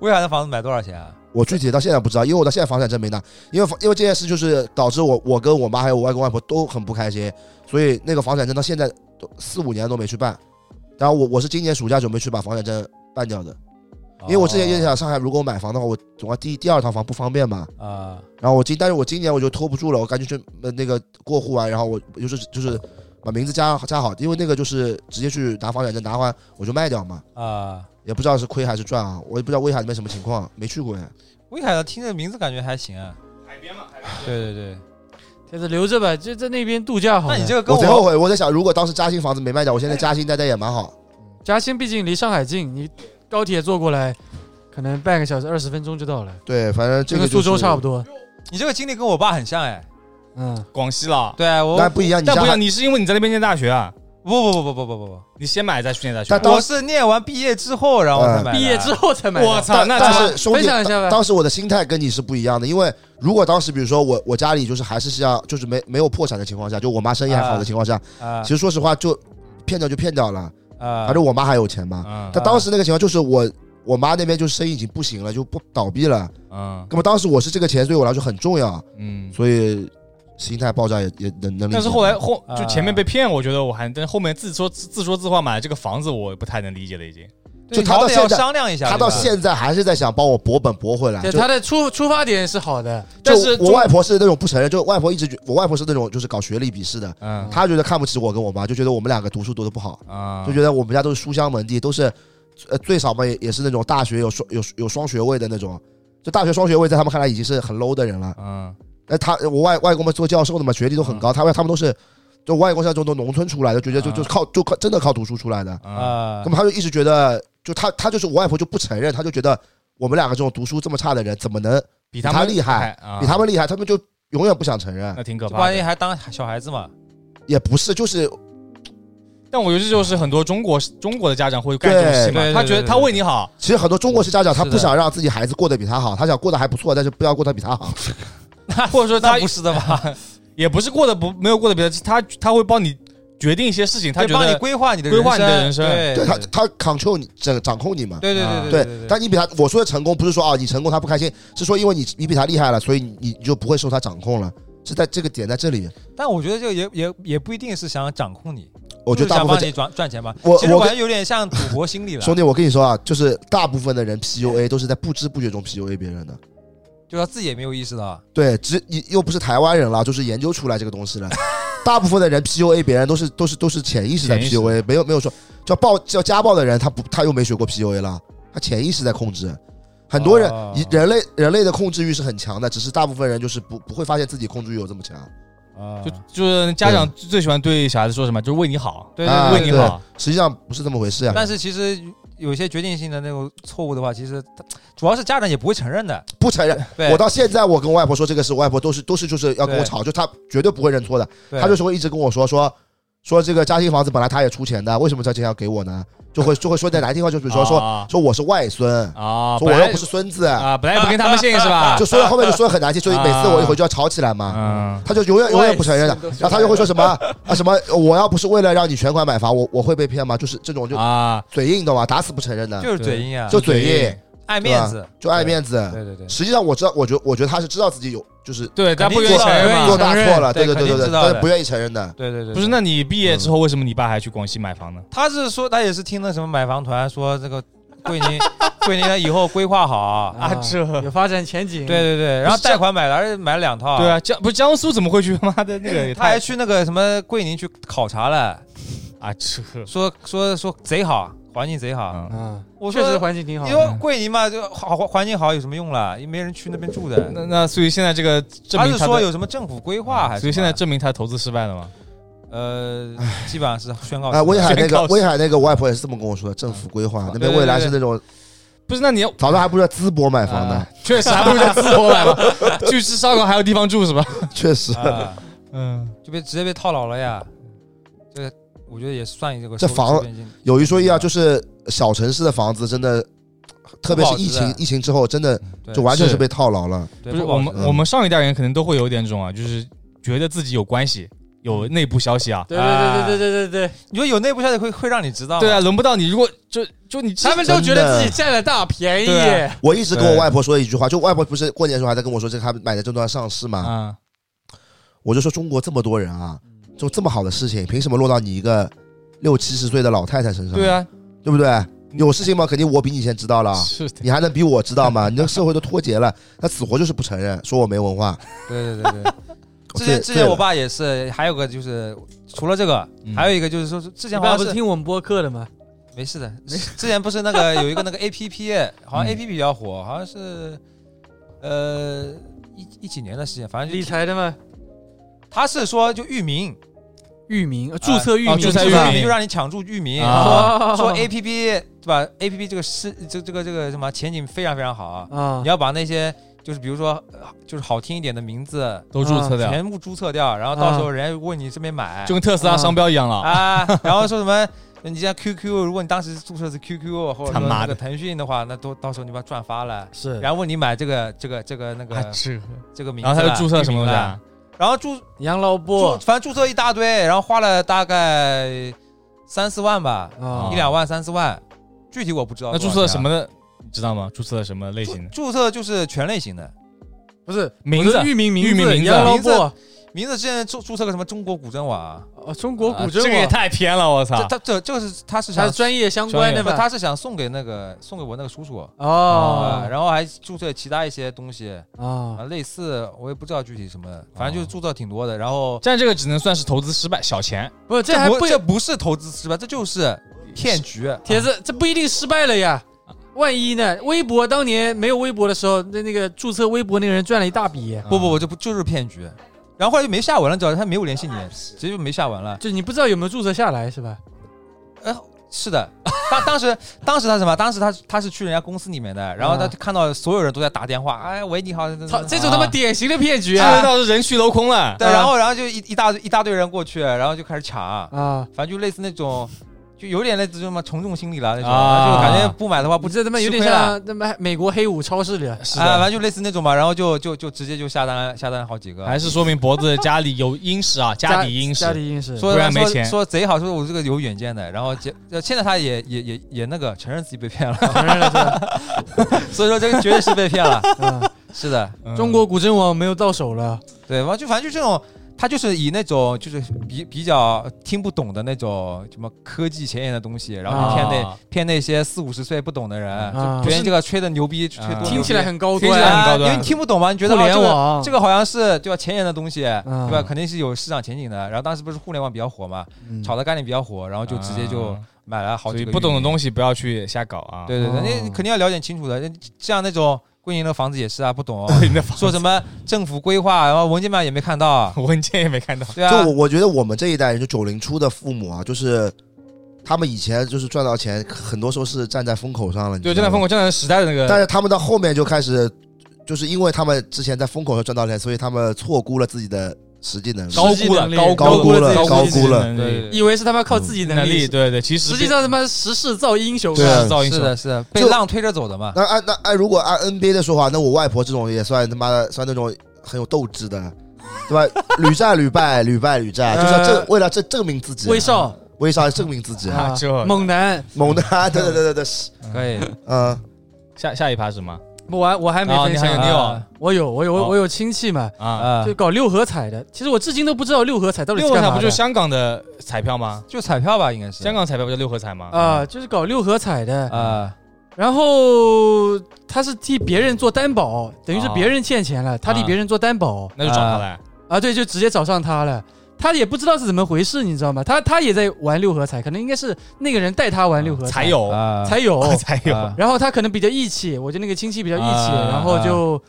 威海的房子买多少钱啊？
我具体到现在不知道，因为我到现在房产证没拿，因为房因为这件事就是导致我我跟我妈还有我外公外婆都很不开心，所以那个房产证到现在都四五年都没去办。然后我我是今年暑假准备去把房产证办掉的，因为我之前也想上海，如果我买房的话，我总要第第二套房不方便嘛。
啊，
然后我今，但是我今年我就拖不住了，我赶紧去呃那个过户完，然后我就是就是把名字加加好，因为那个就是直接去拿房产证，拿完我就卖掉嘛，
啊，
也不知道是亏还是赚啊，我也不知道威海那边什么情况，没去过哎。
威海的听着名字感觉还行啊。海边嘛，对对对。
帖子留着吧，就在那边度假好
那
了。
你这个跟
哦我贼后
我
悔，我在想，如果当时嘉兴房子没卖掉，我现在嘉兴待待也蛮好。
嘉兴毕竟离上海近，你高铁坐过来，可能半个小时二十分钟就到了，
对，反正这
就
个
跟
就是
苏州差不。多。
你这个经历跟我爸很像哎。
嗯，
广西了。
对啊我
那不一样，你
但
家
不一样，你是因为你在那边念大学啊，
不不不不不不不
你先买再去念大学
但
啊。
不，
当嗯
我是念完毕业之后，然后才买的。啊
毕业之后才买的。
我操，
但
那
但
他妈
是兄
分
弟，
享一下吧。
当时我的心态跟你是不一样的，因为如果当时比如说我我家里就是还是像就是没没有破产的情况下，就我妈生意还好的情况下，
啊
其实说实话就骗掉就骗掉了，
啊
反正我妈还有钱嘛。
嗯
但当时那个情况就是我我妈那边就生意已经不行了，就不倒闭了。
嗯
那么当时我是这个钱对我来说很重要，
嗯。
所以心态爆炸也也能能理解。
但是后来后
啊
就前面被骗，我觉得我还，但是后面自说自自说自话买这个房子，我不太能理解了，已经。
对
就他到
你好
现
歹要
在
商量一下。
她到
对吧
现在还是在想帮我博本博回来，
对
就
他的出出发点是好的，
但是
就我外婆是那种不承认，就外婆一直觉我外婆是那种就是搞学历鄙视的，
嗯
她觉得看不起我跟我妈，就觉得我们两个读书读的不好，
啊
就觉得我们家都是书香门第，都是呃最少嘛也也是那种大学有双有有双学位的那种，就大学双学位在他们看来已经是很 low 的人了。
嗯
那她我外外公们做教授的嘛，学历都很高，他们他们都是就外公像这种农村出来的，就觉得就就靠就靠真的靠读书出来的，
啊
啊
那，么他就一直觉得就他他就是我外婆就不承认，他就觉得我们两个这种读书这么差的人怎么能
比
他
他
们
们
厉害，
啊
比他们厉害，他们就永远不想承认。
那挺可怕
关键
的。
还当小孩子嘛。
也不是，就是
但我觉得这就是很多中国中国的家长会干这种
对对
事嘛，
对
他觉
对
得他为你好，
其实很多中国式家长，他
是
不
的
想让自己孩子过得比他好，他想过得还不错，但是不要过得比他好。
或者说他
那不是的吧？
也不是过得不没有过得比他，他他会帮你决定一些事情，他
对
觉
帮你
得
规划你的
规划你的人生啊
对
对
对
他，他 control 你，掌掌控你嘛。
对对对
对
对对。
但你比他，我说的成功不是说啊你成功他不开心，是说因为你你比他厉害了，所以你你你就不会受他掌控了，是在这个点在这里。
但我觉得这个也也也不一定是想掌控你，
我觉得
就是
大
想
部分
帮你赚赚钱吧。
我
其实
我
我
跟
还有点像赌博心理了，
兄弟，我跟你 说啊，就是大部分的人 PUA 都是在不知不觉中 PUA 别人的。
就他自己也没有意识到。
对，只你又不是台湾人了，就是研究出来这个东西了。 大部分的人 PUA 别人都是都是都是潜意识在
潜意识
PUA，没有没有说叫暴叫家暴的人，他不他又没学过 PUA 了，他潜意识在控制。很多人
啊
哦，
以人类人类的控制欲是很强的，只是大部分人就是不不会发现自己控制欲有这么强。
啊
就就是家长最喜欢对小孩子说什么，就是为你好，
对
啊
对
为
对
你
对
好，
实际上不是这么回事啊。
但是其实有些决定性的那种错误的话，其实他主要是家长也不会承认的。
不承认。
对，
我到现在，我跟我外婆说这个事，我外婆都是都是就是要跟我
对
吵，就她绝对不会认错的，
对
她就是会一直跟我说说说这个家庭房子本来她也出钱的，为什么这这样给我呢？就会就会说点难听话，就比如说说
啊
说我是外孙，
啊，
说
本
我
来
又不是孙子，
啊，本来也不跟他们姓是吧？
就说到后面就说得很难听，所以每次我一回就要吵起来嘛。
嗯，
他就永远永远不承认的，然后他就会说什么啊什么，我要不是为了让你全款买房，我我会被骗吗？就是这 种就
啊，
嘴硬，你懂吗？打死不承认的，
就是嘴硬啊，
就嘴硬，
爱面子，
就爱面子。
对对对，
实际上我知道，我觉我觉得他是知道自己有就是
对，他不
肯定
愿
知
意
道
承
的
认
嘛
嘛。
做大错了，对对对
对肯定
对对，
知道
但
的
是不愿意承认的。
对对对，
不是，
对
那你毕业
嗯
之后为什么你爸还去广西买房呢？
他是说他也是听了什么买房团说这个桂林，桂林以后规 划好啊，
啊
这
有发展前景。
对，对对，然后贷款买了，而且买了两套，
对啊，江不是江苏怎么会去 妈的 那个也
他还
太
去那个什么桂林去考察了，
啊这
说说说贼好，环境贼好。
嗯，
啊，
我
确
说
实环境挺好的。
因为桂林嘛，就好好环境好有什么用啦？也没人去那边住的。
那那所以现在嗯这个证
他
明
是
他
说
的嗯
有什么政府规划还是什么？
所以现在证明他投资失败了吗？
呃， 基本上是宣告
哎，威海那
宣告
个
失败
威海那个，我外婆也是这么跟我说的，政府规划那边未来是那种
不是，那你要
早上还不是淄博买房呢
啊，确实还不如在淄博买吧，去吃烧烤还有地方住是吧？
确实，
啊，
嗯，
就被直接被套牢了呀。这个我觉得也算一个
这
收
房
收边境
有一说一啊，就是小城市的房子真的，特别是疫
不保值
情
的
疫情之后，真的
对
就完全
是
是被套牢了。
对
不是
不保
我
值
们
嗯
我们上一代人可能都会有一点这种啊，就是觉得自己有关系，有内部消息啊。
对对对对对对对，
你说有内部消息会会让你知道吗？
对啊，轮不到你，如果就就你
他们都觉得自己占了大便宜。
对
我一直跟我
对
外婆说一句话，就外婆不是过年的时候还在跟我说这个她买的这段上市嘛，
啊，
我就说中国这么多人啊，就这么好的事情，凭什么落到你一个六七十岁的老太太身上？
对，啊，
对不对？有事情嘛，肯定我比你先知道了。
嗯
是的，
你还能比我知道吗？你这社会都脱节了，他死活就是不承认，说我没文化。
对对对对。之
对
前之前
对
我爸也是，还有个就是除了这个，
嗯
还有一个就是说是之
你
前好
爸
像
不是
是
听我们播客的吗？
没事的， 之前不是那个有一个那个 A P P，好像
嗯
A P P 比较火，好像是呃一一几年的事情，反正
理
就
财的吗？
他是说就域名，
域名，呃注册域
哦
名，
啊注册
是
域
吧
名
就让你抢注域名，
啊
哦说说 A P P 对吧？A P P 这个是这这个这个什么前景非常非常好，
啊
你，要把那些就是比如说呃就是好听一点的名字
都注册
啊
掉，
全部注册掉，然后到时候人家问你这边买
就跟特斯拉商标一样了。
嗯啊，然后说什么？你像 QQ，如果你当时注册是 QQ 或者
他
说
妈
那
的
个腾讯的话，那都到时候你把赚发了。
是
然后问你买这个这个这个那
啊
个
这，
这个名字
然
了，
后他就注册什么东西
域名
啊哦
了？？然后注
养老
注
波
反正注册一大堆，然后花了大概三四万吧，
啊
一两万三四万，具体我不知道。
哦那注册什？么的，你知道吗？注册什么类型的
啊注册就是全类型的
不是
名字啊
我说域名
域名
字
名字
养老
名字
波，
名字，之前注注册个什么中国古筝网，
哦中国
啊
古筝
这个也
网，
太偏了，我操
这！他这这个是他是
它
想
是专业相关的
不
嘛？
他是想送给那个送给我那个叔叔啊，
哦
然后还注册其他一些东西啊，
啊，
类似我也不知道具体什么，反正
哦
就是注册挺多的。然后
但这个只能算是投资失败，小钱。
不，这还
不
不
这不是投资失败，这就是骗局。
铁子，这不一定失败了呀。万一呢？微博当年没有微博的时候，那那个注册微博那个人赚了一大笔，
啊
不不，我这不就是骗局。然后后来就没下文了，知道他没有联系你，
啊
直接就没下文了。
就你不知道有没有注册下来是吧？
是的，他当时当时他什么？当时他他是去人家公司里面的，然后他
啊
看到所有人都在打电话，哎喂你好，
操，这种他妈典型的骗局
这
啊！
倒是人去楼空了。
对，然
嗯
后然后就一一大一大堆人过去，然后就开始抢，
啊，
反正就类似那种，就有点类似什么从众心理了那种，
啊
就感觉不买的话不
不，这他妈有点
吃亏了
像他妈美国黑五超市里，
是
啊，反
的，
正就类似那种嘛，然后就就就直接就下单下单好几个，
还是说明脖子家里有殷实啊，家里殷实
家。里硬是
说
不然
说
没钱
说贼好，说我这个有远见的，然后结呃现在他也也也也那个承认自己被骗了，
承认了是吧
所以说这个绝对是被骗了，
嗯
是的，
嗯
中国古筝网没有到手了，
对，完就反正就这种，他就是以那种就是比比较听不懂的那种什么科技前沿的东西，然后骗那、
啊
骗那些四五十岁不懂的人，
啊
觉得这个吹的牛逼，吹多
啊
牛逼
听起来很高
听起来
端，啊
很高端
因为你听不懂嘛，你觉得
互
啊
联
这个
网
这个好像是对吧前沿的东西，对吧？
嗯
肯定是有市场前景的。然后当时不是互联网比较火嘛，
嗯
炒的概念比较火，然后就直接就
啊
买了好
所
几
以
个。
不懂的东西不要去瞎搞啊。
对对对，那
哦
你肯定要了解清楚的。像那种桂林的房子也是啊，不懂
你的
说什么政府规划，然后文件版也没看到，
文件也没看到。
对啊
就我，我觉得我们这一代人，就九零初的父母啊，就是他们以前就是赚到钱，很多时候是站在风口上了。你
对，
知
站
道
在
吗
风口，站在时代的那
但
个，
是他们到后面就开始，就是因为他们之前在风口上赚到钱，所以他们错估了自己的实际能力，
高估
实际能
了，
力
高
高
估
估了
自己
高
自己
估
的
了
能力
对
以为是他妈靠自己嗯能
能力，
力，
对对，其实
实际上他妈时势造英雄。啊
对
造英
是
雄
的，是的，被
就
浪推着走的嘛。
那按那按如果按 NBA 的说法，那我外婆这种也算他妈的算那种很有斗志的，对吧？屡战屡败，屡败屡战，就是要证
呃
为了证证明自己，啊
威少、
威少证明自己，
啊之后
猛男，
猛的，对对对对对，是，
可以，
嗯，
下下一趴是什么？
我还我还没
啊
分
你还有
享
你有
啊，我有我有
好
我有亲戚嘛，
啊，
啊
就，搞六合彩的。其实我至今都不知道六合彩到底
六
是
合
干
彩
嘛
不
的。
就是香港的彩票吗？
就彩票吧，应该是
香港彩票不叫六合彩吗？嗯
啊，就是搞六合彩的，
啊，
然后他是替别人做担保，等于是别人欠钱了，他替别人做担保
那就找他来。
啊，对，就直接找上他了。他也不知道是怎么回事，你知道吗？他他也在玩六合彩，可能应该是那个人带他玩六合彩
嗯
哦
才有，
啊，
才有，
才有，
然后他可能比较义气，我就那个亲戚比较义气，
啊
然后就，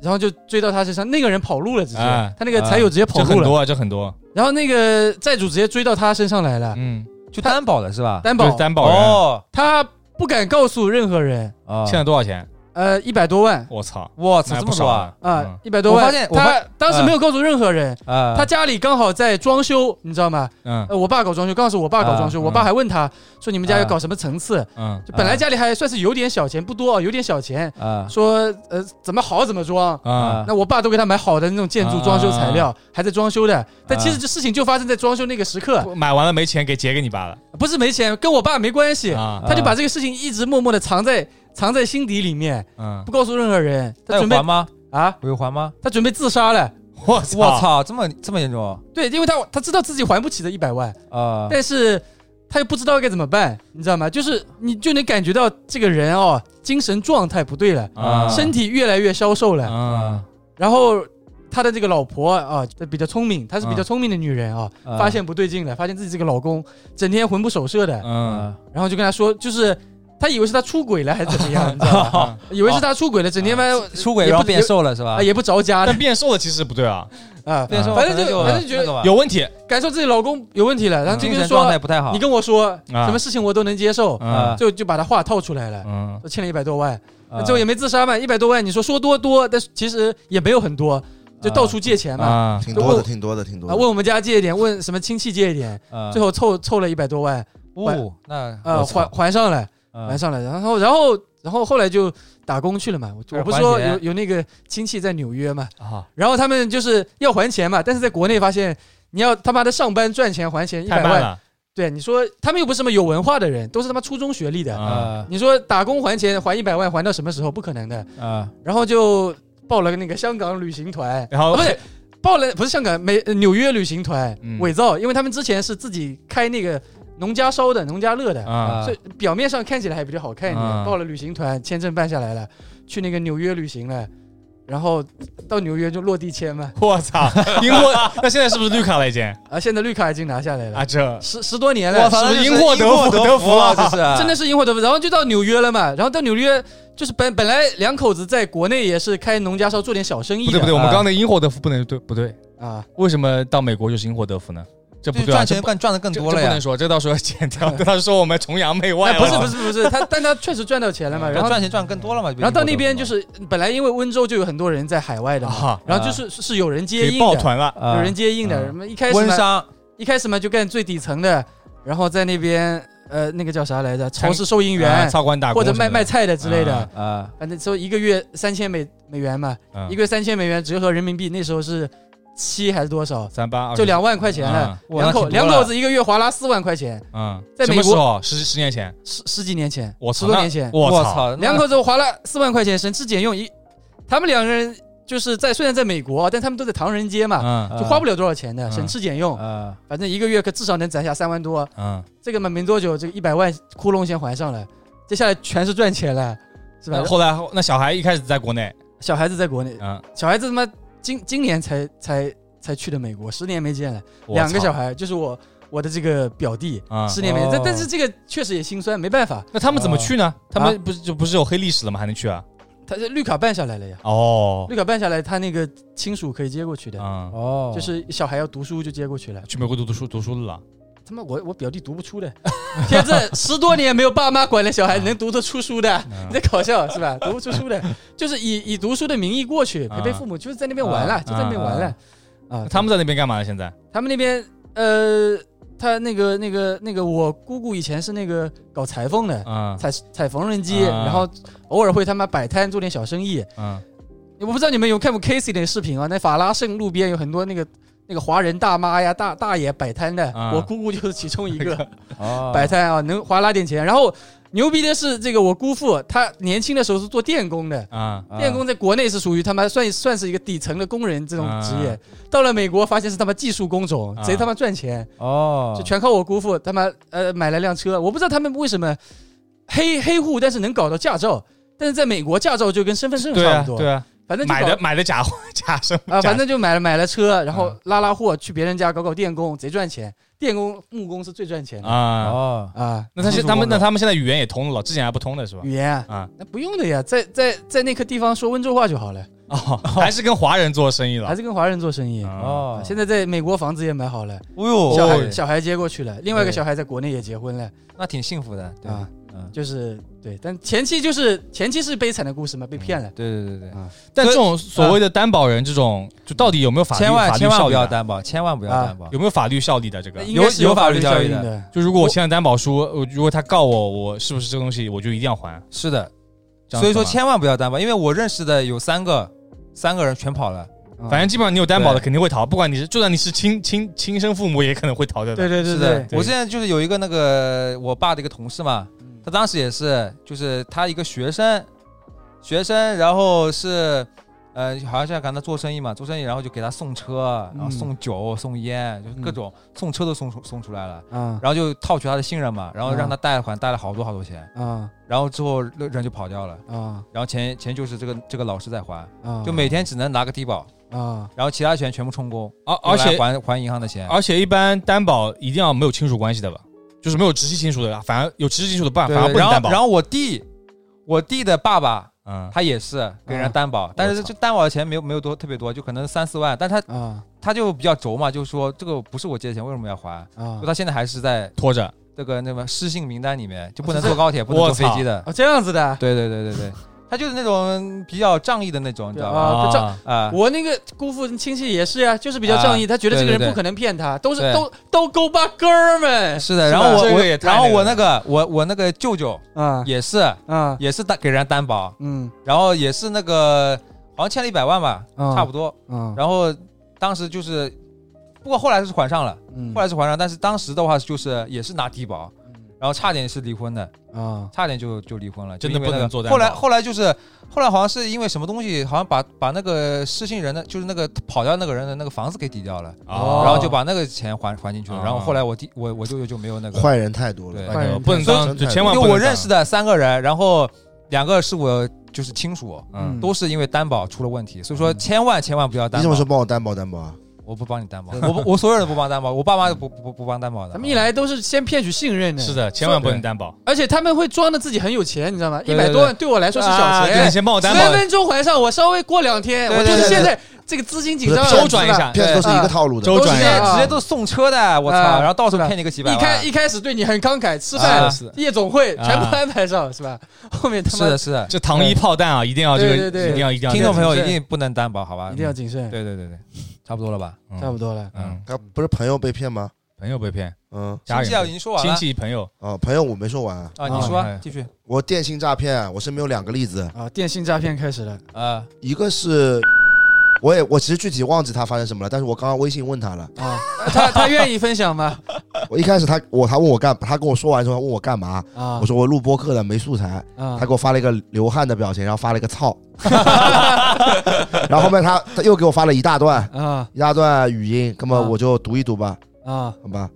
然后就追到他身上，那个人跑路了，直接，
啊
他那个才有直接跑
这很
路了，
多啊，这很多。
然后那个债主直接追到他身上来了，
嗯，
就担保的是吧？
担
就
保
是，担保人。
哦，
他不敢告诉任何人，
啊
欠了多少钱？
呃，一百多万
我操，
我操，
那
这
不
么
少
多啊！
嗯
啊，一百多万，
我发现我
他
发嗯
当时没有告诉任何人。
啊，
他家里刚好在装修，你知道吗？
嗯
呃，我爸搞装修，刚好是我爸搞装修，
啊
我爸还问他说：“你们家要
啊
搞什么层次
嗯？”
就本来家里还算是有点小钱，不多，有点小钱，
啊
说呃怎么好怎么装，
啊
那我爸都给他买好的那种建筑装修材料，还在装修的。但其实这事情就发生在装修那个时刻，
不啊买完了没钱给结给你爸了
不是没钱，跟我爸没关系。
啊
他就把这个事情一直默默的藏在藏在心底里面，
嗯，
不告诉任何人。
他
他
有
准备
还吗？
啊，
我有还吗？
他准备自杀了。
我
我，操，这么这么严重
对，因为他他知道自己还不起这一百万，
啊！
但是他又不知道该怎么办，你知道吗？就是你就能感觉到这个人哦，精神状态不对了，
啊
身体越来越消瘦了。
啊
然后他的这个老婆啊，比较聪明，她是比较聪明的女人啊，
啊
发现不对劲了，发现自己这个老公整天魂不守舍的，啊
嗯
啊
然后就跟他说，就是她以为是他出轨了还是怎么样，你知道吗？
啊
以为是他出轨了，整天嘛
出轨
也
然后
不
变瘦了是吧
啊？也不着家的
但变瘦了其实不对啊，
啊，
变瘦了
反
可
正
能
就
就
反正就觉
那
得
个吧
有问题
感受自己老公有问题了，然后就
精
跟他
神状
说
态不太好啊嗯
你跟我说什么事情我都能接受，
啊
就就把他话套出来了。
嗯
欠了一百多万，
啊
最后也没自杀嘛，一百多万，你说说多多，但是其实也没有很多，就到处借钱
嗯
嘛，
啊
挺多的，挺多的，挺多
啊，
的。
问我们家借一点，问什么亲戚借一点，
啊
最后凑凑了一百多万，
哦，那
呃，
我操
还还上了，
啊
还上了，然后然后然后后来就打工去了嘛。我我不是
还
说
钱
有有那个亲戚在纽约嘛，
啊
然后他们就是要还钱嘛，但是在国内发现你要他妈的上班赚钱还钱一
太
百
慢
万，
了
对，你说他们又不是什么有文化的人，都是他妈初中学历的，
啊
啊
你说打工还钱还一百万还到什么时候？不可能的。
啊
然后就报了个那个香港旅行团，
然后
啊，不是报了，不是香港，美呃纽约旅行团、
嗯
伪造，因为他们之前是自己开那个农家烧的、农家乐的，
啊
所以表面上看起来还比较好看一点。
啊
报了旅行团，签证办下来了，去那个纽约旅行了，然后到纽约就落地签嘛。
我操，因祸那现在是不是绿卡了已经
啊，现在绿卡已经拿下来了，
啊这
十十多年
我
了，
操，
是
那就是
因祸得
因
福得福了
这是啊
真的是因祸得福。然后就到纽约了嘛，然后到纽约就是本本来两口子在国内也是开农家烧做点小生意
不
的，
对不对，我们刚刚的因祸得福不能对不对？
啊，
啊为什么到美国就是因祸得福呢？这不
就
对啊，
赚
这
钱
不
赚赚的更
这
多
这
了
不
呀
能，说，这到时候要剪掉，到时候我们崇洋媚外
哎
了。
不是不是不是他，但他确实赚到钱
嗯
了嘛，然后
赚钱赚更多了嘛。
然后到那边就是是本来因为温州就有很多人在海外的嘛，
啊，
然后就是是是有人接
给
应
抱
的，
团了，
有
有
人接应的。
啊
什么一开始啊
温
嘛，
商
一开始嘛就干最底层的，然后在那边呃那个叫啥来着，
餐
超市收银
啊
员
操官打工
或者卖
什么
卖
的
菜的之类的
啊，
啊
反正说一个月三千美美元嘛，
嗯
一个月三千美元折合人民币那时候是七还是多少？
三八二
就两万块钱了，
啊
哇
两口
那挺多
两
了
口子一个月划拉四万块钱，
嗯，
在
什
美
么
国
时候？十十年前，
十十几年前，
我
十
操
多
那
年前，
我操，
操，
两口子花了四万块钱省吃俭用一，他们两个人就是在虽然在美国，但他们都在唐人街嘛，
嗯
就花不了多少钱的，
嗯
省吃俭用，
啊
反正一个月可至少能攒下三万多。
嗯，
这个嘛，没多久这个一百万窟窿先还上了，接下来全是赚钱了，是吧呃
那？后来那小孩一开始在国内，
小孩子在国内，
嗯，
小孩子他妈今今年才才才去的美国，十年没见了，
我
两个
操
小孩，就是我我的这个表弟，
啊，
十年没见，但
哦
但是这个确实也心酸，没办法，
那他们怎么去
啊
呢？他们不是就不是有黑历史了吗？还能去啊？
他这绿卡办下来了呀，
哦，
绿卡办下来，他那个亲属可以接过去的。
嗯，
哦
就是小孩要读书就接过去了，
去美国读读书读书了，
他妈我我表弟读不 出的，铁子十多年没有爸妈管的小孩能读得出书的？
嗯
你在搞笑是吧？读不出书的，就是以以读书的名义过去陪陪父母，就是在那边玩了，就在那边玩了啊。
他们在那边干嘛呢？现在
他们那边呃，他那个那个那个，我姑姑以前是那个搞裁缝的，
啊
采采缝纫机，
啊
然后偶尔会他妈摆摊做点小生意。
啊
我不知道你们有看过 Casey 的视频啊？那法拉盛路边有很多那个那个华人大妈呀、大大爷摆摊的，
啊
我姑姑就是其中一个
哦
摆摊啊，能花拉点钱。然后牛逼的是，这个我姑父他年轻的时候是做电工的，
啊
电工在国内是属于他妈算算是一个底层的工人这种职业，
啊
到了美国发现是他妈技术工种，
啊
贼他妈赚钱，
哦，
就全靠我姑父他妈呃买了辆车，我不知道他们为什么黑黑户，但是能搞到驾照，但是在美国驾照就跟身份证
对
差
啊
不多，
对啊，
反正就搞
买的买的假货 假什么
啊，
假
反正就买了买了车，然后
嗯
拉拉货去别人家搞搞电工，贼赚钱，电工木工是最赚钱的
啊？
哦，
啊。
那他
技
现
术
他们
工
那
种
他们现在语言也通了了，之前还不通的是吧？
语言啊，
啊
那不用的呀，在在在那个地方说温州话就好了，
哦，还是跟华人做生意了
还是跟华人做生意。
啊
哦，
现在在美国房子也买好了，
哎呦，
小孩
哦
小孩接过去了，另外一个
对
小孩在国内也结婚了
那挺幸福的，对
啊
吧？，嗯，
就是对，但前期就是前期是悲惨的故事嘛，被骗了。
对对对对，
但这种所谓的担保人，这种就到底有没有法
嗯
律
千万
法律
千万
效
不
力
要
的？
担保，千万不要
啊
担保，
有没有法律效力的这
那
个？
应该是有
有
法
法
律
律
效
效
应
应的
的，
就如果我签了担保书，我如果他告我，我是不是这个东西我就一定要还？
是的，啊
这样
所以说
子吗
千万不要担保，因为我认识的有三个，三个人全跑了，
嗯
反正基本上你有担保的
对
肯定会逃，不管你是就算你是亲亲亲生父母也可能会逃掉的。
对对对
是的
对，，
对
我之前就是有一个那个我爸的一个同事嘛，
嗯
他当时也是，就是他一个学生，学生，然后是，呃，好像是要跟他做生意嘛，做生意，然后就给他送车，然后
嗯
送酒、送烟，就是各
嗯
种、送车都送出送出来了，
啊
然后就套取他的信任嘛，然后让
嗯
他贷款，贷了好多好多钱，
啊
然后之后人就跑掉了，
啊
然后钱钱就是这个这个老师在还，
啊，
嗯就每天只能拿个低保，
啊
然后其他钱全部充公，
而
用
而
来
且
还还银行的钱，
而且一般担保一定要没有亲属关系的吧，就是没有直系亲属的，反而有直系亲属的办
对
反而不
然
能担
后
保。
然后我弟，我弟的爸爸。
嗯，
他也是给人
啊
家担保，但是
操
这担保的钱没有没有多特别多，就可能三四万，但他
啊
他就比较轴嘛，就说这个不是我借的钱，为什么要还？
啊
就！他现在还是在
拖着
这个那么失信名单里面，就不
啊
能
这
坐高铁，不能
我
坐飞
操
机的。
哦，这样子的啊，
对对对对对，他就是那种比较仗义的那种，你知道吧？
啊不照
啊，
啊，
我那个姑父亲戚也是呀、就是比较仗义，他觉得这个
对对
人
对
不可能骗他，都是
对
都都勾巴哥们
是的。
是
然后
吧
我
这个
我
也，太
然后我
那个了
那个我我那个舅舅
啊
也是
啊
也是担给人家担保，
嗯
然后也是那个好像欠了一百万吧，
嗯
啊
差不多。
啊
然后当时就是，不过后来是还上了。
嗯
后来是还上，但是当时的话就是也是拿低保，然后差点是离婚的，
啊
差点就就离婚了，
真的
就因为那个
不能做担保
后来后来就是后来好像是因为什么东西，好像把把那个失信人的，就是那个跑掉那个人的那个房子给抵掉了，
哦
然后就把那个钱还还进去了。
哦
然后后来我弟我我舅舅就没有那个，
坏人太多
对
了，
坏人
哎不能当，就千万
就
不能
我
当
认识的三个人，然后两个是我就是亲属。
嗯
嗯
都是因为担保出了问题，所以说千万千万不要
你
担
什
保
么时。候帮我担保担保啊？
我不帮你担保，我不我所有人都不帮担保，我爸妈都不不不不帮担保的。啊
他们一来都是先骗取信任的，
是，
哎
的，千万不能担保。
而且他们会装的自己很有钱，你知道吗？一
对对
百多万对我来说是小
哎
啊对你
钱，
先帮我担
三
保，
分钟还上，我稍微过两天，
对
我
对
就是
对
现在这个资金紧
不
张了，
是周
周转一
是吧。
下。
骗子都是一个套路的，
周
都是
转一
这
下
样，
直接都送车的，我操！
啊
然后到时候骗你个几百
一
万。啊
开一开始对你很慷慨，吃饭
啊、
夜总会
啊
全部安排上，是吧？ 后面他
是
妈
的，是的，
这糖衣炮弹啊，一定要这
对对
个，
对
一定要一定要。
听众朋友
谨
一
慎
定不能担保，好吧？
一定要谨慎，
对对对对，差不多了吧？
嗯
差不多了。
嗯，
他不是朋友被骗吗？
朋友被骗，
嗯，
家
亲戚
人被
啊，已
骗
经说完
亲
了
戚朋友
啊，朋友我没说完啊，
啊，
啊
你说
哎
继续
我电信诈骗，啊我身边有两个例子，
啊，电信诈骗开始了，
啊
一个是，我也我其实具体忘记他发生什么了，但是我刚刚微信问他了，
啊，他他愿意分享吗？
我一开始他我他问我干，他跟我说完之后他问我干嘛，
啊
我说我录播课的没素材，
啊
他给我发了一个流汗的表情，然后发了一个操，然后后面他他又给我发了一大段
啊
一大段语音，那么
啊
我就读一读吧，
啊！
好吧，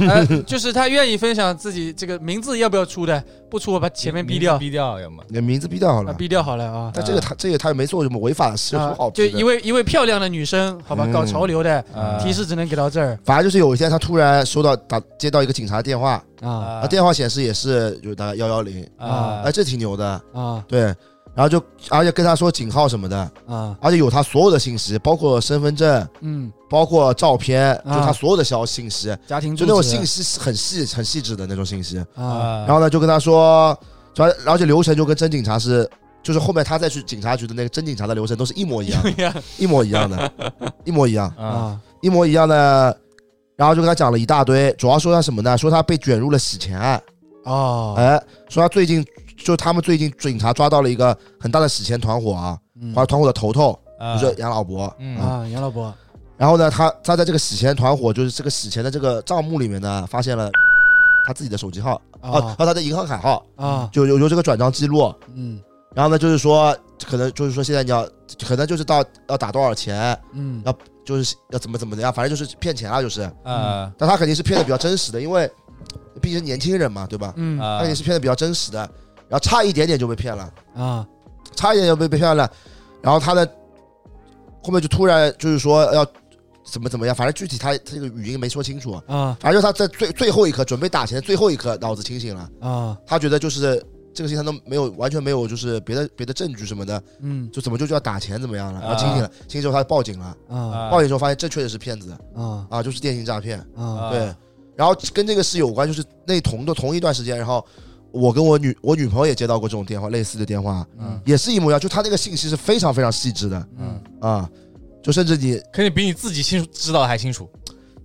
呃 就是他愿意分享自己这个名字要不要出的，不出我把前面
名
逼
字
掉，
逼掉，要么
你的名字毙掉好
啊
了。
逼掉好了 啊。
但这个他这个他也没做什么违法的事，有什么好
啊，
逼
就
的
一位一位漂亮的女生，好吧，
嗯
搞潮流的
啊
提示只能给到这儿
反正就是有一天他突然收到打接到一个警察电话，
啊
啊，电话显示也是就大概幺幺零，
啊
哎，这挺牛的，
啊
对。然然后就而且跟他说警号什么的，
啊，
而且有他所有的信息，包括身份证，
嗯，
包括照片，就
啊
他所有的消信息，
家庭
就那种信息
息
是很细很细致的那种信息。
啊，
呃
然后呢，就跟他说，主要而且流程就跟真警察是，就是后面他再去警察局的那个真警察的流程都是一模一样的，一模一样的，一模一样，
啊
一模一样的。然后就跟他讲了一大堆，主要说他什么呢？说他被卷入了洗钱案，
哦，
哎，说他最近就他们最近警察抓到了一个很大的洗钱团伙啊，
嗯
团团伙的头头
呃
啊
就是杨老伯，
嗯
啊，杨老伯，
然后呢，他他在这个洗钱团伙，就是这个洗钱的这个账目里面呢，发现了他自己的手机号，啊，还
啊
有他的银行卡号，
啊，
就有有这个转账记录。
嗯
然后呢，就是说，可能就是说现在你要，可能就是到要打多少钱，
嗯
要就是要怎么怎么的样，反正就是骗钱啊，就是。
呃
啊
但他肯定是骗的比较真实的，因为毕竟是年轻人嘛，对吧？
嗯
他
呃
肯定是骗的比较真实的，然后差一点点就被骗了，
啊
差一点点就被被骗了。然后他的后面就突然就是说要怎么怎么样，反正具体他他这个语音没说清楚。
啊
反正就他在最最后一刻准备打钱的最后一刻，脑子清醒了，
啊，
他觉得就是这个事情他都没有完全没有就是别的别的证据什么的，
嗯
就怎么就就要打钱怎么样了，然后清醒了，清醒之后他报警了，
啊
报警之后发现这确实是骗子
啊
啊，就是电信诈骗，
啊
对，然后跟这个是有关，就是那同的同一段时间，然后我跟我女我女朋友也接到过这种电话，类似的电话，
嗯
也是一模一样，就他那个信息是非常非常细致的
嗯
啊，就甚至你
肯定比你自己清楚知道的还清楚。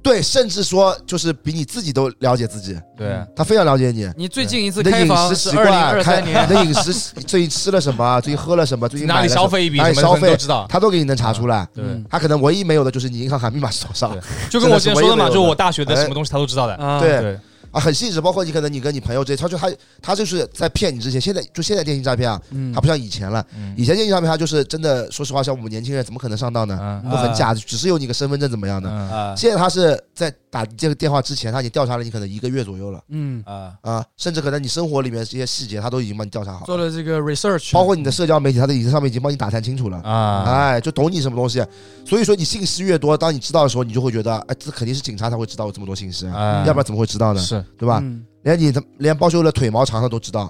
对，甚至说就是比你自己都了解自己，
对
他非常了解你。
你最近一次
你的
开
饮
房
食
是
习
二零
惯，
二
开
三
你
年，
的饮食习最近吃了什么，最近喝了什么，最近
哪
买
里
了什
消
么，
费一笔
哪
什
里
么
消
东西
费嗯
都知道。
他都给你能查出
嗯
来。
对，
他可能唯一没有的就是你银行卡密码手上
对，就跟我之前说的嘛，
这是唯一的
就我大学的什么东西他都知道的。
啊，
对
对，
啊，很细致。包括你可能你跟你朋友这，他就他他就是在骗你之前，现在就现在电信诈骗啊，
嗯
他不像以前了。
嗯
以前电信诈骗他就是真的，说实话，像我们年轻人怎么可能上当呢？
嗯
都很
呃
假，只是有你个身份证怎么样的。
嗯
啊
现在他是在打这个电话之前，他已经调查了你可能一个月左右了
嗯
呃
啊
啊，甚至可能你生活里面这些细节，他都已经帮你调查好了。
做了这个 research，
包括你的社交媒体，它的已经上面已经帮你打探清楚了。
啊
哎，就懂你什么东西，所以说你信息越多，当你知道的时候，你就会觉得，哎，这肯定是警察才会知道我这么多信息，
啊
要不然怎么会知道呢？
是
对吧？
嗯
连你的连包修的腿毛长的都知道。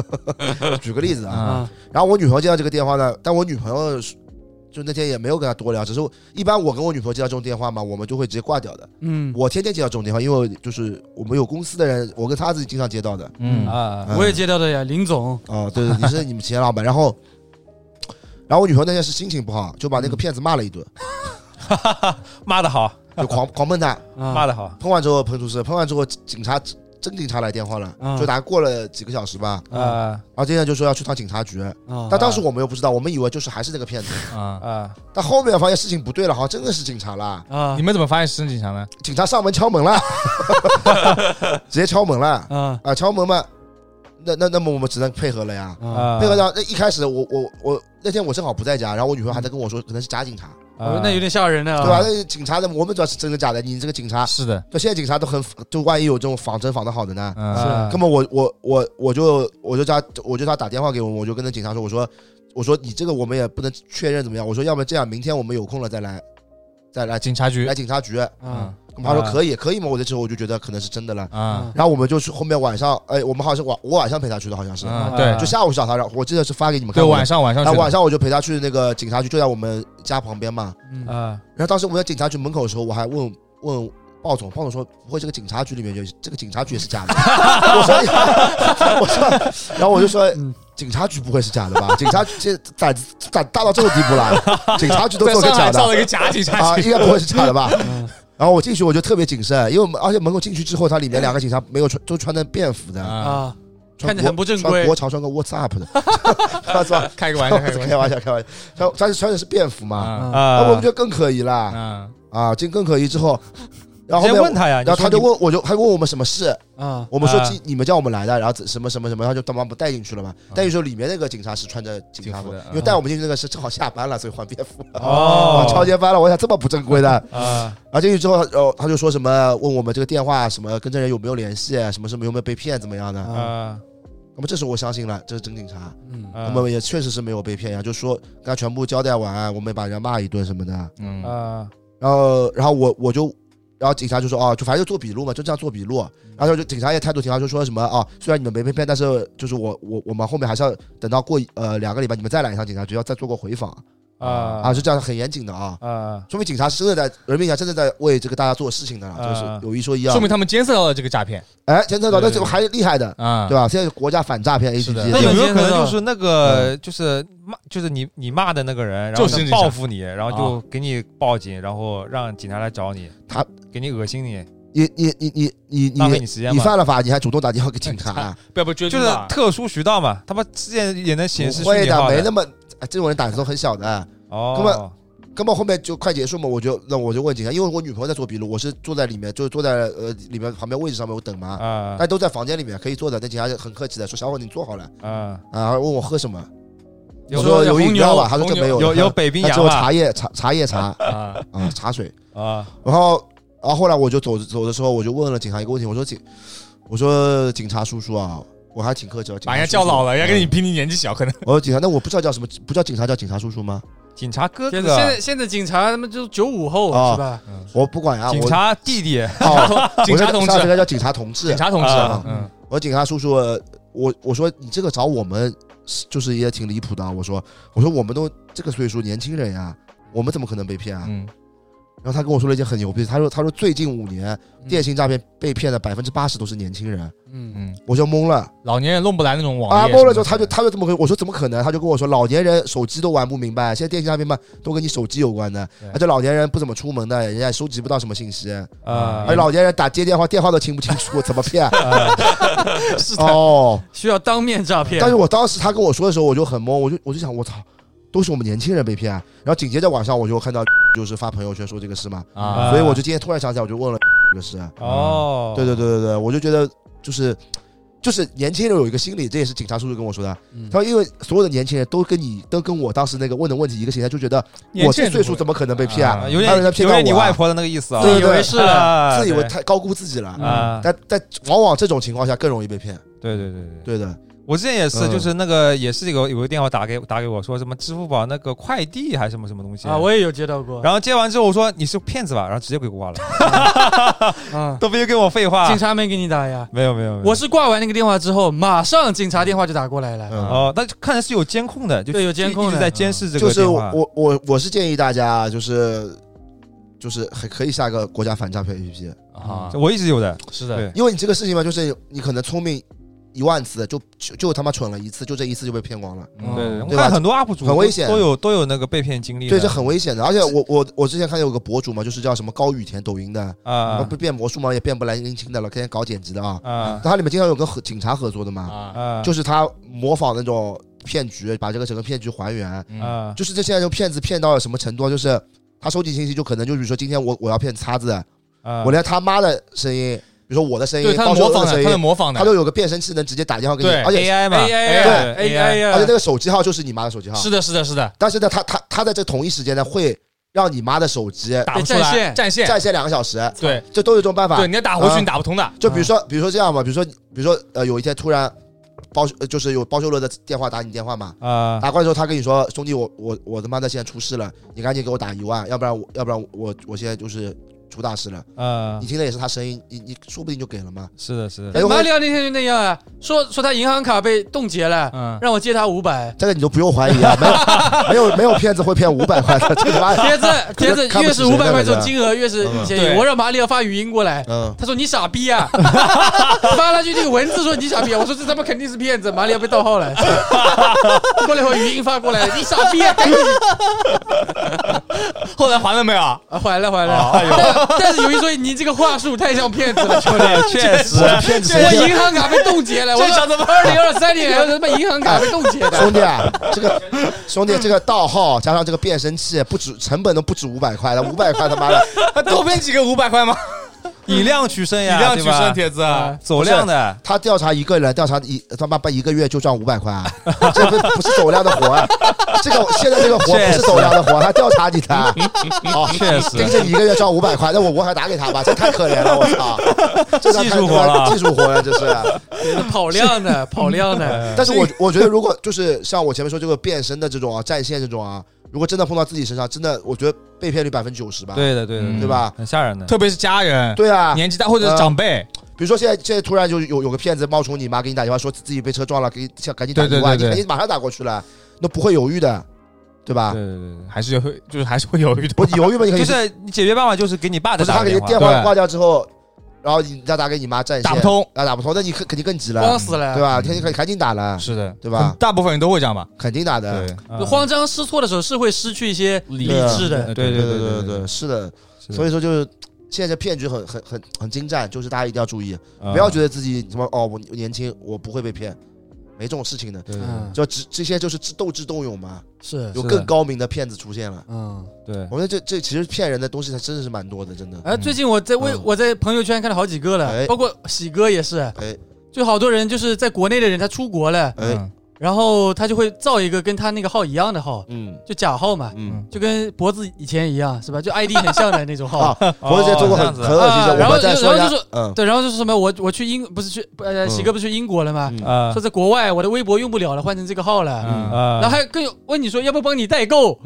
举个例子啊，
啊
啊
然后我女朋友接到这个电话呢，但我女朋友是就那天也没有跟她多聊，只是我一般我跟我女朋友接到这种电话嘛，我们就会直接挂掉的。
嗯，
我天天接到这种电话，因为就是我们有公司的人，我跟她自己经常接到的。
嗯
嗯
啊
嗯
我也接到的呀，林总
哦，对对，你是你们企业老板，然后，然后我女朋友那天是心情不好，就把那个骗子骂了一顿，
骂的好
就狂狂喷他，
啊
骂的好
喷完之后喷出事，喷完之后警察真警察来电话了，
嗯
就大概过了几个小时吧，
呃
啊
然后接下来就说要去趟警察局，
啊
但当时我们又不知道，我们以为就是还是那个骗子，
啊，
呃
啊
但后面发现事情不对了，好像真的是警察啦，
啊
你们怎么发现是真警察呢？
警察上门敲门了， 直接敲门了，
啊
啊，敲门嘛，那那那么我们只能配合了呀。
啊，
啊
配合到那一开始我，我我那天我正好不在家，然后我女朋友还在跟我说，可能是假警察，
我
啊
说那有点吓人的
对吧？
啊，
那警察的，我们主要是真的假的。你这个警察，
是的，
就现在警察都很，就万一有这种仿真仿的好的呢？
嗯
啊
那么我我我我就我就叫他我就叫他打电话给我，我就跟那警察说，我说我说你这个我们也不能确认怎么样，我说要不然这样，明天我们有空了再来再来
警察局
来警察局。
啊
那么他说可以可以嘛，我这时候我就觉得可能是真的了。
啊
然后我们就去后面晚上，哎，我们好像是晚我晚上陪他去的，好像是，
啊，对
就下午去找他，然后我记得是发给你们
对，
看过的。
晚上晚上
然后
去的
晚上我就陪他去那个警察局，就在我们家旁边嘛。
嗯
啊
然后当时我们在警察局门口的时候，我还问问鲍总，鲍总说不会这个警察局里面有这个警察局也是 假的？我说呀，我说， 然后我就说
嗯。
警察局不会是假的吧？警察局这胆子胆大到这种地步 了，警察局都
在
做个
上
假
海造了
的
一个假警察
啊，
局
应该不会是假的吧？
嗯
然后我进去我就特别谨慎，因为我们而且门口进去之后，它里面两个警察没有穿，都穿的便服的，
啊，
啊
穿
看着
国
很不正
穿
规
国潮穿个 What's up 的， 是吧？
开个玩笑，开个玩
开
笑
玩笑，开玩笑，他他是穿的是便服嘛，
啊
啊
那
啊
我们就更可疑啦
啊
啊，进更可疑之后，然后
先
后
问
面。
他呀，
然后他
你
就
说
问，我就他就问我们什么事，
啊
我们说
啊
你你们叫我们来的，然后怎什么什么什么，然后就他妈不带进去了嘛。带进去之后里面那个警察是穿着警察服，
警服的啊
因为带我们进去那个是正好下班了，所以换便服了，
哦
啊超接班了。我想这么不正规的，
你 啊
然后进去之后，然后他就说什么呃问我们这个电话什么跟这人有没有联系，啊什么什么有没有被骗怎么样的。
啊
那么这时候我相信了，这是真警察，
嗯
啊
嗯我们也确实是没有被骗呀，就说跟他全部交代完，我们把人家骂一顿什么的。
嗯
啊
然后，然后我我就然后警察就说啊，就反正就做笔录嘛，就这样做笔录。啊然后就警察也态度挺好，就说什么啊，虽然你们没被骗，但是就是我我我们后面还是要等到过呃两个礼拜，你们再来一趟警察局，要再做个回访
啊
啊，是这样很严谨的啊，
啊，
说明警察是真的在人民警察真的在为这个大家做事情的
啊
啦，就是有一说一啊
说。明他们监测到了这个诈骗
哎，监测到，
对
那
对
这个还厉害的，
啊
对，吧？现在国家反诈骗 A P
是
P，
的
那有没有可能
啊
监测到
就是那
嗯
个就是骂就是你你骂的那个人，然后
就是
呢
你
报复你，然后就
啊
给你报警，然后让警察来找你，
他
给你恶心你，
你你你你你
浪费
你
你时间
你
嘛，
犯了法，你还主动打电话给警察，啊
不要不要追
就
踪
是
了
特殊渠道嘛，他们之前也能显示
不
虚
会
拟号
没那么，哎这种人胆子都很小的。啊根
哦
本，根本后面就快结束嘛，我就那我就问警察，因为我女朋友在做笔录，我是坐在里面，就是坐在呃里面旁边位置上面，我等嘛，
啊
但都在房间里面可以坐的。那警察就很客气的说：“小伙，你坐好了
啊，
啊？”问我喝什么，
有
我说有饮料吧，他
红
说
牛
这没有
有
的，
有北冰
他只
洋
有
吧
啊茶叶茶茶叶茶
啊
啊茶水。
啊
然后然后后来我就走走的时候，我就问了警察一个问题，我说警，我说警察叔叔啊，我还挺客气的，警察
把人家叫老
叔叔
了，
啊
人家跟你。比你年纪小，可能
我说哦警察，那我不知道叫什么，不叫警察，叫警察叔叔吗？
警察哥
现在现
哥
在现在警察他们就九五后
啊
是吧？
我不管啊，
警
我
察弟弟
哦，我
警察
说
同志
上次应该叫警察同志，
警察同志
啊，
嗯，
我警察叔叔，我我说你这个找我们是就是也挺离谱的啊。我说我说我们都这个岁数年轻人呀，我们怎么可能被骗啊？
嗯
然后他跟我说了一件很牛逼，他说他说最近五年电信诈骗被骗的百分之八十都是年轻人，
嗯，
嗯，
我就懵了
老年人弄不来那种网
啊！
页
懵了
什
之
么
后他就
的
他就这么跟我我说怎么可能？他就跟我说老年人手机都玩不明白，现在电信诈骗嘛都跟你手机有关的，
对
而且老年人不怎么出门的，人家也收集不到什么信息，
啊啊
而哎老年人打接电话电话都听不清楚，怎 么骗？
是的，
哦。
需要当面诈骗
但。是我当时他跟我说的时候，我就很懵，我就我就想，我操，都是我们年轻人被骗。然后紧接着晚上我就看到 就是发朋友圈说这个事嘛，
啊，
所以我就今天突然想起来，我就问了这个事。
哦，
对对对对对，我就觉得就是就是年轻人有一个心理，这也是警察叔叔跟我说的。
嗯
他说，因为所有的年轻人都跟你都跟我当时那个问的问题一个心态，就觉得我这岁数怎么可能被骗啊？
啊，有
还有
点
人在骗
有点你
我啊
外婆的那个意思啊，
对
以为是了，
啊
自以为
对
太高估自己了。
啊，
但但往往这种情况下更容易被骗。
对对对对。
对的，
我之前也是，
嗯
就是那个也是有有个电话打给打给我说什么支付宝那个快递还是什么什么东西
啊，我也有接到过。
然后接完之后我说你是骗子吧，然后直接给挂 了，
啊，
都别跟我废话
警。察没给你打呀。
没有没有，没有
我是挂完那个电话之后，马上警察电话就打过来了。
嗯。
哦，那就看来是有监控的，就
对有监控的
一直在监视这
就
个
是
电话。
我我我是建议大家啊就是就是还可以下个国家反诈骗 APP，
啊
我一直有的，
是的
对，
因为你这个事情嘛，就是你可能聪明一万次，就就就他妈蠢了一次，就这一次就被骗光了，
嗯
对，我
对吧
看很多 UP 主都
很危险
都有都有那个被骗经历的。
对，这很危险的。而且我我我之前看有个博主嘛，就是叫什么高雨田抖音的，
啊
不变魔术嘛，也变不来年轻的了，天天搞剪辑的啊。
啊
他里面经常有跟和警察合作的嘛，
啊
啊，
就是他模仿那种骗局，把这个整个骗局还原，
嗯
啊
就是这现在就骗子骗到了什么程度啊，就是他收集信息就可能就比如说今天我我要骗叉子，
啊，
我连他妈的声音，比如说我的声音
对，，他
包
的
括
模
我
仿
的
的，
声
他的
音，
模仿的
他，都有个变声器，能直接打电话给你，
对
而且
AI
哎
嘛
AI
对
AI
而且那
呀，
个手机号就是你妈的手机号，
是的，是的，是的，
但是呢，他他他在这同一时间呢，会让你妈的手机
打
被
不出
占
来，
线
占线，
占线两个小时，
对
这都有这种办法
对，。你要打回去
啊
你打不通的，
就比如说，
嗯
比如说这样嘛，比如说，比如说，呃，有一天突然包呃就是有包修罗的电话打你电话嘛，
啊
打过来之后，他跟你说，兄弟，我我我他妈的现在出事了，你赶紧给我打一万，要不然我要不然我我现在就是出大事了。
嗯
啊
你，听的也是他声音，你你说不定就给了嘛。
是的，是的，
哎
马里奥那天就那样啊，说说他银行卡被冻结了，
嗯，
让我借他五百。
这个你都不用怀 疑啊，没有没有没有骗子会骗五百块的，这他妈
碟子碟子
看不
越
起
是
谁
五百
呢
块
这
这
个
种金额越是
嗯
便宜。
对
我让马里奥发语音过来，
嗯，
他说你傻逼啊， 发了句那个文字说你傻逼啊，我说这他妈肯定是骗子，马里奥被盗号了。 过了一会儿语音发过来，你傻逼啊，赶紧
后来还了没有？
啊还了还了。但但是有一说一，你这个话术太像骗子 了，兄弟。
确实
我是骗子谁
我
信
银行卡被冻结了，我
这想怎么
二零二三年还有什么银行卡被冻结的？
兄弟啊，这个兄弟这个盗号加上这个变声器，不止成本都不止五百块了，五百块他妈的，
他多骗几个五百块吗？
以量取胜
以
呀，
量取
对吧
胜，铁子，
啊
走量的，
他调查一个人，调查一他妈半一个月就赚五百块啊， 这不不是走量的活啊，这个现在这个活不是走量的活，他调查你 的啊，好，
确实
盯着你一个月赚五百块，那我我还打给他吧，这太可怜了，我 操，这
技术活了
技术活了，这是。 啊
跑量 的，跑量的，
但是我我觉得，如果就是像我前面说这个变身的这种啊，占线这种啊，如果真的碰到自己身上，真的我觉得被骗率百分之九十吧，
对的，对的，
嗯
对吧？
很吓人的。
特别是家人，
对啊，
年纪大或者是长辈，
比如说现在现在突然就有有个骗子冒充你妈给你打电话说自己被车撞了，给你想赶紧打
对对
一万，
对对
你赶紧马上打过去了，那不会犹豫的，对吧？
对对对
还是会就是 还是会犹豫的。
啊不，你犹豫吧，你可
对，
以
就是你解决办法就是给你爸
不是
再打
他
个
给
电
你
话，
电
对
话挂掉之后，然后你再打给你妈占线，
打不，通，
那打不通，那你肯肯定更急了
慌，死了
对，吧？肯定赶赶紧打了，
是的，
对吧
很大部分人都会这样吧？
肯定打的，
对，
嗯
就慌张失措的时候是会失去一些理智的。
对
对
对
对
对，
是的，
是的
所以说就是。现在这骗局很很很很精湛，就是大家一定要注意，
不
不要觉得自己什么哦，我年轻，我不会被骗，没这种事情的。
嗯，
就只这些就是斗智斗勇嘛，
是，
有
是的
更高明的骗子出现了。
嗯。
对，
我觉得这这其实骗人的东西，它真的是蛮多的，真的。
哎，最近我在微
嗯
我在朋友圈看了好几个了，
哎
包括喜哥也是，
哎
就好多人就是在国内的人他出国了，
哎，
嗯
然后他就会造一个跟他那个号一样的号，
嗯
就假号嘛，
嗯，
就跟脖子以前一样是吧？就 ID 很像的那种号。
啊，我之前做过很
这样子
很恶心的
啊
事，
然
我
后
们再
就
说一
然
下
后就说，
嗯
对，然后就是什么，我我去英不是去呃
嗯
喜哥不是去英国了吗？
嗯
啊
说在国外我的微博用不了了，换成这个号了。
嗯
啊
然后还有更有问你说要不要帮你代购，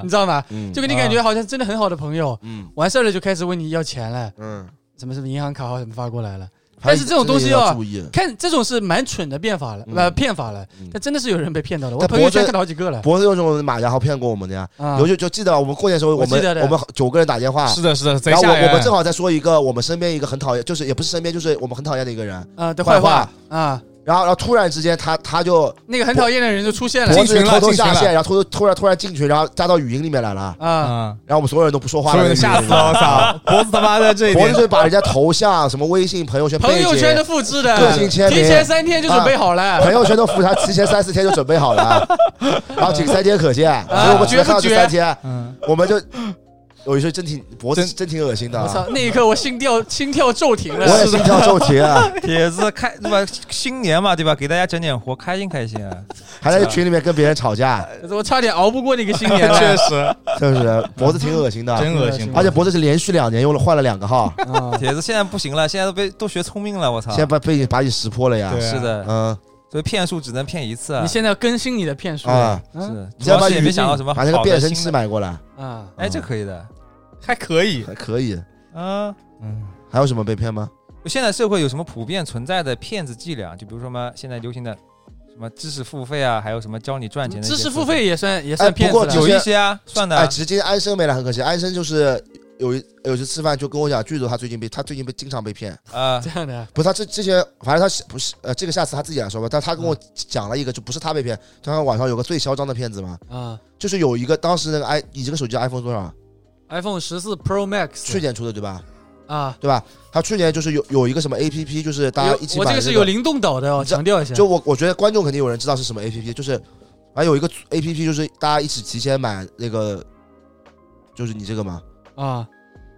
你知道吗？
嗯
就给你感觉好像真的很好的朋友，
嗯
完事儿了就开始问你要钱了，
嗯，
什么什么银行卡号什么发过来了。
还
但是这种东西
真的也
啊
要注意。
看这种是蛮蠢的变法了，
嗯
呃，骗法了
嗯，
但真的是有人被骗到的。我
但
朋友
脖子
圈看到好几个了。
脖子有种马甲号骗过我们的呀，
啊
有，就就记得我们过年的时候，
我
我
记得的
们我们九个人打电话，
是的，是的，贼
然后
吓
我
人。
我们正好在说一个我们身边一个很讨厌，就是也不是身边，就是我们很讨厌的一个人，
啊的
坏
话啊，
然后然后突然之间他他就
那个很讨厌的人就出现了
脖
进
子
群了
偷偷下
进群了
线，然后偷偷突然突然进群，然后加到语音里面来了，
啊，
嗯，
然后我们所有人都不说话
所
了，
有人吓死了，我操！脖子他妈的这一
脖
点
子，就把人家头像、什么微信、朋友圈、
朋友
背景
圈都复制的，
个性签名
提前三天就准备好了
朋，友圈都复查，提前三四天就准备好了，然后仅三天可见，所以我们只能看到这三天，
嗯，
我们就有一些真挺脖子
真
真挺恶心的
我
啊，
操，那一刻我心跳心跳骤停
我
了，
也心跳骤停， 啊，
铁子开对吧？新年嘛对吧？给大家整点活，开心开心啊！
还在群里面跟别人吵架，
我差点熬不过那个新 年
确
了。
实
是不是？脖子挺恶心的，啊
真恶
啊
心。
而且脖子是连续两年用了换了两个号，
啊
铁子现在不行了，现在都被都学聪明了，我操
现！在把被你把你识破了呀，
对啊
是的，
嗯
所以骗术只能骗一次啊
你！现在要更新你的骗术
啊，
是
嗯
的，
你
主
要
要
把
是也
语
没
音
想到什么
把那个
好
变
的
声
新
器
的，
买过来，
啊，
哎，这可以的，
还可以，
还可以。
嗯。
嗯，
还有什么被骗吗？
现在社会有什么普遍存在的骗子伎俩？就比如说嘛，现在流行的什么知识付费啊，还有什么教你赚钱的一些
知识
付
付
费，
费也算也算骗
哎
子
不过
有
了
就
一些啊，算的啊
哎，直接安生没来，很可惜。安生就是有一有一次吃饭就跟我讲，剧组他最近被他最近被经常被骗，
啊
这样的
不是他这这些，反正他是不是呃，这个下次他自己来说吧。但他跟
嗯
我讲了一个，就不是他被骗，他看网上有个最嚣张的骗子嘛，
啊
就是有一个当时那个 i 你这个手机 iPhone 多少啊？
，iPhone 十四 Pro
去
Max
年出的对吧？
啊，
对吧？他去年就是有有一个什么 APP，就是大家
有
一起
我
买
这
那
个是有灵动岛的哦，
你知道
强调一下，
就我我觉得观众肯定有人知道是什么 APP，就是还有一个 APP 就是大家一起提前买那个，就是你这个嘛。
啊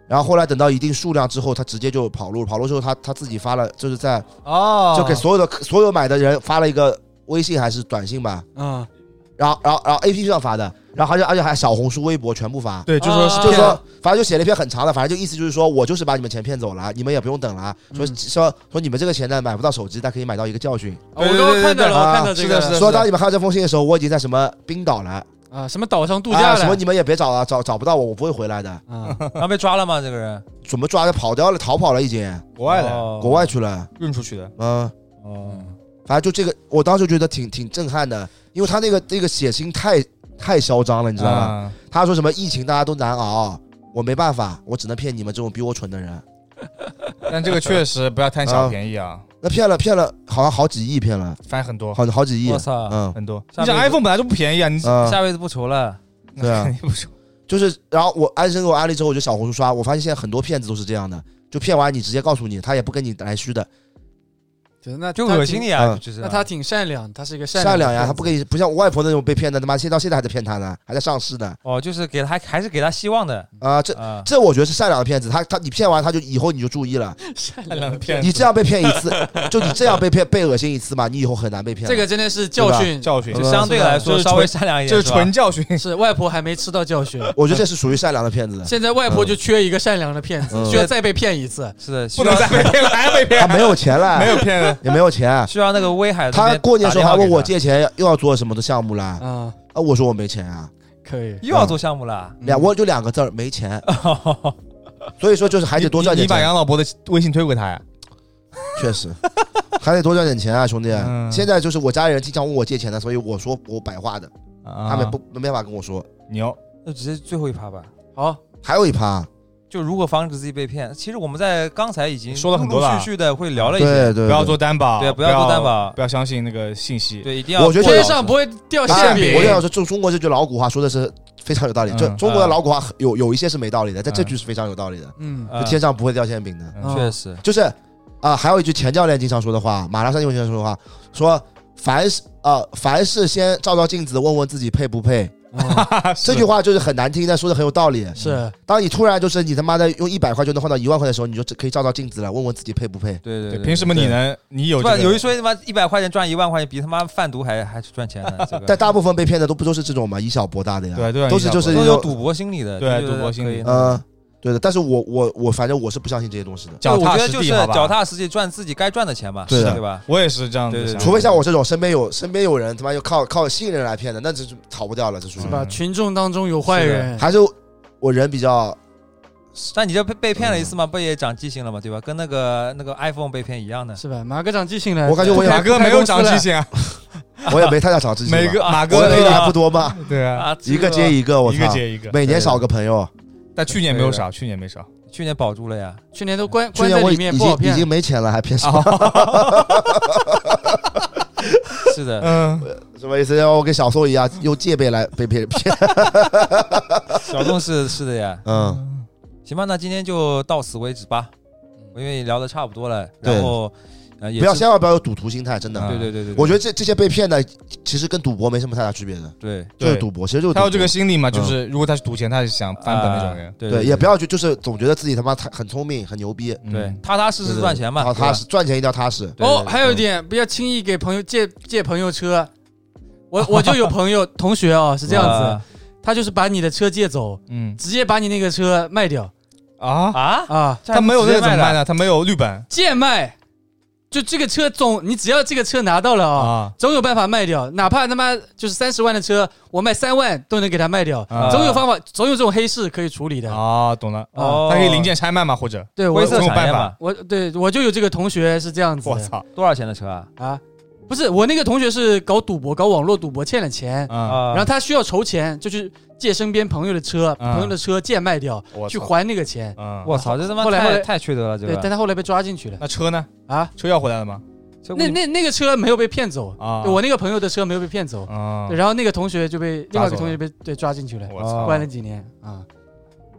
然后后来等到一定数量之后，他直接就跑路。跑路之后，他他自己发了，就是在
哦，
就给所有的所有买的人发了一个微信还是短信吧，
啊
然后然后然后 A P P 上发的，然后而且而且还小红书、微博全部发，
对，就
嗯
说
啊
是
就
骗
是
子，
说反正就写了一篇很长的，反正就意思就是说我就是把你们钱骗走了，你们也不用等了，说
嗯
说说你们这个钱呢买不到手机，但可以买到一个教训。
我刚刚看
对对对
到了，
对
我看到这个
啊是的是的
说当你们看到这封信的时候，我已经在什么冰岛了，
啊，什么岛上度假
啊什么
了
你们也别找了，找找不到我，我不会回来的。
啊，
然后被抓了吗？这个人
怎么抓的？跑掉了，逃跑了，已经
国外的
哦
国外去了，
运出去的，
嗯。
哦，
反正就这个，我当时觉得挺挺震撼的，因为他那个那个血腥太太嚣张了，你
你
知道吧？？他说什么疫情大家都难熬，我没办法，我只能骗你们这种比我蠢的人。
但这个确实不要贪小便宜啊，
那骗了骗了，好像好几亿骗了，
反正很多
好好几亿
我，操，
嗯
很多。
下辈子
你想 iPhone 本来就不便宜啊，你
嗯，
下辈子不愁了。
对啊
肯定不是
就是，然后我安生给我安利之后，我就小红书刷，我发现现在很多骗子都是这样的，就骗完你直接告诉你，他也不跟你来虚的，
就那
就
他
恶
挺
心你啊！
嗯
就是
那他挺善良，他是一个
善良呀，他不
给
给你，不像我外婆那种被骗的，他妈现到现在还在骗他呢，还在上市呢，
哦，就是给他还是给他希望的
啊，这
啊，
这我觉得是善良的骗子，他他你骗完他就以后你就注意了。
善
善良的骗
你
子
这样被骗一次，就你这样被骗被恶心一次嘛，你以后很难被骗了。
这个真的是教训，
教训
就，相对来说
就是
稍微善良一点，
这是
嗯
吧
纯教训。
是外婆还没吃到 教训。
我觉得这是属于善良的骗子，
现在外婆就缺一个善良的骗子，
嗯
需要再被骗一次。
是的，需
不能
要
再被骗了，还被骗
他，没有钱了，
没有骗人。
也没有钱。
需要那个威海那边
他过年时候
打
还
电话
问
给
我
他
借钱，又要做什么的项目了
啊，
啊？我说我没钱啊，
可以，
又要做项目了，
嗯
两我就两个字儿没钱，所以说就是还得多赚
你
点
你把
钱，
杨老伯的微信推给他呀？
确实还得多赚点钱啊，兄弟
嗯。
现在就是我家里人经常问我借钱的，所以我说我白话的，
他
他们不没办法跟我说。
牛，
那直接最后一趴吧。
好，
还有一趴，
就如何防止自己被骗？其实我们在刚才已经
说了很多了
陆陆续续的会聊了一
对
些，
对，对
不要做担保，
对，
不
不要做担，保，
不要相信那个信息。
对，一定要
我觉得
过
天
脑
上
子
不会掉
当
馅
然，
饼
我就。想说，中中国这句老古话说的是非常有道理。
嗯
就中国的
嗯
老古话有有一些是没道理的，但这
嗯
句是非常有道理的。
嗯，
嗯
就天上不会掉馅饼的，
嗯
啊
确实，
就是啊、还有一句钱教练经常说的话，马拉山英文经常说的话，说凡事啊、凡事先照照镜子，问问自己配不配。这 句话就是很难听，但说的很有道理。
是
当你突然就是你他妈的用一百块就能换到一万块的时候，你就可以照照镜子了，问问自己配不配。
对对
对，
对，
凭什么你能你有
对吧？
这个
有一说一，他妈一百块钱赚一万块钱，比他妈贩毒还还赚钱 呢。这个
但大部分被骗的都不都是这种嘛，以小博大的呀，
对对
都是就是
都
那
有
种
赌博心理的，
对
就是
赌博心理
可以的
呃，对的。但是我我我反正我是不相信这些东西的，
脚
我觉
踏
得
实
就是
地，好吧？
脚踏实地赚自己该赚的钱嘛，
对的
对吧？
我也是这样
对
子
对
想，
对
除非像我这种身边有身边有人他妈又靠靠信任来骗的，那这就逃不掉了，这属于
是吧？群众当中有坏人，
还是我人比较
但你这被被骗了一次嘛，不也长记性了嘛，对吧？跟那个那个 iPhone 被骗一样的。
是吧？马哥长记性了，
我感觉我也
马哥没有长记性啊，
我也没太大 长自己吧，
每个马
我
哥
的 A 的还不多吗？
对啊，
啊，
一
这
个接一个，我
一个
操，
接一个。
每年少个朋友。
但去年没有少，去年没少。
去年保住了呀，
去年都关
去
关在
年我
里
已
面，
经
不好
已
骗
经。没钱了，还骗什么？
是的，
嗯，
什么意思？要我跟小宋一样用戒备来被别人骗？
小众是是的呀。
嗯，
行吧，那今天就到此为止吧，因为聊的差不多了。
对
然后，呃，也
不要
是
千万不要有赌徒心态，真
嗯
的。
对对对对，
我觉得这这些被骗的，其实跟赌博没什么太大区别的，
对
就是
对
赌博，其实就是赌
他
博
有这个心理嘛，就是如果他是赌钱，他是想翻本那种人
啊。对
对，也不要去，就是总觉得自己他妈太很聪明、很牛逼，
嗯
对，踏踏实实赚钱嘛，
好
对吧
踏实，赚钱一定要踏实。
对
哦，还有一点，不要轻易给朋友借借朋友车。我我就有朋友 同学啊，是这样子，他就是把你的车借走，
嗯
直接把你那个车卖掉
啊，
啊，
啊，
他没有那个怎么办
呢？
呢？他没有绿本
贱卖。就这个车总，你只要这个车拿到了啊，
啊
总有办法卖掉，哪怕他妈就是三十万的车，我卖三万都能给他卖掉，
啊
总有方法，总有这种黑市可以处理的。
啊，懂了。
哦，
他可以零件拆卖嘛，或者
对我
灰色
我有
产业
办法
嘛，
我对我就有这个同学是这样子
我
的
操
多少钱的车啊？
啊，不是我那个同学是搞赌博，搞网络赌博欠了钱，
啊！
啊，
然后他需要筹钱，就去借身边朋友的车，
啊
朋友的车贱卖掉
我操
去还那个钱。
嗯，
我操，这他妈
后来后来
太太缺德了，这
对，
个
但他后来被抓进去了
那车呢？
啊。
车要回来了吗？
这
那那那个车没有被骗走，
啊，
对我那个朋友的车没有被骗走，
啊
对，然后那个同学就被另外一
抓走
个
了
同学被对抓进去了。
我操，
关了几年啊、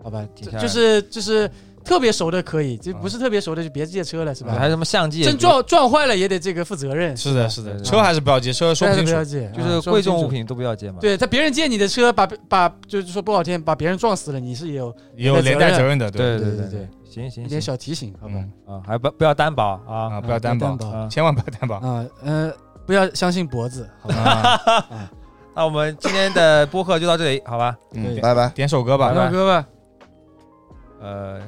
好吧，
挺
就
吓
就
人
是就是特别熟的可以，就不是特别熟的就别借车了，是
对还
嗯
吧？
有什么相机也
真
不，
撞撞坏了也得这个负责任，
是的，是
对
的，
对
车还啊是不要接，车说
但是
不清
不
楚
要。借，
就
啊
是贵重物。
说不清楚
品都不要借嘛。
对他，别人借你的车，把把就是说不好听，把别人撞死了，你是也有
也有连带责任的，
对
对
对
对，
行
一
行
点
行
小提醒，好吧？
嗯
啊，还不不要担保
啊，
啊，
不要担保
不，要担
啊
千万不要 担保
啊，呃，不要相信脖子， 好吧？
啊！
那我们今天的播客就到 这里，好吧？
嗯，
对
拜拜。
点首歌
马
吧，
大哥吧，
呃，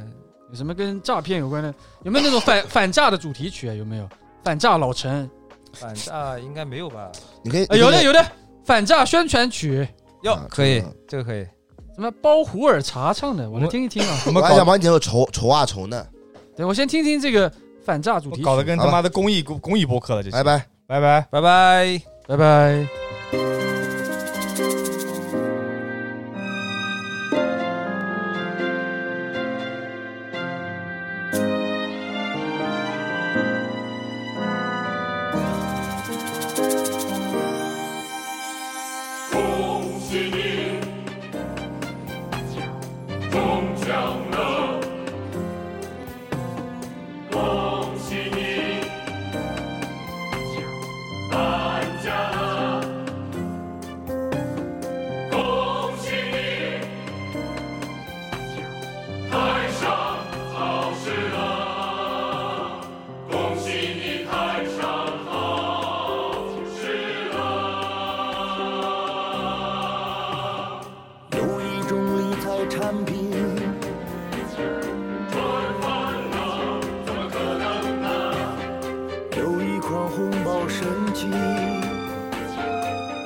有什么跟诈骗有关的？有没有那种反反诈的主题曲啊？有没有反诈老陈？
反诈应该没有吧？
你可以
啊，有的有的，反诈宣传曲，
哟
啊，
可以
这个，
这个可以。
什么包胡尔茶唱的，我来听一听啊。
我们
我还想
搞
帮你有筹筹啊筹呢，
对，我先听听这个反诈主题曲。
搞得跟他妈的公益公公益播客了，这期
拜拜。
拜拜。
拜拜。
拜拜。
恭喜你中奖了，恭喜你搬家了，恭喜你台上好事了，恭喜你台上好事了。
有一种理财产品，
赚翻了，怎么可能呢？
有一款红包神器，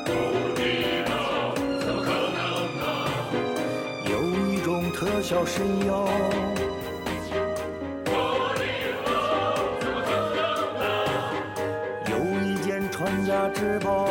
不低了，怎么可能呢？
小身腰。有一件传家之宝。